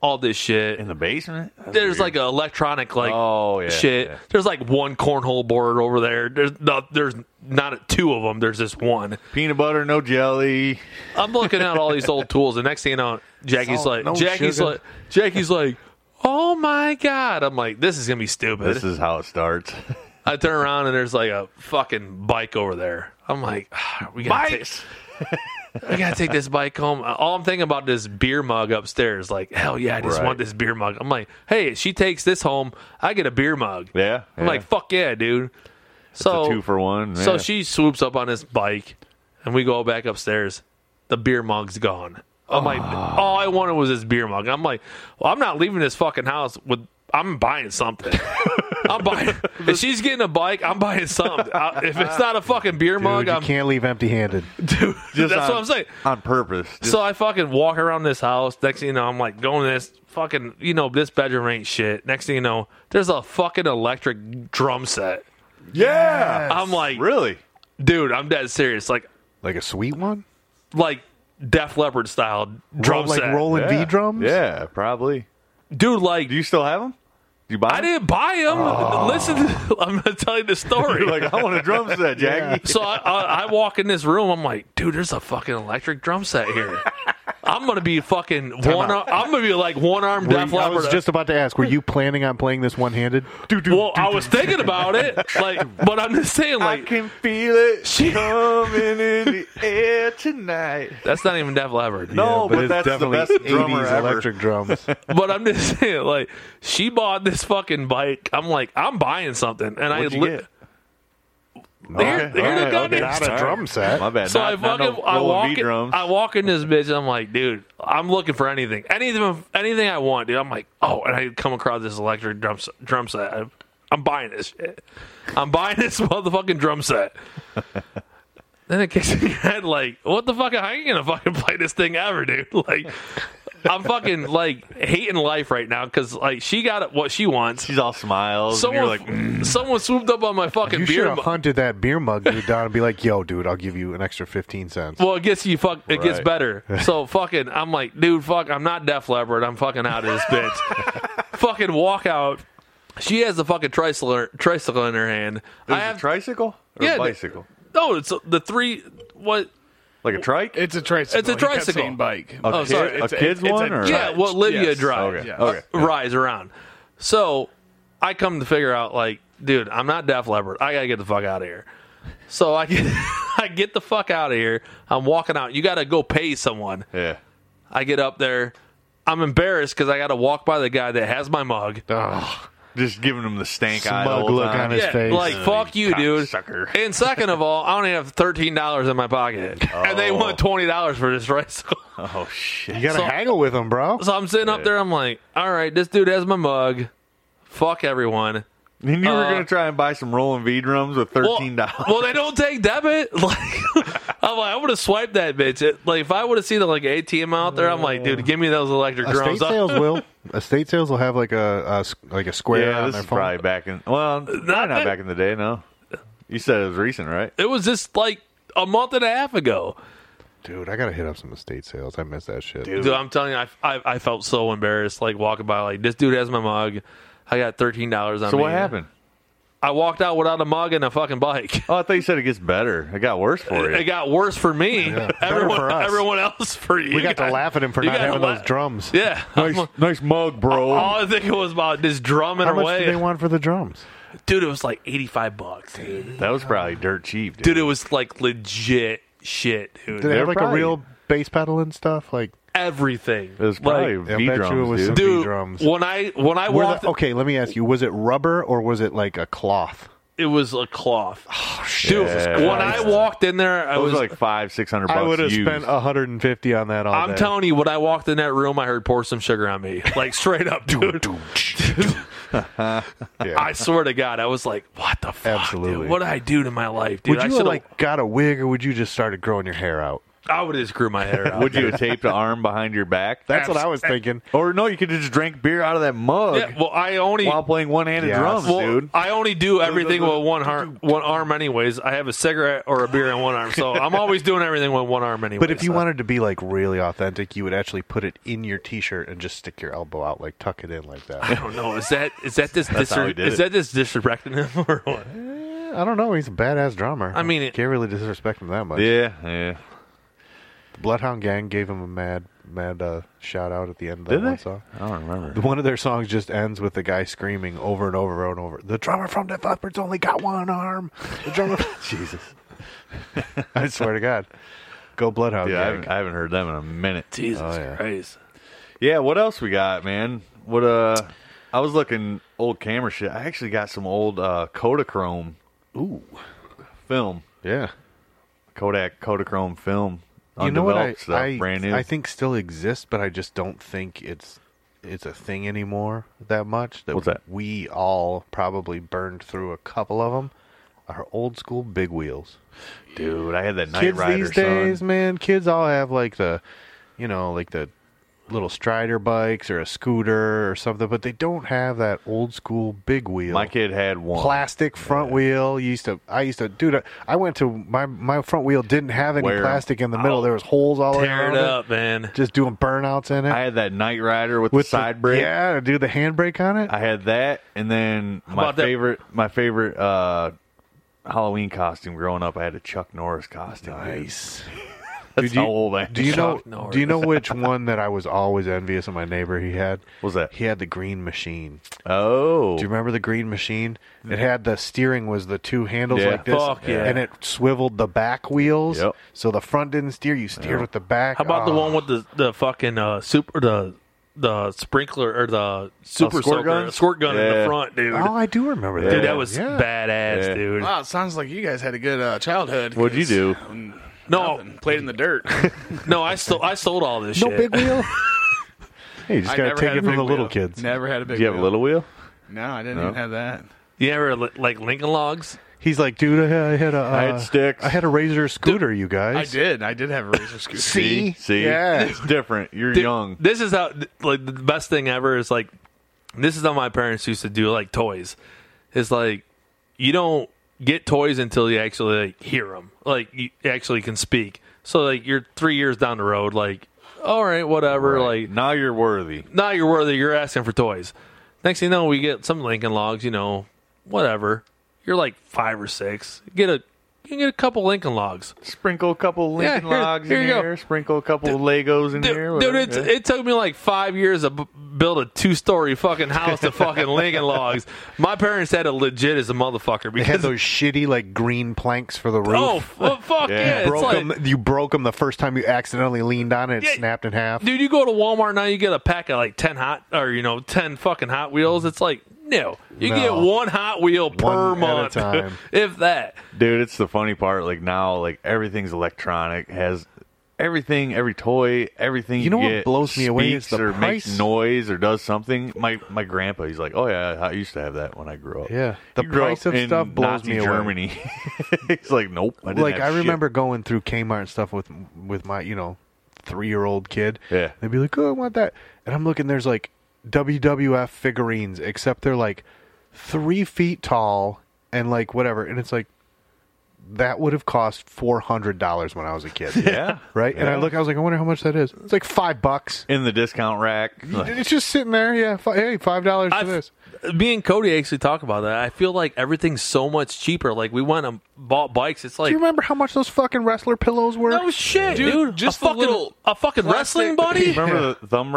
Speaker 2: all this shit.
Speaker 4: In the basement? That's
Speaker 2: There's
Speaker 4: weird.
Speaker 2: like a electronic like
Speaker 4: Oh, yeah,
Speaker 2: shit.
Speaker 4: yeah.
Speaker 2: There's like one cornhole board over there. There's not there's not two of them. There's just one.
Speaker 4: peanut butter, no jelly.
Speaker 2: I'm looking at all these old tools, and next thing you know, Jackie's
Speaker 3: Salt,
Speaker 2: like,
Speaker 3: no
Speaker 2: Jackie's
Speaker 3: sugar.
Speaker 2: like, Jackie's like, oh my god! I'm like, this is gonna be stupid.
Speaker 4: This is how it starts.
Speaker 2: I turn around and there's like a fucking bike over there. I'm like, "Ah, we gotta
Speaker 4: Bikes!
Speaker 2: take, we gotta take this bike home. All I'm thinking about is beer mug upstairs. Like, hell yeah, I just
Speaker 4: Right.
Speaker 2: want this beer mug. I'm like, hey, she takes this home, I get a beer mug.
Speaker 4: Yeah.
Speaker 2: I'm like, fuck yeah, dude.
Speaker 4: It's
Speaker 2: So
Speaker 4: a two for one.
Speaker 2: so
Speaker 4: yeah.
Speaker 2: she swoops up on his bike, and we go back upstairs. The beer mug's
Speaker 4: Ah.
Speaker 2: gone. I'm like, all I wanted was this beer mug. I'm like, well, I'm not leaving this fucking house with I'm buying something. I'm buying. If she's getting a bike, I'm buying something. I, if it's not a fucking beer mug,
Speaker 3: Dude, you
Speaker 2: I'm.
Speaker 3: can't leave empty-handed.
Speaker 2: Dude,
Speaker 4: Just
Speaker 2: that's
Speaker 4: on-
Speaker 2: what I'm saying.
Speaker 4: on purpose. Just-
Speaker 2: So I fucking walk around this house. Next thing you know, I'm like going to this fucking, you know, this bedroom ain't shit. Next thing you know, there's a fucking electric drum set.
Speaker 4: yeah,
Speaker 2: I'm like,
Speaker 4: really?
Speaker 2: dude, I'm dead serious. Like,
Speaker 3: Like a sweet one?
Speaker 2: like Def Leppard style drum
Speaker 3: Roll- like
Speaker 2: set.
Speaker 3: rolling
Speaker 4: yeah.
Speaker 3: V drums?
Speaker 4: Yeah, probably.
Speaker 2: Dude, like,
Speaker 4: Do you still have them? Do you buy?
Speaker 2: I didn't buy them. Listen, to- I'm going to tell you the story.
Speaker 4: them? like I want a drum set, Jackie.
Speaker 2: so I, I, I walk in this room. I'm like, dude, there's a fucking electric drum set here. I'm gonna be fucking one. Arm, I'm gonna be like one arm
Speaker 3: Were you-
Speaker 2: Def
Speaker 3: I
Speaker 2: Leppard. uh,
Speaker 3: was just about to ask, were you planning on playing this one-handed?
Speaker 2: well, I was thinking about it, like, but I'm just saying,
Speaker 4: I
Speaker 2: like,
Speaker 4: can feel it
Speaker 2: She-
Speaker 4: coming in the air tonight.
Speaker 2: that's not even Def Leppard.
Speaker 4: No, but,
Speaker 3: it's
Speaker 4: that's the
Speaker 3: definitely
Speaker 4: best drummer
Speaker 3: 80s
Speaker 4: ever.
Speaker 3: electric drums.
Speaker 2: But I'm just saying, like, she bought this fucking bike. I'm like, I'm buying something, and I
Speaker 4: What'd you
Speaker 2: li-
Speaker 4: get?
Speaker 2: Here-
Speaker 4: Okay,
Speaker 2: here the
Speaker 4: alright,
Speaker 2: goddamn
Speaker 4: okay,
Speaker 3: Not
Speaker 4: sorry.
Speaker 3: a drum set.
Speaker 4: My bad.
Speaker 2: So
Speaker 4: not,
Speaker 2: I
Speaker 4: not
Speaker 2: fucking
Speaker 4: no
Speaker 2: I
Speaker 4: rolling
Speaker 2: walk in,
Speaker 4: V-drums.
Speaker 2: I walk in this bitch and I'm like, dude, I'm looking for anything, anything, anything I want, dude. I'm like, oh, and I come across this electric drum s- drum set. I'm, I'm buying this shit. I'm buying this motherfucking drum set. then it kicks in your head like, what the fuck? How you gonna fucking play this thing ever, dude? Like. I'm fucking like hating life right now because like she got what she wants.
Speaker 4: She's all smiles. and
Speaker 2: Someone,
Speaker 4: you're like, "Mm,
Speaker 2: someone swooped up on my fucking
Speaker 3: You should
Speaker 2: beer.
Speaker 3: have
Speaker 2: mu-
Speaker 3: hunted that beer mug dude down and be like, "Yo, dude, I'll give you an extra fifteen cents."
Speaker 2: Well, it gets you fuck. It gets
Speaker 4: Right.
Speaker 2: better. So fucking, I'm like, dude, fuck. I'm not Def Leppard. I'm fucking out of this bitch. fucking walk out. She has the fucking tricycle, tricycle in her hand. I
Speaker 4: "Is it
Speaker 2: have
Speaker 4: a tricycle or
Speaker 2: Yeah,
Speaker 4: a bicycle?
Speaker 2: no. It's the three. What?
Speaker 4: Like a trike?
Speaker 7: It's a tricycle.
Speaker 2: It's a
Speaker 7: He kept
Speaker 2: tricycle.
Speaker 7: saying bike.
Speaker 4: A
Speaker 2: Oh,
Speaker 4: kid-
Speaker 2: sorry,
Speaker 4: a kid's one? or
Speaker 2: Yeah, what Livia
Speaker 7: yes.
Speaker 2: drives.
Speaker 4: Okay.
Speaker 7: Yeah.
Speaker 4: Okay.
Speaker 2: uh, rise around. So I come to figure out, like, dude, I'm not Def Leppard. I gotta get the fuck out of here. So I get, I get the fuck out of here. I'm walking out. You gotta go pay someone.
Speaker 4: Yeah.
Speaker 2: I get up there. I'm embarrassed because I got to walk by the guy that has my mug.
Speaker 3: Ugh,
Speaker 4: Just giving him the stank eye. the
Speaker 3: smug
Speaker 4: whole
Speaker 3: look
Speaker 4: time.
Speaker 3: on his face.
Speaker 2: like fuck you, dude.
Speaker 4: Oh, cocksucker.
Speaker 2: And second of all, I only have thirteen dollars in my pocket, and they want twenty dollars for this tricycle.
Speaker 4: Oh shit.
Speaker 3: you gotta
Speaker 2: so-
Speaker 3: haggle with him, bro.
Speaker 2: So I'm sitting up there. I'm like, all right, this dude has my mug. Fuck everyone.
Speaker 4: And you were
Speaker 2: Uh,
Speaker 4: gonna try and buy some rolling V drums with
Speaker 2: Well-
Speaker 4: thirteen dollars.
Speaker 2: Well, they don't take debit. Like, I'm like, I would have swiped that bitch. It- like, if I would have seen the like ATM out there, I'm like, dude, give me those electric
Speaker 3: Estate
Speaker 2: drums.
Speaker 3: sales will. Estate sales will have like a, a s- like a square
Speaker 4: yeah,
Speaker 3: on
Speaker 4: this
Speaker 3: their
Speaker 4: is
Speaker 3: phone.
Speaker 4: probably back in. Well, probably not
Speaker 2: that-
Speaker 4: back in the day. No, you said it was recent, right?
Speaker 2: It was just like a month and a half ago.
Speaker 3: Dude, I gotta hit up some estate sales. I miss that shit.
Speaker 2: Dude, I'm telling you, I, I, I felt so embarrassed, like walking by, like this dude has my mug. I got thirteen dollars on.
Speaker 4: So
Speaker 2: me.
Speaker 4: what happened?
Speaker 2: I walked out without a mug and a fucking bike.
Speaker 4: Oh, I thought you said it gets better. It got worse for
Speaker 2: It
Speaker 4: you.
Speaker 2: got worse for me. Everyone,
Speaker 3: for us.
Speaker 2: everyone else for you.
Speaker 3: we got to
Speaker 2: guys.
Speaker 3: laugh at him for
Speaker 2: you
Speaker 3: not
Speaker 2: gotta
Speaker 3: having
Speaker 2: la-
Speaker 3: those drums.
Speaker 2: Yeah, I'm like-
Speaker 4: nice mug, bro.
Speaker 2: all I think it was about just drumming
Speaker 3: How much
Speaker 2: away,
Speaker 3: do they want for the drums?
Speaker 2: dude. It was like eighty five bucks, dude.
Speaker 4: that was probably dirt cheap, dude.
Speaker 2: Dude, it was like legit shit, dude.
Speaker 3: Do they
Speaker 4: They're
Speaker 3: have like
Speaker 4: probably-
Speaker 3: a real bass pedal and stuff? Like,
Speaker 2: Everything.
Speaker 4: It was probably
Speaker 2: like,
Speaker 3: I
Speaker 4: V
Speaker 3: bet you it
Speaker 4: drums,
Speaker 3: was
Speaker 4: dude.
Speaker 3: some-
Speaker 2: dude.
Speaker 3: drums.
Speaker 2: When I when I
Speaker 3: were the-
Speaker 2: walked,
Speaker 3: okay, let me ask you: Was it rubber or was it like a cloth?
Speaker 2: it was a cloth.
Speaker 3: Oh,
Speaker 2: dude,
Speaker 4: Jesus
Speaker 2: when I
Speaker 4: Christ.
Speaker 2: walked in there, I
Speaker 4: It was
Speaker 2: was
Speaker 4: like five, six hundred bucks.
Speaker 3: I would have
Speaker 4: used.
Speaker 3: spent 150 on that all
Speaker 2: I'm
Speaker 3: day.
Speaker 2: telling you, when I walked in that room, I heard pour some sugar on me, like straight up, dude.
Speaker 3: Yeah.
Speaker 2: I swear to God, I was like, "What the fuck?
Speaker 3: Absolutely.
Speaker 2: Dude? What did I do to my life, dude?
Speaker 3: Would
Speaker 2: I
Speaker 3: you
Speaker 2: should
Speaker 3: have
Speaker 2: like,
Speaker 3: like got a wig, or would you just started growing your hair out?
Speaker 2: I would have just grew my hair out.
Speaker 4: Would you have taped an arm behind your back?
Speaker 3: That's what I was thinking.
Speaker 4: Or no, you could have just drank beer out of that mug
Speaker 2: Yeah, well, I only
Speaker 4: while playing one-handed
Speaker 3: Yes.
Speaker 4: drums,
Speaker 2: well,
Speaker 4: dude.
Speaker 2: I only do everything with one arm. One arm, anyways. I have a cigarette or a beer in one arm, so I'm always doing everything with one arm, anyways.
Speaker 3: But if you wanted to be like really authentic, you would actually put it in your T-shirt and just stick your elbow out, like tuck it in like
Speaker 2: I
Speaker 3: that.
Speaker 2: don't know. Is that is that this
Speaker 4: how he
Speaker 2: disre-
Speaker 4: did
Speaker 2: is
Speaker 4: it.
Speaker 2: that this disrespecting him or what?
Speaker 3: I don't know. He's a badass drummer.
Speaker 2: I mean, it-
Speaker 3: can't really disrespect him that much.
Speaker 4: yeah, yeah.
Speaker 3: The Bloodhound Gang gave him a mad, mad uh, shout out at the end of that
Speaker 4: Did
Speaker 3: one
Speaker 4: they?
Speaker 3: song.
Speaker 4: I don't remember.
Speaker 3: One of their songs just ends with the guy screaming over and over and over. The drummer from Def Leppard's only got one arm. The drummer, Jesus! I swear to God, go Bloodhound
Speaker 4: Dude, I
Speaker 3: Gang.
Speaker 4: haven't, I haven't heard them in a minute. Uh,
Speaker 2: Jesus
Speaker 3: yeah.
Speaker 2: Christ!
Speaker 4: Yeah, what else we got, man? What uh I was looking old camera shit. I actually got some old uh Kodachrome
Speaker 3: Ooh,
Speaker 4: film.
Speaker 3: yeah.
Speaker 4: Kodak Kodachrome film.
Speaker 3: You know what? I,
Speaker 4: Undeveloped stuff,
Speaker 3: I,
Speaker 4: brand new.
Speaker 3: I think still exists, but I just don't think it's it's a thing anymore that much. That
Speaker 4: What's that?
Speaker 3: We all probably burned through a couple of them. Are old school big wheels.
Speaker 4: Dude, I had that night
Speaker 3: kids
Speaker 4: rider
Speaker 3: these
Speaker 4: son.
Speaker 3: days, man, kids all have like the, you know, like the little Strider bikes or a scooter or something, but they don't have that old school big wheel.
Speaker 4: My kid had one.
Speaker 3: Plastic front wheel. You used to. I used to. Dude, I- I went to my my front wheel didn't have any
Speaker 4: Wear 'em
Speaker 3: plastic in the middle.
Speaker 4: out.
Speaker 3: There was holes all
Speaker 2: Tear
Speaker 3: around
Speaker 2: it up, man.
Speaker 3: Just doing burnouts in it
Speaker 4: I had that night rider with,
Speaker 3: with
Speaker 4: the
Speaker 3: the-
Speaker 4: side brake.
Speaker 3: Yeah, to do the handbrake on it.
Speaker 4: I had that, and then my
Speaker 2: about that-
Speaker 4: favorite, my favorite uh, Halloween costume growing up, I had a Chuck Norris costume. dude.
Speaker 3: nice.
Speaker 4: That's
Speaker 3: Dude, you-
Speaker 4: how old I am.
Speaker 3: Do you know?
Speaker 2: Chuck Norris.
Speaker 3: Do you know which one that I was always envious of my neighbor? He had.
Speaker 4: What was that?
Speaker 3: He had the green machine.
Speaker 4: Oh,
Speaker 3: Do you remember the green machine? It had the steering was the two handles
Speaker 4: Yeah.
Speaker 3: like this,
Speaker 2: Fuck yeah.
Speaker 3: and it swiveled the back wheels.
Speaker 4: Yep.
Speaker 3: So the front didn't steer; you steered with the back.
Speaker 2: How about the
Speaker 3: Oh,
Speaker 4: Uh,
Speaker 2: one with the the fucking uh, super the the sprinkler or the super
Speaker 4: squirt
Speaker 2: soaker,
Speaker 4: gun?
Speaker 2: squirt gun in
Speaker 4: Yeah.
Speaker 2: the front, dude?
Speaker 3: Oh, I do remember that.
Speaker 2: Dude, that was
Speaker 3: Yeah.
Speaker 2: badass,
Speaker 4: Yeah.
Speaker 2: dude.
Speaker 7: Wow, it sounds like you guys had a good uh, childhood.
Speaker 4: What'd you
Speaker 7: 'cause-
Speaker 4: do?
Speaker 2: No,
Speaker 7: Nothing. Played in the dirt.
Speaker 2: no, I sold I sold all this
Speaker 3: no
Speaker 2: shit.
Speaker 3: big wheel. hey, you just
Speaker 7: I
Speaker 3: gotta
Speaker 7: never
Speaker 3: take
Speaker 7: had
Speaker 3: it
Speaker 7: a
Speaker 3: from
Speaker 7: big
Speaker 3: the little
Speaker 7: wheel.
Speaker 3: kids.
Speaker 7: Never had a big.
Speaker 4: Do you have a
Speaker 7: wheel.
Speaker 4: little wheel?
Speaker 7: No, I didn't even have that.
Speaker 2: You ever li- like Lincoln Logs?
Speaker 3: He's like, dude, I had, I had a, uh,
Speaker 4: I had sticks.
Speaker 3: I had a razor scooter, you guys.
Speaker 7: I did. I did have a razor scooter.
Speaker 4: See, see,
Speaker 3: Yeah.
Speaker 4: it's different. You're
Speaker 2: Dude,
Speaker 4: young.
Speaker 2: This is how th- like the best thing ever is like this is how my parents used to do like toys. It's like you don't get toys until you actually like hear them, like you actually can speak. So like you're three years down the road, like all right, whatever, like
Speaker 4: now you're worthy.
Speaker 2: now you're worthy. You're asking for toys. Next thing you know, we get some Lincoln Logs. You know, whatever. You're like five or six. Get a you can get a couple Lincoln Logs.
Speaker 4: Sprinkle a couple Lincoln
Speaker 2: here-
Speaker 4: Logs
Speaker 2: here
Speaker 4: in
Speaker 2: you go.
Speaker 4: there. Sprinkle a couple Legos in
Speaker 2: Dude,
Speaker 4: there.
Speaker 2: dude,
Speaker 4: whatever.
Speaker 2: it's, it took me like five years to b- build a two-story fucking house to fucking Lincoln Logs. My parents had a legit as a motherfucker
Speaker 3: They had
Speaker 2: because
Speaker 3: those shitty like green planks for the roof.
Speaker 2: oh f- well, fuck yeah,
Speaker 4: Yeah.
Speaker 2: it's
Speaker 3: broke
Speaker 2: like-
Speaker 3: 'em- you broke them the first time you accidentally leaned on it. It
Speaker 2: Yeah.
Speaker 3: snapped in half.
Speaker 2: dude, you go to Walmart now, you get a pack of like ten hot or you know ten fucking Hot Wheels. It's like no, you
Speaker 3: No.
Speaker 2: get one Hot Wheel per
Speaker 3: at a
Speaker 2: month,
Speaker 3: time.
Speaker 2: if that.
Speaker 4: dude it's the funny part like now like everything's electronic has everything every toy everything you
Speaker 3: know what
Speaker 4: get
Speaker 3: blows me away is
Speaker 4: speaks
Speaker 3: the
Speaker 4: or
Speaker 3: price.
Speaker 4: makes noise or does something my my grandpa he's like oh yeah i used to have that when i grew up
Speaker 3: Yeah. The
Speaker 4: You grew
Speaker 3: price of
Speaker 4: up in
Speaker 3: stuff blows
Speaker 4: Nazi
Speaker 3: me away.
Speaker 4: germany he's like nope I didn't
Speaker 3: like
Speaker 4: have
Speaker 3: I
Speaker 4: shit."
Speaker 3: remember going through Kmart and stuff with with my you know three year old kid.
Speaker 4: Yeah.
Speaker 3: they'd be like, "Oh, I want that," and I'm looking. There's like WWF figurines, except they're like three feet tall and like whatever, and it's like that would have cost four hundred dollars when I was a kid.
Speaker 4: yeah
Speaker 3: Right, and I look. I was like, I wonder how much that is. It's like five bucks.
Speaker 4: in the discount rack like,
Speaker 3: It's just sitting there. Yeah, fi- hey, five dollars for
Speaker 2: I've-
Speaker 3: this.
Speaker 2: Me and Cody actually talk about that. I feel like everything's so much cheaper. Like we went and bought bikes. It's
Speaker 3: Do
Speaker 2: like
Speaker 3: you remember how much those fucking wrestler pillows were?
Speaker 2: no shit, dude.
Speaker 7: just
Speaker 2: a
Speaker 7: the
Speaker 2: fucking
Speaker 7: little
Speaker 2: a fucking wrestling buddy.
Speaker 4: remember the thumb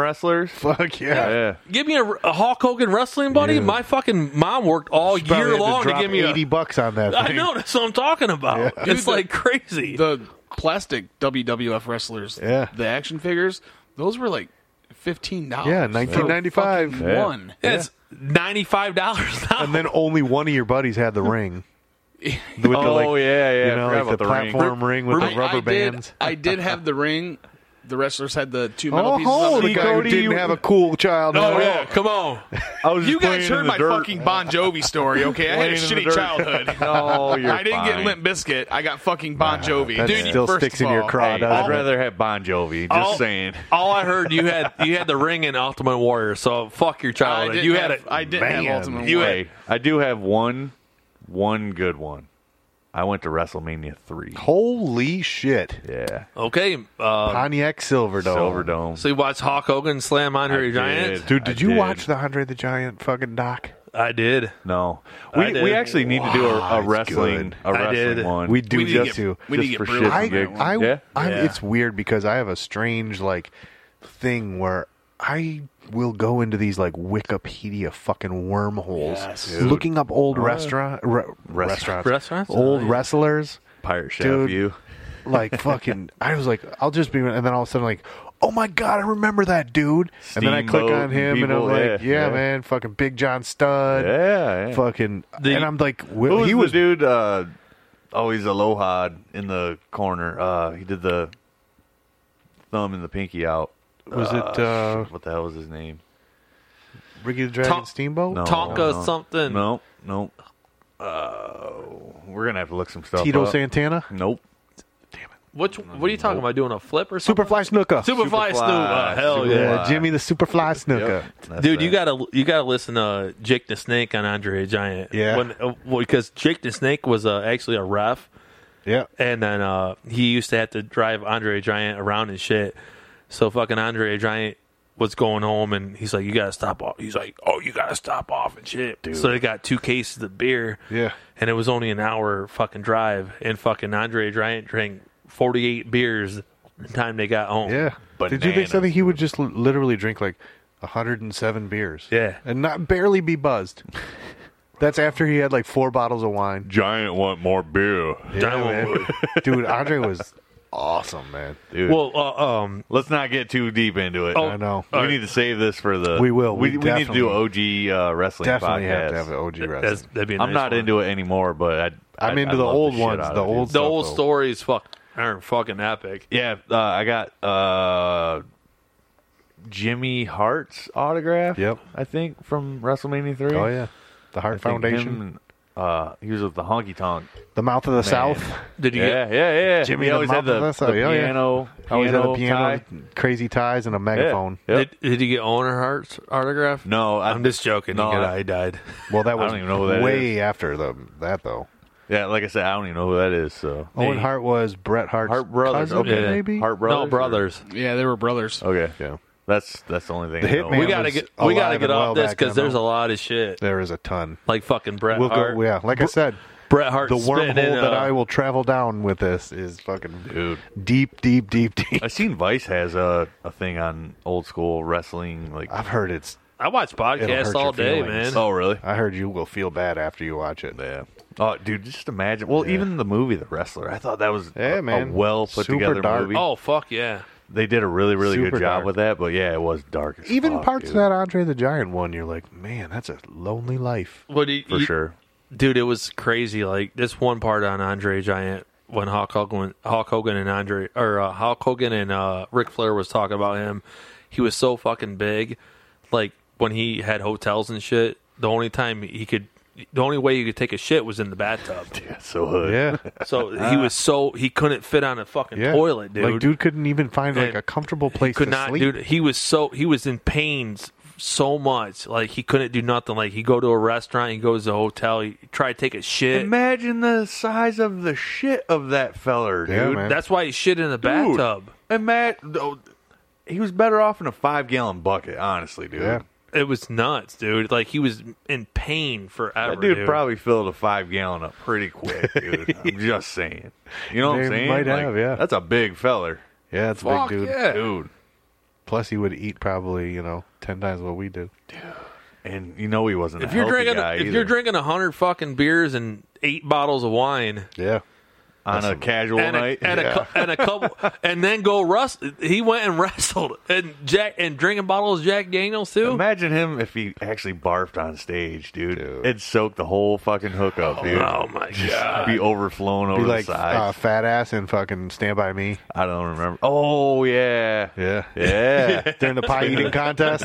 Speaker 4: wrestlers
Speaker 3: Fuck yeah.
Speaker 4: yeah
Speaker 2: Give me a, a Hulk Hogan wrestling buddy. My fucking mom worked all
Speaker 3: Probably
Speaker 2: year
Speaker 3: had
Speaker 2: long to,
Speaker 3: drop
Speaker 2: give me
Speaker 3: eighty
Speaker 2: a.
Speaker 3: bucks on that.
Speaker 2: I
Speaker 3: thing.
Speaker 2: know that's what I'm talking about.
Speaker 3: Yeah.
Speaker 2: It's
Speaker 7: Dude, the-
Speaker 2: like crazy.
Speaker 7: The plastic WWF wrestlers.
Speaker 3: Yeah.
Speaker 7: The action figures. Those were like fifteen dollars.
Speaker 3: Yeah, 1995.
Speaker 4: Yeah.
Speaker 7: One.
Speaker 2: Yeah, It's ninety five dollars now.
Speaker 3: and then only one of your buddies had the ring. With the,
Speaker 4: oh
Speaker 3: like,
Speaker 4: yeah yeah
Speaker 3: you know,
Speaker 4: I forgot
Speaker 3: like the,
Speaker 4: about the ring.
Speaker 3: platform ring, with the
Speaker 7: I-
Speaker 3: rubber
Speaker 7: I did-
Speaker 3: bands.
Speaker 7: I did have the ring. The wrestlers had the two metal
Speaker 3: Oh,
Speaker 7: pieces. on
Speaker 3: ho,
Speaker 7: their
Speaker 3: the
Speaker 7: back.
Speaker 3: guy who didn't have a cool child.
Speaker 2: oh yeah, come on.
Speaker 4: I was
Speaker 7: You
Speaker 4: just
Speaker 7: guys
Speaker 4: playing in
Speaker 7: heard
Speaker 4: the
Speaker 7: my
Speaker 4: dirt.
Speaker 7: fucking Bon Jovi story, okay? I had
Speaker 4: Playing
Speaker 7: a
Speaker 4: in the
Speaker 7: shitty
Speaker 4: dirt.
Speaker 7: childhood.
Speaker 4: no you're
Speaker 7: I didn't
Speaker 4: fine.
Speaker 7: get Limp Biscuit. I got fucking Bon Jovi.
Speaker 3: that
Speaker 7: Dude,
Speaker 3: still
Speaker 7: first
Speaker 3: sticks
Speaker 7: of
Speaker 3: in your
Speaker 7: all,
Speaker 3: craw,
Speaker 4: Hey,
Speaker 3: doesn't
Speaker 4: I'd
Speaker 3: it?
Speaker 4: rather have Bon Jovi. Just
Speaker 2: All-
Speaker 4: saying.
Speaker 2: All I heard you had you had the ring and Ultimate Warrior. So fuck your
Speaker 7: I
Speaker 2: childhood.
Speaker 7: didn't
Speaker 2: You
Speaker 7: have,
Speaker 2: had it.
Speaker 7: I didn't
Speaker 3: Man.
Speaker 7: have Ultimate
Speaker 2: You
Speaker 7: Warrior.
Speaker 2: had-
Speaker 4: Hey, I do have one, one good one. I went to WrestleMania three.
Speaker 3: Holy shit.
Speaker 4: Yeah,
Speaker 2: Okay. Uh,
Speaker 3: Pontiac Silverdome.
Speaker 4: Silverdome.
Speaker 2: so you watched Hulk Hogan slam Andre
Speaker 4: I
Speaker 2: the Giant?
Speaker 4: did.
Speaker 3: Dude, did
Speaker 4: I
Speaker 3: you watch the Andre the Giant fucking doc?
Speaker 2: I did.
Speaker 4: No,
Speaker 2: I
Speaker 4: we
Speaker 2: did.
Speaker 4: we actually need to do a,
Speaker 3: Wow,
Speaker 4: a
Speaker 3: it's
Speaker 4: wrestling
Speaker 3: good.
Speaker 4: a
Speaker 2: I
Speaker 4: wrestling
Speaker 2: did.
Speaker 4: one.
Speaker 3: We do
Speaker 7: We need to
Speaker 3: just
Speaker 7: get-
Speaker 3: to.
Speaker 7: we need to
Speaker 4: just
Speaker 7: get
Speaker 4: for
Speaker 7: Bruce
Speaker 4: shit.
Speaker 7: on
Speaker 3: I,
Speaker 7: that one.
Speaker 3: I,
Speaker 4: Yeah?
Speaker 3: I'm,
Speaker 2: Yeah.
Speaker 3: it's weird because I have a strange like thing where I will go into these like Wikipedia fucking wormholes,
Speaker 7: Yes. Dude.
Speaker 3: looking up old restaurant re- restaurants,
Speaker 2: Restaurants?
Speaker 3: old
Speaker 2: Oh, yeah.
Speaker 3: wrestlers,
Speaker 4: Pirate Chef,
Speaker 3: Dude.
Speaker 4: you.
Speaker 3: like fucking. I was like, I'll just be, and then all of a sudden like. Oh my God! I remember that dude. and then I click
Speaker 4: Steamboat
Speaker 3: on him, and I'm
Speaker 4: people,
Speaker 3: like,
Speaker 4: yeah,
Speaker 3: "Yeah,
Speaker 4: yeah.
Speaker 3: man, fucking Big John Stud,
Speaker 4: Yeah, yeah.
Speaker 3: fucking."
Speaker 2: The-
Speaker 3: and I'm like,
Speaker 4: Who
Speaker 3: "Well,
Speaker 4: was
Speaker 3: he was
Speaker 4: the dude? Uh, always aloha in the corner. Uh, he did the thumb and the pinky out.
Speaker 3: was it
Speaker 4: Uh,
Speaker 3: uh,
Speaker 4: shit, what the hell was his name?
Speaker 3: Ricky the Dragon
Speaker 2: Tom-
Speaker 3: Steamboat?
Speaker 4: No,
Speaker 2: Tonka
Speaker 4: no.
Speaker 2: something.
Speaker 4: Nope, nope. Uh, we're gonna have to look some stuff.
Speaker 3: Tito
Speaker 4: up.
Speaker 3: Santana?
Speaker 4: Nope.
Speaker 2: Which what are you talking about? Doing a flip or something?
Speaker 3: Superfly Snooker.
Speaker 2: Superfly, Snoop. Uh, hell
Speaker 4: Superfly.
Speaker 2: yeah.
Speaker 3: Oh, yeah, Jimmy the Superfly Snooker.
Speaker 4: That's
Speaker 2: Dude,
Speaker 4: it.
Speaker 2: you gotta you gotta listen to Jake the Snake on Andre the Giant.
Speaker 3: Yeah.
Speaker 2: when, uh, well, because Jake the Snake was uh, actually a ref,
Speaker 3: Yeah.
Speaker 2: and then uh, he used to have to drive Andre the Giant around and shit. So fucking Andre the Giant was going home, and he's like, "You gotta stop off." He's like, "Oh, you gotta stop off and shit." So they got two cases of beer.
Speaker 3: Yeah.
Speaker 2: and it was only an hour fucking drive, and fucking Andre the Giant drank forty eight beers by the time they got home.
Speaker 3: Yeah. Did you think
Speaker 4: Bananas,
Speaker 3: something he would just l- literally drink like 107 beers?
Speaker 2: Yeah.
Speaker 3: And not barely be buzzed. That's after he had like four bottles of wine.
Speaker 5: Giant want more beer.
Speaker 2: Giant
Speaker 3: man. Dude, Andre was awesome, man.
Speaker 4: Dude,
Speaker 2: Well, uh, um,
Speaker 4: let's not get too deep into it.
Speaker 2: Oh,
Speaker 3: I know.
Speaker 4: We need to save this for the.
Speaker 3: We will.
Speaker 4: We,
Speaker 3: We
Speaker 4: we need to do OG uh, wrestling
Speaker 3: Definitely
Speaker 4: podcast.
Speaker 3: have to have an OG
Speaker 2: that's,
Speaker 3: wrestling.
Speaker 2: that'd be. A
Speaker 4: I'm
Speaker 2: nice
Speaker 4: not
Speaker 2: one.
Speaker 4: into it anymore, but I'd- I,
Speaker 3: I'm into
Speaker 4: I
Speaker 3: the
Speaker 4: love
Speaker 3: old
Speaker 4: shit
Speaker 3: ones,
Speaker 4: out of
Speaker 3: the
Speaker 4: it,
Speaker 3: old
Speaker 4: dude.
Speaker 2: the
Speaker 3: stuff,
Speaker 2: old
Speaker 3: though.
Speaker 2: stories fuck are fucking epic.
Speaker 4: Yeah, uh, I got uh, Jimmy Hart's autograph.
Speaker 3: Yep.
Speaker 4: I think from WrestleMania three.
Speaker 3: Oh, yeah. The
Speaker 4: I
Speaker 3: Heart
Speaker 4: think
Speaker 3: Foundation.
Speaker 4: him and, uh, he was with the Honky Tonk.
Speaker 3: the Mouth of the South.
Speaker 2: Did you
Speaker 4: Yeah, yeah, yeah.
Speaker 3: Jimmy
Speaker 4: he
Speaker 3: the
Speaker 4: always had the,
Speaker 3: Mouth-
Speaker 4: the
Speaker 3: oh, yeah, yeah.
Speaker 4: piano.
Speaker 3: I always had a piano,
Speaker 4: tie.
Speaker 3: with crazy ties, and a
Speaker 4: Yeah.
Speaker 3: megaphone.
Speaker 4: Yep.
Speaker 2: Did, did you get Owner Hart's autograph?
Speaker 4: No, I,
Speaker 2: I'm just joking.
Speaker 4: No,
Speaker 2: he,
Speaker 4: I-
Speaker 2: died.
Speaker 3: Well, that
Speaker 4: I
Speaker 3: was
Speaker 4: don't even know who that
Speaker 3: way after the, that, though.
Speaker 4: yeah, like I said, I don't even know who that is. So
Speaker 3: Owen Hart was Bret Hart's
Speaker 4: Hart brothers,
Speaker 3: cousin,
Speaker 4: okay.
Speaker 3: maybe?
Speaker 4: Hart brothers,
Speaker 2: No
Speaker 4: or-
Speaker 2: brothers.
Speaker 7: Yeah, they were brothers.
Speaker 4: Okay,
Speaker 3: Yeah.
Speaker 4: that's that's the only thing.
Speaker 3: The
Speaker 4: I know.
Speaker 3: Hitman
Speaker 2: we gotta
Speaker 3: was
Speaker 2: get we gotta
Speaker 3: alive
Speaker 2: get
Speaker 3: and
Speaker 2: off
Speaker 3: well
Speaker 2: this
Speaker 3: back
Speaker 2: because
Speaker 3: then,
Speaker 2: there's
Speaker 3: though.
Speaker 2: a lot of shit
Speaker 3: There is a ton.
Speaker 2: like fucking Bret
Speaker 3: We'll
Speaker 2: Hart.
Speaker 3: go, yeah. Like I said,
Speaker 2: Bret Hart.
Speaker 3: the
Speaker 2: spitting
Speaker 3: wormhole
Speaker 2: in,
Speaker 3: that
Speaker 2: uh,
Speaker 3: I will travel down with this is fucking
Speaker 4: Dude.
Speaker 3: deep, deep, deep, deep.
Speaker 4: I seen Vice has a a thing on old school wrestling. Like,
Speaker 3: I've heard it's.
Speaker 2: I watch
Speaker 3: It'll
Speaker 2: podcasts
Speaker 3: hurt
Speaker 2: all
Speaker 3: your
Speaker 2: day,
Speaker 3: feelings.
Speaker 2: man.
Speaker 4: oh really?
Speaker 3: I heard you will feel bad after you watch it.
Speaker 4: Yeah. Oh, dude, just imagine. Well, even the movie The Wrestler, I thought that was
Speaker 3: Yeah,
Speaker 4: a,
Speaker 3: man.
Speaker 4: well put
Speaker 3: Super
Speaker 4: together
Speaker 3: dark.
Speaker 4: movie.
Speaker 2: Oh fuck yeah!
Speaker 4: they did a really, really
Speaker 3: Super
Speaker 4: good job
Speaker 3: dark.
Speaker 4: with that. But yeah, it was dark. As
Speaker 3: Even
Speaker 4: fuck,
Speaker 3: parts
Speaker 4: dude,
Speaker 3: of that Andre the Giant one, you're like, man, that's a lonely life.
Speaker 2: What do you,
Speaker 4: for
Speaker 2: you-
Speaker 4: sure.
Speaker 2: dude? It was crazy. Like this one part on Andre Giant when Hulk Hogan, Hulk Hogan and Andre or uh, Hulk Hogan and uh, Ric Flair was talking about him. He was so fucking big. Like when he had hotels and shit, the only time he could, the only way you could take a shit was in the bathtub.
Speaker 4: Yeah, so hood.
Speaker 3: Yeah.
Speaker 2: So he was so he couldn't fit on a fucking
Speaker 3: Yeah.
Speaker 2: toilet, dude.
Speaker 3: Like, dude couldn't even find like
Speaker 2: And
Speaker 3: a comfortable place
Speaker 2: could
Speaker 3: to
Speaker 2: not,
Speaker 3: sleep.
Speaker 2: dude. He was so he was in pains so much. Like he couldn't do nothing. Like he go to a restaurant, he goes to a hotel, he try to take a shit.
Speaker 4: Imagine the size of the shit of that feller, dude.
Speaker 3: Yeah, man.
Speaker 2: That's why he shit in the bathtub.
Speaker 4: And Matt, oh, he was better off in a five gallon bucket, honestly, dude.
Speaker 3: Yeah.
Speaker 2: It was nuts, dude. Like he was in pain forever.
Speaker 4: That dude, probably filled a five gallon up pretty quick, dude. I'm just saying. You know what
Speaker 3: They
Speaker 4: I'm saying?
Speaker 3: might have, yeah.
Speaker 4: That's a big feller.
Speaker 3: Yeah, it's a
Speaker 4: Fuck
Speaker 3: big dude.
Speaker 4: yeah. Dude.
Speaker 3: Plus, he would eat probably you know ten times what we do.
Speaker 4: And you know he wasn't
Speaker 2: If
Speaker 4: a
Speaker 2: you're
Speaker 4: healthy
Speaker 2: drinking,
Speaker 4: guy
Speaker 2: if
Speaker 4: either.
Speaker 2: you're drinking a hundred fucking beers and eight bottles of wine,
Speaker 3: Yeah.
Speaker 4: on a casual
Speaker 2: and
Speaker 4: night.
Speaker 2: a, and, a, cou- and a couple, and then go rust. He went and wrestled and Jack and drinking bottles of Jack Daniels too.
Speaker 4: Imagine him if he actually barfed on stage, dude. It'd soak the whole fucking hookup, dude.
Speaker 2: oh my god!
Speaker 4: Be overflown over
Speaker 3: Be like
Speaker 4: the sides.
Speaker 3: uh, fat ass and fucking stand by me.
Speaker 4: I don't remember. Oh yeah,
Speaker 3: Yeah.
Speaker 4: yeah.
Speaker 3: During the pie eating contest,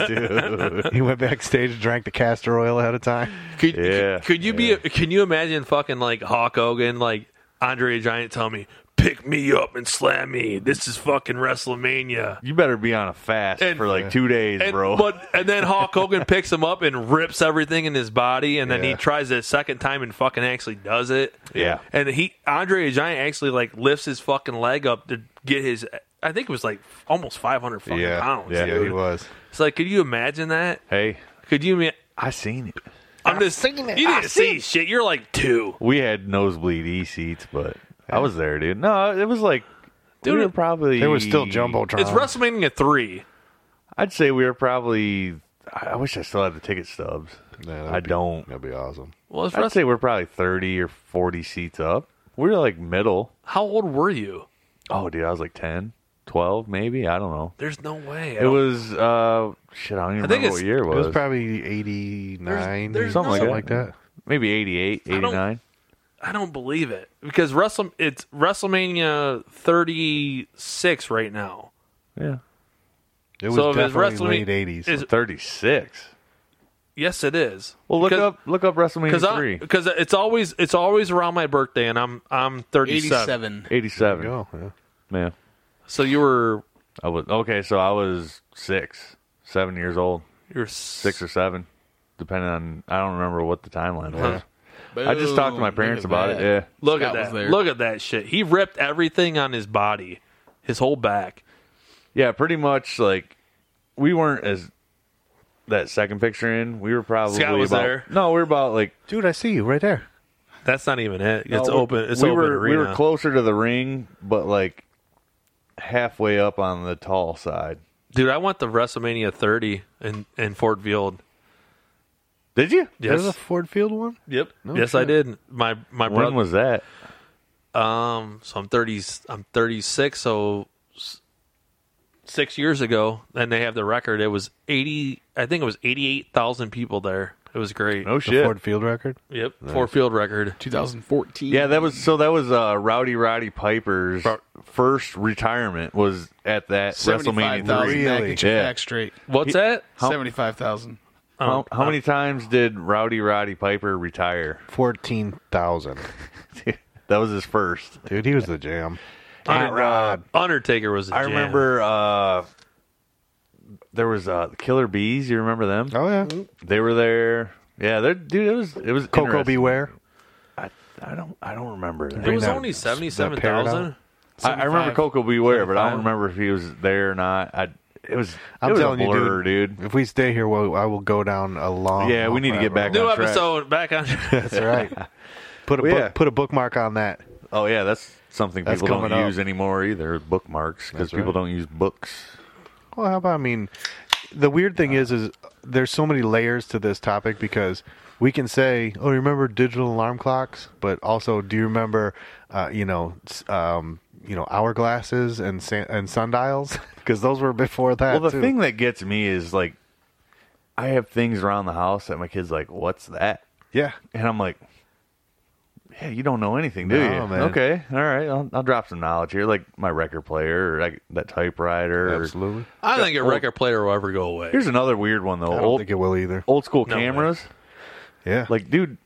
Speaker 3: he went backstage and drank the castor oil ahead of time.
Speaker 2: Could,
Speaker 4: Yeah,
Speaker 2: could, could you be? Can you imagine fucking like Hawk Hogan, like Andre the Giant, tell me, pick me up and slam me. This is fucking WrestleMania.
Speaker 4: you better be on a fast
Speaker 2: And-
Speaker 4: for like two days,
Speaker 2: And,
Speaker 4: bro.
Speaker 2: But and then Hulk Hogan picks him up and rips everything in his body, and then he
Speaker 3: Yeah.
Speaker 2: tries it a second time and fucking actually does it.
Speaker 4: Yeah.
Speaker 2: And he Andre the Giant actually like lifts his fucking leg up to get his. I think it was like almost 500 fucking
Speaker 3: Yeah.
Speaker 2: pounds.
Speaker 4: Yeah.
Speaker 3: Yeah,
Speaker 2: dude.
Speaker 3: he was.
Speaker 2: It's like, could you imagine that?
Speaker 4: hey,
Speaker 2: Could you? ima-
Speaker 4: I seen it.
Speaker 2: I'm just You didn't see shit. You're like two.
Speaker 4: We had nosebleed e seats, but I was there, dude. No, it was like, dude, we
Speaker 2: Dude,
Speaker 4: were probably
Speaker 3: There was still jumbotron.
Speaker 2: It's WrestleMania three.
Speaker 4: I'd say we were probably. I I wish I still had the ticket stubs.
Speaker 3: Yeah, that'd
Speaker 4: I
Speaker 3: be-
Speaker 4: don't.
Speaker 3: That'd be awesome.
Speaker 2: Well, it's
Speaker 4: I'd
Speaker 2: wrestling.
Speaker 4: say we're probably thirty or forty seats up. We were like middle.
Speaker 2: How old were you?
Speaker 4: Oh, dude, I was like 10, 12 maybe. I don't know.
Speaker 2: There's no way.
Speaker 4: It was uh shit. I don't even
Speaker 2: I think
Speaker 4: remember what
Speaker 2: it's-
Speaker 4: year it
Speaker 3: It
Speaker 4: was.
Speaker 3: was probably eighty nine,
Speaker 2: There's- there's
Speaker 3: something,
Speaker 4: no-
Speaker 3: like that.
Speaker 4: maybe 88,
Speaker 2: don't-
Speaker 4: 89.
Speaker 2: I don't believe it because Wrestle it's WrestleMania 36 right now.
Speaker 4: Yeah,
Speaker 3: It was
Speaker 2: so if it's
Speaker 3: definitely
Speaker 2: WrestleMania
Speaker 3: late eighties.
Speaker 2: is-
Speaker 4: thirty six.
Speaker 2: Yes, it is.
Speaker 4: Well, look
Speaker 2: Because-
Speaker 4: up look up WrestleMania
Speaker 2: I
Speaker 4: three.
Speaker 2: because it's always it's always around my birthday, and I'm I'm 37.
Speaker 7: 87.
Speaker 4: 87.
Speaker 3: Go. Yeah.
Speaker 4: Yeah.
Speaker 2: So you were
Speaker 4: I was okay, so I was six, seven years old,
Speaker 2: you were
Speaker 4: six or seven, depending on I don't remember what the timeline was. I just talked to my
Speaker 7: Boom,
Speaker 4: parents
Speaker 7: look at
Speaker 4: about it.
Speaker 7: that.
Speaker 4: Yeah,
Speaker 2: Uh-huh. Look
Speaker 7: Scott was
Speaker 2: at
Speaker 7: there.
Speaker 2: that! Look at that shit. He ripped everything on his body, his whole back.
Speaker 4: yeah, pretty much like we weren't as that second picture in. We were probably
Speaker 2: Scott was
Speaker 4: about,
Speaker 2: there.
Speaker 4: No, we were about like
Speaker 3: Dude, I see you right there.
Speaker 2: That's not even it.
Speaker 4: no,
Speaker 2: It's
Speaker 4: we-
Speaker 2: open. It's
Speaker 4: we
Speaker 2: open
Speaker 4: were
Speaker 2: arena.
Speaker 4: we were closer to the ring, but like halfway up on the tall side.
Speaker 2: Dude, I want the WrestleMania 30 in in Fort Field.
Speaker 4: Did you?
Speaker 2: Yes.
Speaker 3: There's a Ford Field one.
Speaker 2: Yep. yes, I did. My my brother
Speaker 4: When was that?
Speaker 2: Um, so I'm thirty. I'm thirty six. So s- six years ago, and they have the record. It was eighty. I think it was eighty eight thousand people there. It was great.
Speaker 4: No
Speaker 3: The
Speaker 4: Oh, shit.
Speaker 3: Ford Field record.
Speaker 2: Yep, four field record.
Speaker 7: 2014.
Speaker 4: Yeah, that was so. That was uh, Rowdy Roddy Piper's first retirement was at that WrestleMania
Speaker 7: 75,000
Speaker 4: three.
Speaker 7: back,
Speaker 3: Really?
Speaker 7: at your
Speaker 4: Yeah.
Speaker 7: back straight.
Speaker 2: What's that? Um,
Speaker 7: 75,000.
Speaker 4: How, how many times did Rowdy Roddy Piper retire?
Speaker 3: Fourteen thousand.
Speaker 4: that was his first.
Speaker 3: Dude, he was the jam.
Speaker 2: Under- Undertaker was. a
Speaker 4: I
Speaker 2: jam.
Speaker 4: remember uh, there was uh, the Killer Bees. You remember them?
Speaker 3: Oh yeah.
Speaker 4: They were there. Yeah, they're, dude, it was it was
Speaker 3: Coco
Speaker 4: interesting.
Speaker 3: Beware.
Speaker 4: I, I don't I don't remember.
Speaker 2: It was
Speaker 3: Bring that-
Speaker 2: only seventy seven thousand.
Speaker 4: I, I remember
Speaker 7: 75.
Speaker 4: Coco Beware, but I don't remember if he was there or not. I it was.
Speaker 3: I'm
Speaker 4: it was
Speaker 3: telling
Speaker 4: a
Speaker 3: you,
Speaker 4: blur,
Speaker 3: dude, If we stay here, well, I will go down a long.
Speaker 4: Yeah, we need to get back
Speaker 2: New
Speaker 4: on track.
Speaker 2: episode back on.
Speaker 3: That's right. Put a
Speaker 4: Well,
Speaker 3: book,
Speaker 4: yeah.
Speaker 3: put a bookmark on that.
Speaker 4: Oh yeah, that's something
Speaker 3: That's
Speaker 4: people don't
Speaker 3: coming up.
Speaker 4: use anymore either. Bookmarks because
Speaker 3: That's
Speaker 4: people
Speaker 3: right.
Speaker 4: don't use books.
Speaker 3: Well, how about I mean, the weird thing is, is there's so many layers to this topic because we can say, oh, you remember digital alarm clocks, but also, do you remember, uh, you know, s- um, you know, hourglasses and san- and sundials because those were before that.
Speaker 4: Well, the
Speaker 3: too.
Speaker 4: thing that gets me is like, I have things around the house that my kids like, "What's that?"
Speaker 3: yeah,
Speaker 4: And I'm like, "Yeah, you don't know anything, do
Speaker 3: No,
Speaker 4: you?"
Speaker 3: man.
Speaker 4: Okay, all right, I'll, I'll drop some knowledge here, like my record player or like that typewriter. Or...
Speaker 3: absolutely.
Speaker 2: I think a record player will ever go away.
Speaker 4: Here's another weird one though.
Speaker 3: I don't
Speaker 4: Old
Speaker 3: think it will either.
Speaker 4: old school
Speaker 2: way.
Speaker 4: cameras,
Speaker 3: Yeah, like,
Speaker 4: like, dude.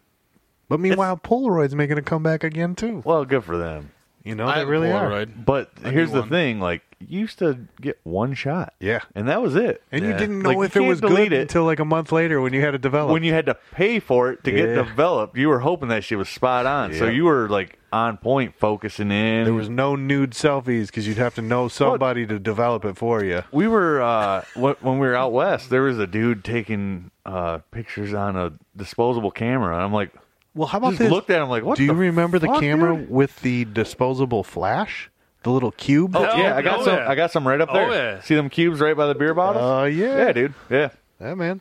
Speaker 3: but meanwhile, Polaroid's making a comeback again too.
Speaker 4: Well, good for them.
Speaker 3: You know,
Speaker 7: I
Speaker 3: Oh, they
Speaker 7: have a
Speaker 3: really are.
Speaker 7: Polaroid.
Speaker 4: But here's
Speaker 7: new
Speaker 4: the
Speaker 7: one.
Speaker 4: thing: like, you used to get one shot.
Speaker 3: Yeah.
Speaker 4: and that was it.
Speaker 3: And
Speaker 4: Yeah.
Speaker 3: you didn't know
Speaker 4: Like, you
Speaker 3: if it
Speaker 4: can't
Speaker 3: was
Speaker 4: delete
Speaker 3: good
Speaker 4: it.
Speaker 3: until like a month later when you had it developed.
Speaker 4: when you had to pay for it to get
Speaker 3: Yeah.
Speaker 4: developed, you were hoping that shit was spot on. So
Speaker 3: Yeah.
Speaker 4: you were like on point, focusing in.
Speaker 3: There was no nude selfies because you'd have to know somebody to develop it for you.
Speaker 4: we were uh, wh- when we were out west. There was a dude taking uh, pictures on a disposable camera. And I'm like,
Speaker 3: Well, how
Speaker 4: just looked at him like, what?
Speaker 3: Do you
Speaker 4: the
Speaker 3: remember the
Speaker 4: fuck,
Speaker 3: camera
Speaker 4: dude?
Speaker 3: with the disposable flash, the little cube?
Speaker 4: Oh
Speaker 2: Hell
Speaker 4: yeah, I got
Speaker 2: no,
Speaker 4: some.
Speaker 2: yeah.
Speaker 4: I got some right up
Speaker 2: Oh,
Speaker 4: there.
Speaker 2: yeah.
Speaker 4: See them cubes right by the beer bottles?
Speaker 3: Uh, yeah.
Speaker 4: yeah, dude. Yeah,
Speaker 3: yeah, man.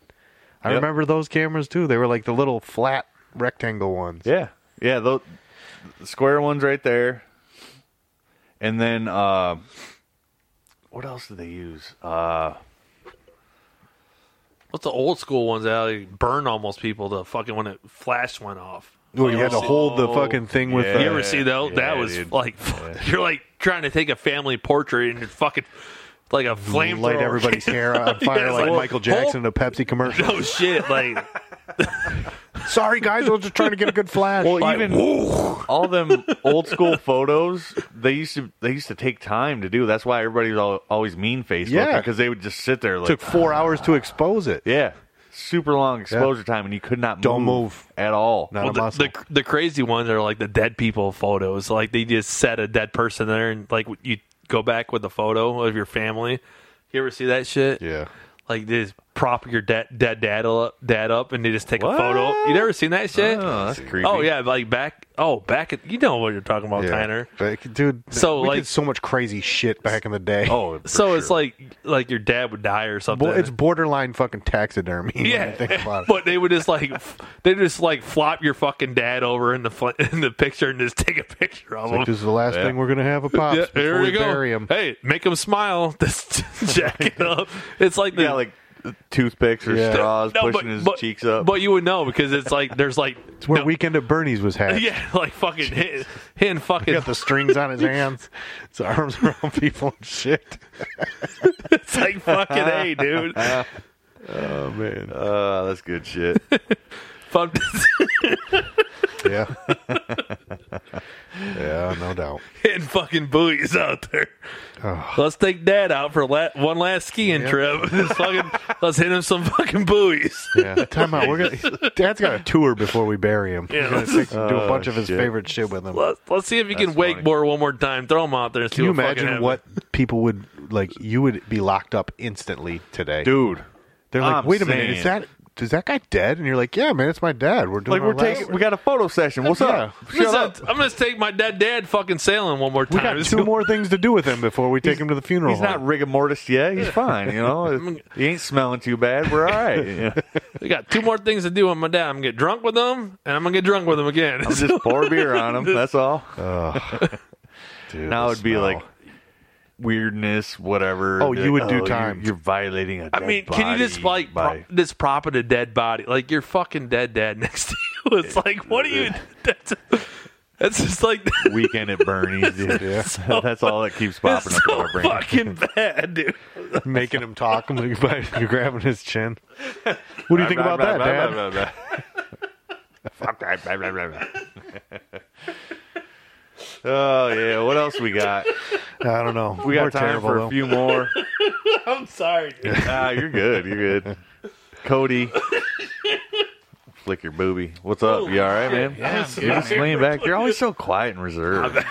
Speaker 3: I
Speaker 4: Yep.
Speaker 3: remember those cameras too. They were like the little flat rectangle ones.
Speaker 4: yeah, yeah. Those square ones right there. And then uh, what else did they use? Uh,
Speaker 2: What's the old school ones that like, burn almost people? The fucking when it flash went off.
Speaker 3: Well, you had to
Speaker 2: Oh.
Speaker 3: hold the fucking thing with
Speaker 4: Yeah.
Speaker 2: You
Speaker 3: the.
Speaker 2: ever see that? that
Speaker 4: Yeah,
Speaker 2: was
Speaker 4: dude.
Speaker 2: like you're like trying to take a family portrait and it's fucking like a flame.
Speaker 3: Light everybody's hair on fire
Speaker 2: it's
Speaker 3: like,
Speaker 2: like,
Speaker 3: Michael Jackson in a Pepsi commercial.
Speaker 2: No Oh, shit, like
Speaker 3: Sorry, guys, I was just trying to get a good flash.
Speaker 4: Well,
Speaker 2: Like,
Speaker 4: even all them old school photos, they used to they used to take time to do. That's why everybody was all, always mean faced.
Speaker 3: Yeah.
Speaker 4: because they would just sit there
Speaker 3: it
Speaker 4: like,
Speaker 3: took four hours to expose it.
Speaker 4: yeah, super long exposure time, and you could not
Speaker 3: Don't move.
Speaker 4: at all.
Speaker 3: Not
Speaker 2: well,
Speaker 3: a
Speaker 2: the,
Speaker 3: muscle.
Speaker 2: the the crazy ones are like the dead people photos. Like they just set a dead person there and like you go back with a photo of your family. You ever see that shit?
Speaker 3: yeah.
Speaker 2: Like they just prop your dead dead dad up, dad up and they just take a photo. You never seen that shit?
Speaker 4: Oh, that's creepy.
Speaker 2: Oh yeah, like back. Oh, back at you know what you're talking about, Tyner.
Speaker 3: But, dude,
Speaker 2: So,
Speaker 3: we
Speaker 2: like-
Speaker 3: did so much crazy shit back in the day.
Speaker 4: Oh, for
Speaker 2: So it's
Speaker 4: sure.
Speaker 2: like like your dad would die or something.
Speaker 3: Bo- it's borderline fucking taxidermy. when you think
Speaker 2: yeah,
Speaker 3: about it.
Speaker 2: but they would just like f- they just like flop your fucking dad over in the fl- in the picture and just take a picture of
Speaker 3: It's like
Speaker 2: him.
Speaker 3: this is the last thing we're gonna have a pops
Speaker 2: Yeah,
Speaker 3: before
Speaker 2: here
Speaker 3: we
Speaker 2: we go.
Speaker 3: bury him.
Speaker 2: Hey, make him smile. Just jack it up. It's like the,
Speaker 4: yeah, like toothpicks or
Speaker 3: Yeah.
Speaker 4: straws
Speaker 2: No,
Speaker 4: pushing
Speaker 2: but-
Speaker 4: his
Speaker 2: but-
Speaker 4: cheeks up.
Speaker 2: But you would know because it's like there's like
Speaker 3: It's where
Speaker 2: no-
Speaker 3: Weekend at Bernie's was had.
Speaker 2: yeah, like fucking hit, hitting
Speaker 3: He
Speaker 2: fucking
Speaker 3: got the strings on his hands, his arms around people and shit.
Speaker 2: It's like fucking a, dude.
Speaker 4: Oh man, uh, that's good shit.
Speaker 2: Fuck.
Speaker 3: Yeah. yeah, no doubt.
Speaker 2: hitting fucking buoys out there. Let's take Dad out for la- one last skiing trip. Just fucking, let's hit him some fucking buoys.
Speaker 3: Yeah. Time out. We're gonna. Dad's got a tour before we bury him.
Speaker 2: Yeah, Oh,
Speaker 3: We're gonna
Speaker 2: let's-
Speaker 3: take- do a bunch of his
Speaker 4: shit.
Speaker 3: favorite shit with him.
Speaker 2: Let's, let's see if you can
Speaker 4: That's
Speaker 2: wake
Speaker 4: funny.
Speaker 2: more one more time. Throw him out there. And see
Speaker 3: Can you
Speaker 2: what fucking
Speaker 3: imagine
Speaker 2: happens.
Speaker 3: what people would like? You would be locked up instantly today,
Speaker 4: dude.
Speaker 3: They're like,
Speaker 4: I'm
Speaker 3: "Wait a minute, is
Speaker 4: saying-
Speaker 3: that is that guy dead?" And you're like, "Yeah, man, it's my dad. We're doing
Speaker 4: Like we're
Speaker 3: our last-
Speaker 4: taking, we got a photo session. What's up?
Speaker 2: I'm just, I'm just take my dead dad fucking sailing one more
Speaker 3: we
Speaker 2: time.
Speaker 3: got two more things to do with him before we take him to the funeral."
Speaker 4: He's not
Speaker 3: home.
Speaker 4: rigor mortis yet. He's fine. You know, he ain't smelling too bad. We're all right. Yeah.
Speaker 2: We got two more things to do on my dad. I'm gonna get drunk with him, and I'm gonna get drunk with him again.
Speaker 4: I'll just pour beer on him. That's all.
Speaker 3: Dude,
Speaker 4: now
Speaker 3: the
Speaker 4: it'd be
Speaker 3: smell.
Speaker 4: like weirdness, whatever.
Speaker 3: Oh, you would do
Speaker 4: you're-
Speaker 3: time.
Speaker 4: You're, violating a.
Speaker 2: I mean, can you just like pro-
Speaker 4: by,
Speaker 2: just prop it a dead body? Like your fucking dead dad next to you. It's like, what are you? That's, that's just like
Speaker 4: weekend at Bernie's? Dude. That's all that keeps popping
Speaker 2: it's
Speaker 4: up in
Speaker 2: so
Speaker 4: our brain.
Speaker 2: fucking bad, dude.
Speaker 3: making him talk. I'm like, by- you're grabbing his chin. What do you think about that, Dad?
Speaker 4: Fuck that, blah, blah, blah, blah. Oh yeah, what else we got?
Speaker 3: I don't know.
Speaker 4: We got
Speaker 3: We're
Speaker 4: time
Speaker 3: terrible,
Speaker 4: for
Speaker 3: though.
Speaker 4: a few more.
Speaker 2: I'm sorry. Dude.
Speaker 4: ah, you're good. You're good. Cody, flick your booby. What's up? You all right, man?
Speaker 7: Yeah, I'm
Speaker 4: You're
Speaker 7: good,
Speaker 4: just laying back. You're always so quiet and reserved.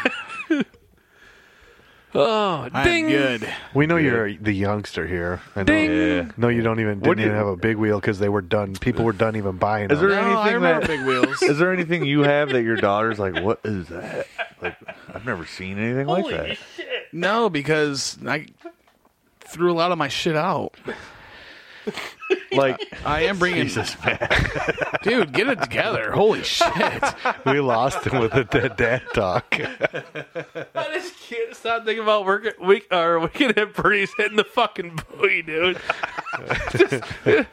Speaker 2: Oh,
Speaker 7: I'm
Speaker 2: ding.
Speaker 7: good.
Speaker 3: We know you're the youngster here. I know.
Speaker 2: Ding.
Speaker 4: Yeah.
Speaker 3: No, you don't even
Speaker 4: What
Speaker 3: didn't
Speaker 4: do
Speaker 3: even
Speaker 4: you-
Speaker 3: have a big wheel because they were done. People were done even buying.
Speaker 4: Is
Speaker 3: them.
Speaker 4: there
Speaker 7: No, I
Speaker 4: anything
Speaker 7: remember
Speaker 4: that
Speaker 7: Big Wheels.
Speaker 4: is there anything you have that your daughter's like? What is that? Like I've never seen anything like that.
Speaker 7: No, because I threw a lot of my shit out.
Speaker 4: Like
Speaker 7: I am bringing.
Speaker 4: Jesus, man.
Speaker 7: Dude, get it together. Holy shit.
Speaker 3: we lost him with the dead dad talk.
Speaker 2: I just can't stop thinking about working week or weekend at Breeze hitting the fucking buoy, dude. Just- they're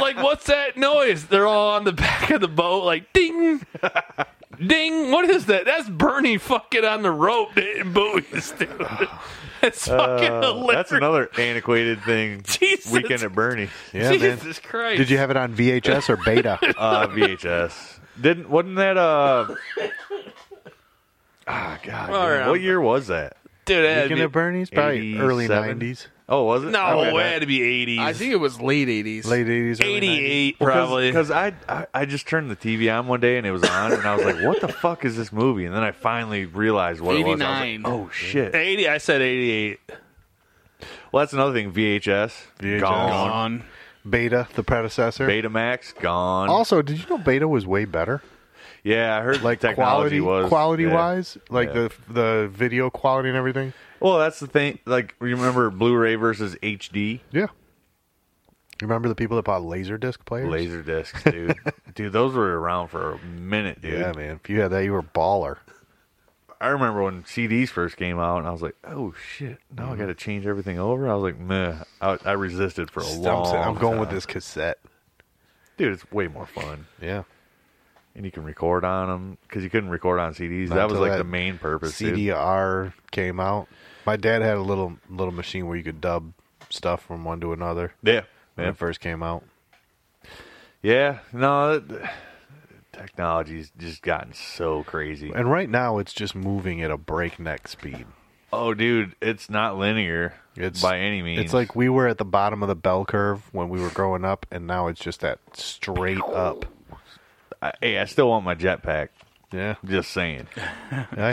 Speaker 2: like, "What's that noise?" They're all on the back of the boat, like ding, ding. What is that? That's Bernie fucking on the rope hitting buoys, dude. That's fucking
Speaker 4: Uh,
Speaker 2: hilarious.
Speaker 4: that's another antiquated thing.
Speaker 2: Jesus.
Speaker 4: Weekend at Bernie,
Speaker 3: Yeah, man.
Speaker 2: Jesus Christ!
Speaker 3: Did you have it on VHS or beta?
Speaker 4: uh, VHS. Didn't wasn't that uh? Ah, God.
Speaker 2: All
Speaker 4: dude,
Speaker 2: right,
Speaker 4: what
Speaker 2: I'm-
Speaker 4: year was that?
Speaker 2: dude? it had to
Speaker 3: Weekend
Speaker 2: be-
Speaker 3: at Bernie's, probably early
Speaker 4: 87?
Speaker 3: '90s,
Speaker 4: Oh, was it?
Speaker 2: no, it had to be eighties.
Speaker 7: I think it was late 80s.
Speaker 3: late '80s, early 90s.
Speaker 2: eighty-eight, probably.
Speaker 4: Because I, I I just turned the TV on one day and it was on and I was like, what the fuck is this movie? And then I finally realized what it was. I was
Speaker 7: 89.
Speaker 4: like, oh shit.
Speaker 2: eighty. I said eighty-eight.
Speaker 4: Well, that's another thing. VHS,
Speaker 3: VHS.
Speaker 4: gone.
Speaker 7: Gone.
Speaker 3: Beta, the predecessor.
Speaker 4: Betamax gone.
Speaker 3: Also, did you know Beta was way better?
Speaker 4: yeah, I heard
Speaker 3: Like
Speaker 4: technology
Speaker 3: quality,
Speaker 4: was
Speaker 3: quality
Speaker 4: yeah.
Speaker 3: wise, like
Speaker 4: Yeah.
Speaker 3: the the video quality and everything.
Speaker 4: Well, that's the thing. Like, you remember Blu-ray versus HD?
Speaker 3: Yeah. Remember the people that bought laser disc players?
Speaker 4: Laser discs, dude. dude, those were around for a minute, dude.
Speaker 3: Yeah, man. If you had that, you were a baller.
Speaker 4: I remember when CDs first came out, and I was like, "Oh shit! Now
Speaker 3: Mm-hmm.
Speaker 4: I got to change everything over." I was like, "Meh." I, I resisted for a long.
Speaker 3: I'm, I'm going with
Speaker 4: time.
Speaker 3: this cassette.
Speaker 4: dude. It's way more fun,
Speaker 3: Yeah.
Speaker 4: and you can record on them because you couldn't record on CDs.
Speaker 3: Not
Speaker 4: that was
Speaker 3: until
Speaker 4: like
Speaker 3: that
Speaker 4: the main purpose. dude.
Speaker 3: CDR came out. My dad had a little little machine where you could dub stuff from one to another
Speaker 4: Yeah,
Speaker 3: when
Speaker 4: yeah,
Speaker 3: it first came out.
Speaker 4: yeah. No, that- technology's just gotten so crazy.
Speaker 3: And right now, it's just moving at a breakneck speed.
Speaker 4: Oh, dude, it's not linear.
Speaker 3: It's
Speaker 4: by any means.
Speaker 3: It's like we were at the bottom of the bell curve when we were growing up, and now it's just that straight up.
Speaker 4: I, hey, I still want my jetpack.
Speaker 3: Yeah,
Speaker 4: Just saying,
Speaker 3: I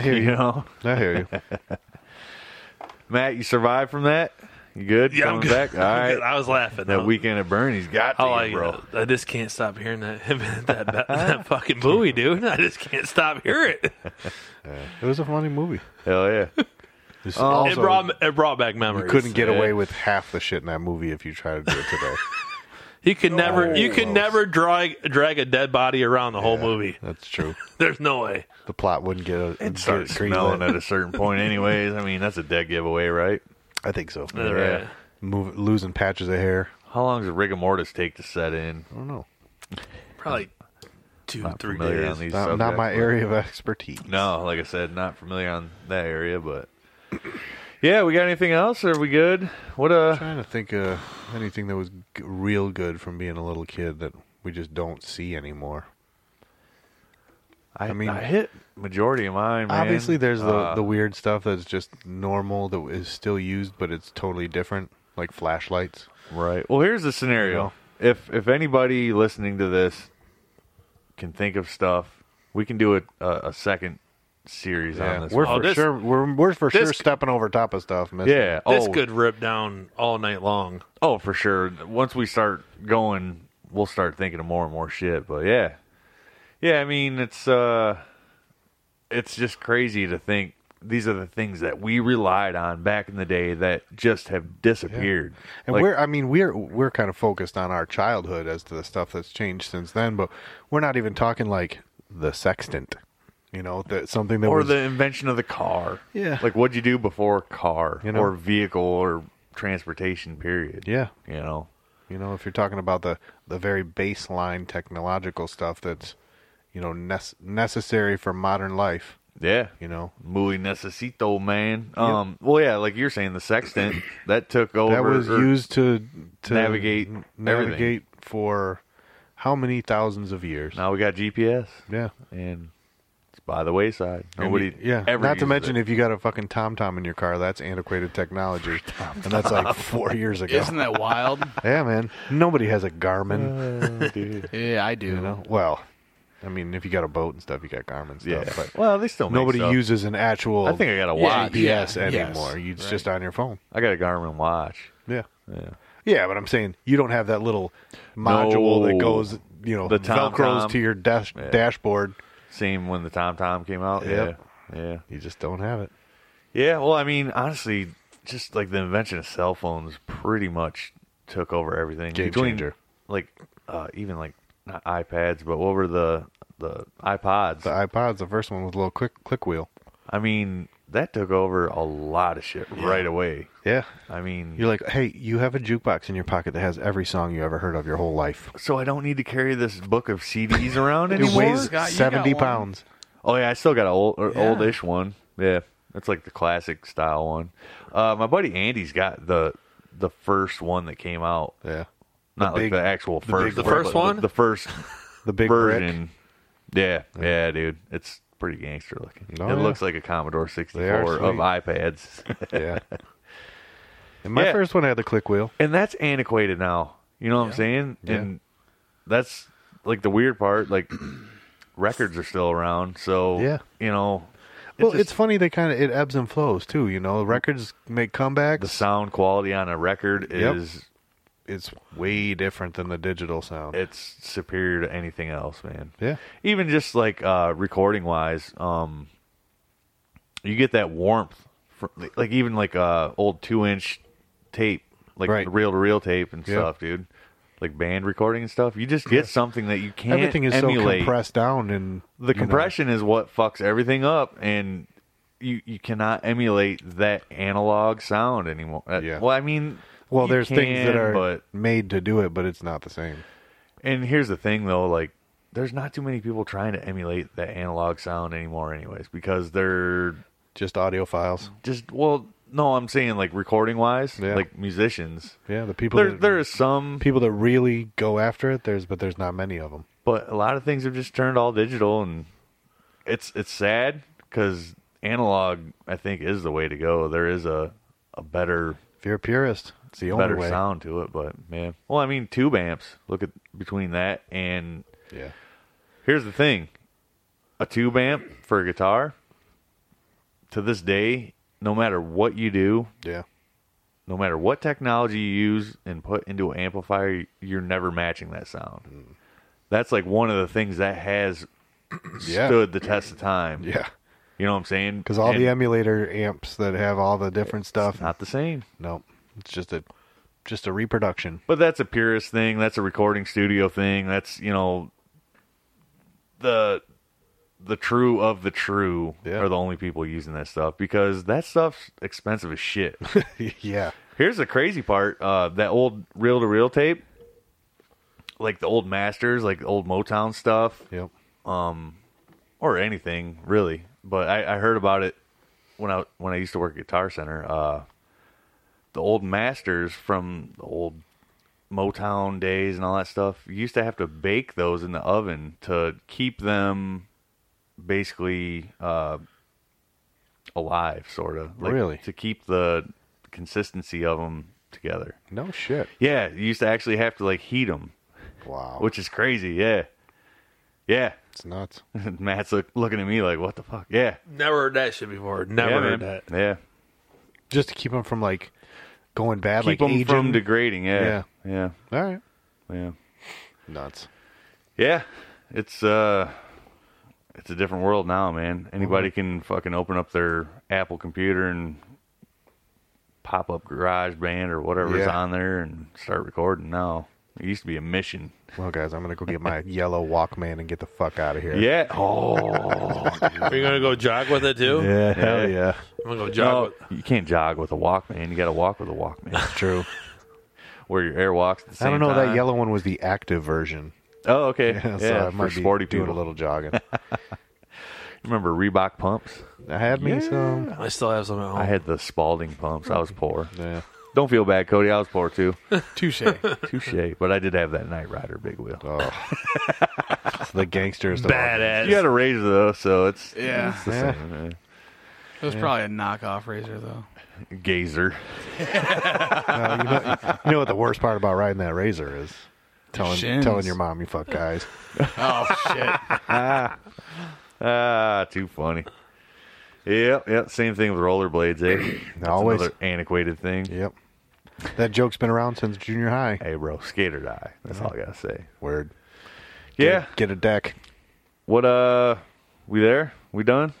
Speaker 3: hear
Speaker 4: you
Speaker 3: you.
Speaker 4: know.
Speaker 3: I hear you.
Speaker 4: Matt, you survived from that. You good?
Speaker 2: Yeah, I'm
Speaker 4: Coming
Speaker 2: good.
Speaker 4: back. All
Speaker 2: I'm
Speaker 4: right.
Speaker 2: good. I was laughing.
Speaker 4: That
Speaker 2: though.
Speaker 4: weekend at Bernie's got to
Speaker 2: Oh,
Speaker 4: you,
Speaker 2: I,
Speaker 4: bro.
Speaker 2: I just can't stop hearing that that, that that fucking buoy, dude. I just can't stop hearing it.
Speaker 3: It was a funny movie.
Speaker 4: Hell yeah.
Speaker 3: It's
Speaker 2: Um, it
Speaker 3: also,
Speaker 2: brought it brought back
Speaker 3: you
Speaker 2: memories.
Speaker 3: couldn't get
Speaker 4: yeah.
Speaker 3: away with half the shit in that movie if you tried to do it today.
Speaker 2: You could
Speaker 4: Oh,
Speaker 2: never. You could never drag drag a dead body around the whole movie.
Speaker 3: That's true.
Speaker 2: There's no way.
Speaker 3: The plot wouldn't get a
Speaker 4: It starts smelling at a certain point, anyways. I mean, that's a dead giveaway, right?
Speaker 3: I think so.
Speaker 2: All right.
Speaker 3: Move, losing patches of hair.
Speaker 4: How long does rigor mortis take to set in?
Speaker 3: I don't know.
Speaker 2: Probably two, three
Speaker 4: Familiar
Speaker 2: days.
Speaker 4: on these
Speaker 3: Not, not
Speaker 4: subjects,
Speaker 3: my
Speaker 4: but-
Speaker 3: area of expertise.
Speaker 4: No, like I said, not familiar on that area, but Yeah, we got anything else? Are we good? What uh
Speaker 3: trying to think of anything that was g- real good from being a little kid that we just don't see anymore.
Speaker 4: I,
Speaker 3: I mean-
Speaker 4: I hit majority of mine, man.
Speaker 3: Obviously, there's the
Speaker 4: Uh,
Speaker 3: the weird stuff that's just normal that is still used, but it's totally different, like flashlights.
Speaker 4: Right. Well, here's the scenario. If if anybody listening to this can think of stuff, we can do a a, a second series
Speaker 3: Yeah,
Speaker 4: on Oh,
Speaker 3: Um,
Speaker 4: this.
Speaker 3: we're
Speaker 4: one.
Speaker 3: for
Speaker 2: this-
Speaker 3: sure we're, we're for
Speaker 2: this-
Speaker 3: sure stepping over top of stuff. Missing.
Speaker 4: yeah.
Speaker 2: This
Speaker 4: oh,
Speaker 2: could rip down all night long.
Speaker 4: Oh, for sure. Once we start going, we'll start thinking of more and more shit. But yeah, yeah. I mean, it's uh, it's just crazy to think these are the things that we relied on back in the day that just have disappeared.
Speaker 3: And
Speaker 4: Like-
Speaker 3: we're I mean we're we're kind of focused on our childhood as to the stuff that's changed since then, but we're not even talking like the sextant, you know, that something that
Speaker 4: or
Speaker 3: was
Speaker 4: the invention of the car.
Speaker 3: Yeah.
Speaker 4: Like what'd you do before car
Speaker 3: You know?
Speaker 4: or vehicle or transportation period?
Speaker 3: yeah,
Speaker 4: You know.
Speaker 3: you know, if you're talking about the the very baseline technological stuff that's you know nes- necessary for modern life,
Speaker 4: Yeah.
Speaker 3: you know.
Speaker 4: Muy necesito, man. Um well yeah, like you're saying the sextant that took over
Speaker 3: that was
Speaker 4: or-
Speaker 3: used to to
Speaker 4: navigate
Speaker 3: n-
Speaker 4: everything.
Speaker 3: navigate for how many thousands of years?
Speaker 4: Now we got GPS
Speaker 3: Yeah.
Speaker 4: and it's by the wayside.
Speaker 3: I mean,
Speaker 4: Nobody
Speaker 3: yeah.
Speaker 4: ever
Speaker 3: Not to
Speaker 4: uses
Speaker 3: mention,
Speaker 4: it.
Speaker 3: if you got a fucking TomTom in your car, that's antiquated technology, and that's like four years ago.
Speaker 7: Isn't that wild?
Speaker 3: Yeah, man. Nobody has a Garmin.
Speaker 4: Uh,
Speaker 7: yeah, I do.
Speaker 3: you know? Well, I mean, if you got a boat and stuff, you got Garmin stuff,
Speaker 4: yeah.
Speaker 3: but
Speaker 4: well, they still make
Speaker 3: nobody
Speaker 4: stuff.
Speaker 3: uses an actual
Speaker 4: I think I got a
Speaker 7: Yeah,
Speaker 4: watch.
Speaker 7: yeah.
Speaker 3: GPS
Speaker 7: yes.
Speaker 3: anymore. You- It's just on your phone.
Speaker 4: I got a Garmin watch.
Speaker 3: Yeah. Yeah. but I'm saying you don't have that little module that
Speaker 4: No.
Speaker 3: goes, you know,
Speaker 4: The
Speaker 3: velcros
Speaker 4: TomTom.
Speaker 3: to your dash- dashboard.
Speaker 4: Same when the Tom Tom came out.
Speaker 3: Yep.
Speaker 4: Yeah. Yeah.
Speaker 3: You just don't have it.
Speaker 4: Yeah, well, I mean, honestly, just like the invention of cell phones pretty much took over everything.
Speaker 3: Game
Speaker 4: Between,
Speaker 3: changer.
Speaker 4: Like, uh, even like not iPads, but what were the the iPods?
Speaker 3: The iPods, the first one was a little click click wheel.
Speaker 4: I mean, that took over a lot of shit right away.
Speaker 3: Yeah.
Speaker 4: I mean,
Speaker 3: You're like, hey, you have a jukebox in your pocket that has every song you ever heard of your whole life.
Speaker 4: so I don't need to carry this book of CDs around
Speaker 3: It
Speaker 4: anymore.
Speaker 3: weighs
Speaker 7: Scott, you got
Speaker 3: 70
Speaker 7: one.
Speaker 3: pounds.
Speaker 4: Oh yeah, I still got an old or oldish one. Yeah, that's like the classic style one. Uh, my buddy Andy's got the the first one that came out.
Speaker 3: Yeah.
Speaker 4: Not
Speaker 3: big-
Speaker 4: like the actual first,
Speaker 2: the first
Speaker 4: but
Speaker 2: one?
Speaker 4: the, the first
Speaker 3: The big brick.
Speaker 4: version. Yeah, yeah, dude, it's pretty gangster looking.
Speaker 3: Oh,
Speaker 4: it
Speaker 3: yeah.
Speaker 4: looks like a Commodore sixty
Speaker 3: are
Speaker 4: four of
Speaker 3: sweet.
Speaker 4: iPads,
Speaker 3: Yeah. And my
Speaker 4: Yeah.
Speaker 3: first one had the click wheel.
Speaker 4: and that's antiquated now. You know what I'm saying?
Speaker 3: Yeah.
Speaker 4: And that's like the weird part. Like records are still around, so
Speaker 3: Yeah.
Speaker 4: you know. it
Speaker 3: well,
Speaker 4: just-
Speaker 3: it's funny they kind of it ebbs and flows too. You know, records make comebacks.
Speaker 4: the sound quality on a record
Speaker 3: Yep.
Speaker 4: is
Speaker 3: it's way different than the digital sound.
Speaker 4: it's superior to anything else, man.
Speaker 3: yeah,
Speaker 4: Even just like uh, recording wise, um, you get that warmth from like even like uh, old two inch tape, like
Speaker 3: Right.
Speaker 4: reel to reel tape and
Speaker 3: Yeah.
Speaker 4: stuff, dude. Like band recording and stuff, you just get something that you can't
Speaker 3: everything is so
Speaker 4: emulate.
Speaker 3: compressed down and
Speaker 4: the
Speaker 3: you know,
Speaker 4: compression is what fucks everything up, and you you cannot emulate that analog sound anymore. Uh,
Speaker 3: Yeah.
Speaker 4: Well, I mean,
Speaker 3: well,
Speaker 4: you
Speaker 3: there's things that
Speaker 4: can,
Speaker 3: are
Speaker 4: but
Speaker 3: made to do it, but it's not the same.
Speaker 4: And here's the thing, though, like there's not too many people trying to emulate that analog sound anymore, anyways, because they're
Speaker 3: Just audio files.
Speaker 4: just well, no, I'm saying like recording wise,
Speaker 3: Yeah.
Speaker 4: like musicians.
Speaker 3: Yeah, the people
Speaker 4: There,
Speaker 3: that,
Speaker 4: there is some,
Speaker 3: people that really go after it. There's, but there's not many of them.
Speaker 4: but a lot of things have just turned all digital, and it's it's sad because analog, I think, is the way to go. There is a a better
Speaker 3: If you're a purist, it's the only
Speaker 4: better
Speaker 3: way.
Speaker 4: sound to it, but man, well, I mean, tube amps. Look at between that and
Speaker 3: Yeah,
Speaker 4: Here's the thing a tube amp for a guitar, to this day, no matter what you do,
Speaker 3: yeah,
Speaker 4: no matter what technology you use and put into an amplifier, you're never matching that
Speaker 3: Mm.
Speaker 4: sound. That's like one of the things that has
Speaker 3: Yeah.
Speaker 4: stood the test of time.
Speaker 3: yeah.
Speaker 4: You know what I'm saying?
Speaker 3: Because all the
Speaker 4: And
Speaker 3: emulator amps that have all the different stuff.
Speaker 4: not the same.
Speaker 3: No, it's just a just a reproduction.
Speaker 4: But that's a purist thing. That's a recording studio thing. That's you know the the true of the true
Speaker 3: Yeah.
Speaker 4: are the only people using that stuff because that stuff's expensive as shit.
Speaker 3: yeah,
Speaker 4: Here's the crazy part: uh, that old reel to reel tape, like the old masters, like the old Motown stuff,
Speaker 3: yep.
Speaker 4: or anything really. But I, I heard about it when I when I used to work at Guitar Center, uh, the old masters from the old Motown days and all that stuff, you used to have to bake those in the oven to keep them basically uh, alive, sort of.
Speaker 3: Really?
Speaker 4: to keep the consistency of them together.
Speaker 3: No shit.
Speaker 4: Yeah, you used to actually have to like heat them,
Speaker 3: Wow.
Speaker 4: which is crazy. Yeah, yeah.
Speaker 3: it's nuts.
Speaker 4: Matt's look, looking at me like, "What the fuck?" Yeah,
Speaker 2: Never heard that shit before. Never
Speaker 4: yeah,
Speaker 2: heard
Speaker 4: man.
Speaker 2: that.
Speaker 4: Yeah,
Speaker 3: Just to keep them from like going bad.
Speaker 4: keep
Speaker 3: like
Speaker 4: them from
Speaker 3: aging.
Speaker 4: degrading. Yeah, yeah,
Speaker 3: All right.
Speaker 4: yeah, yeah.
Speaker 3: Nuts.
Speaker 4: It's uh, it's a different world now, man. Anybody
Speaker 3: Mm-hmm.
Speaker 4: can fucking open up their Apple computer and pop up GarageBand or whatever's
Speaker 3: Yeah.
Speaker 4: on there and start recording. Now it used to be a mission.
Speaker 3: Well, guys, I'm gonna go get my yellow Walkman and get the fuck out of here.
Speaker 4: Yeah. Oh.
Speaker 2: Are you gonna go jog with it too?
Speaker 3: Yeah. Hell yeah.
Speaker 2: I'm gonna go jog.
Speaker 4: No,
Speaker 2: with
Speaker 4: you can't jog with a Walkman. You got to walk with a Walkman.
Speaker 3: True.
Speaker 4: Where your air walks. At the same
Speaker 3: I don't know. That
Speaker 4: time.
Speaker 3: yellow one was the active version.
Speaker 4: Oh, okay.
Speaker 3: Yeah,
Speaker 4: Yeah,
Speaker 3: so I
Speaker 4: for
Speaker 3: might be
Speaker 4: sporty
Speaker 3: doing
Speaker 4: people.
Speaker 3: a little jogging.
Speaker 4: Remember Reebok pumps?
Speaker 3: I had me some.
Speaker 2: I still have some at home.
Speaker 4: I had the Spalding pumps. I was poor.
Speaker 3: Yeah.
Speaker 4: Don't feel bad, Cody. I was poor too.
Speaker 7: Touche.
Speaker 4: Touche. But I did have that Night Rider big wheel.
Speaker 3: Oh. It's the gangsters.
Speaker 2: Badass.
Speaker 4: You had a razor though, so it's
Speaker 7: Yeah.
Speaker 4: it's the
Speaker 3: Yeah.
Speaker 4: same.
Speaker 7: It was probably a knockoff razor, though.
Speaker 4: eh? Gazer.
Speaker 3: You know what the worst part about riding that razor is? Telling
Speaker 7: Shins.
Speaker 3: telling your mom you fuck guys.
Speaker 7: Oh, shit.
Speaker 4: Ah, too funny. Yep, yep. Same thing with rollerblades, eh? That's
Speaker 3: Always.
Speaker 4: another antiquated thing.
Speaker 3: Yep. That joke's been around since junior high.
Speaker 4: Hey, bro, skater die. That's all I gotta say.
Speaker 3: Word.
Speaker 4: Yeah.
Speaker 3: Get a deck.
Speaker 4: What? Uh, we there? We done?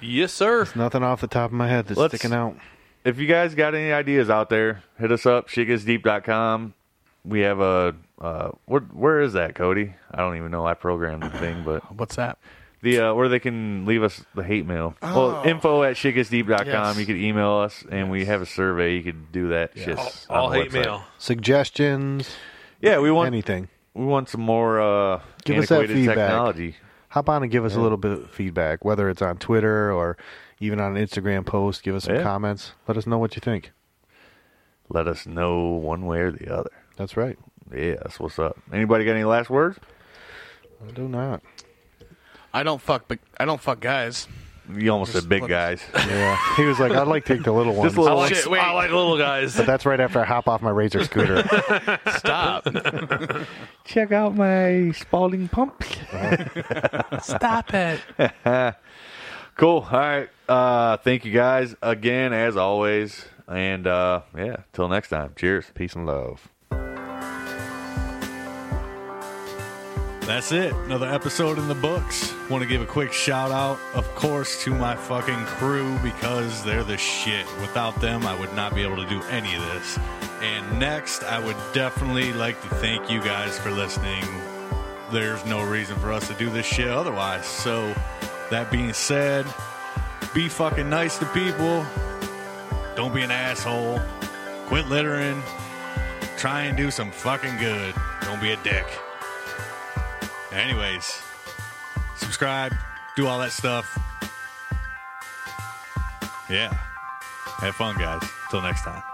Speaker 2: yes, sir.
Speaker 3: Nothing off the top of my head that's
Speaker 4: Let's-
Speaker 3: sticking out.
Speaker 4: if you guys got any ideas out there, hit us up, shitgetsdeep.com. We have a uh, where, where is that, Cody? I don't even know. I programmed the thing, but
Speaker 7: What's that?
Speaker 4: the uh, where they can leave us the hate mail.
Speaker 2: Oh.
Speaker 4: Well, info at shitgetsdeep.com.
Speaker 7: Yes.
Speaker 4: You could email us, and we have a survey. You could do that. shit on
Speaker 2: All
Speaker 4: the
Speaker 2: hate
Speaker 4: website.
Speaker 2: mail.
Speaker 3: Suggestions.
Speaker 4: Yeah, we want
Speaker 3: Anything.
Speaker 4: we want some more uh,
Speaker 3: Give us that
Speaker 4: antiquated
Speaker 3: feedback.
Speaker 4: technology.
Speaker 3: Hop on and give us a little bit of feedback, whether it's on Twitter or even on an Instagram post. Give us some
Speaker 4: Yeah.
Speaker 3: comments. Let us know what you think.
Speaker 4: Let us know one way or the other.
Speaker 3: That's right.
Speaker 4: Yeah, that's what's up. Anybody got any last words?
Speaker 3: I do not.
Speaker 7: I don't fuck, but I don't fuck guys.
Speaker 4: You almost said big guys.
Speaker 3: Yeah. He was like, I'd like to take the little ones.
Speaker 4: Just a little-
Speaker 2: I like,
Speaker 7: shit, wait.
Speaker 2: I like little guys.
Speaker 3: But that's right after I hop off my Razor scooter.
Speaker 7: Stop.
Speaker 4: Check out my Spalding pumps.
Speaker 7: Stop it.
Speaker 4: Cool. All right. Uh, thank you guys again, as always. And uh, yeah, till next time. Cheers.
Speaker 3: Peace and love.
Speaker 1: That's it. Another episode in the books. Want to give a quick shout out, of course, to my fucking crew because they're the shit. Without them, I would not be able to do any of this. And next, I would definitely like to thank you guys for listening. There's no reason for us to do this shit otherwise. So, that being said, be fucking nice to people. Don't be an asshole. Quit littering. Try and do some fucking good. Don't be a dick. Anyways, subscribe, do all that stuff. Yeah. Have fun, guys. Till next time.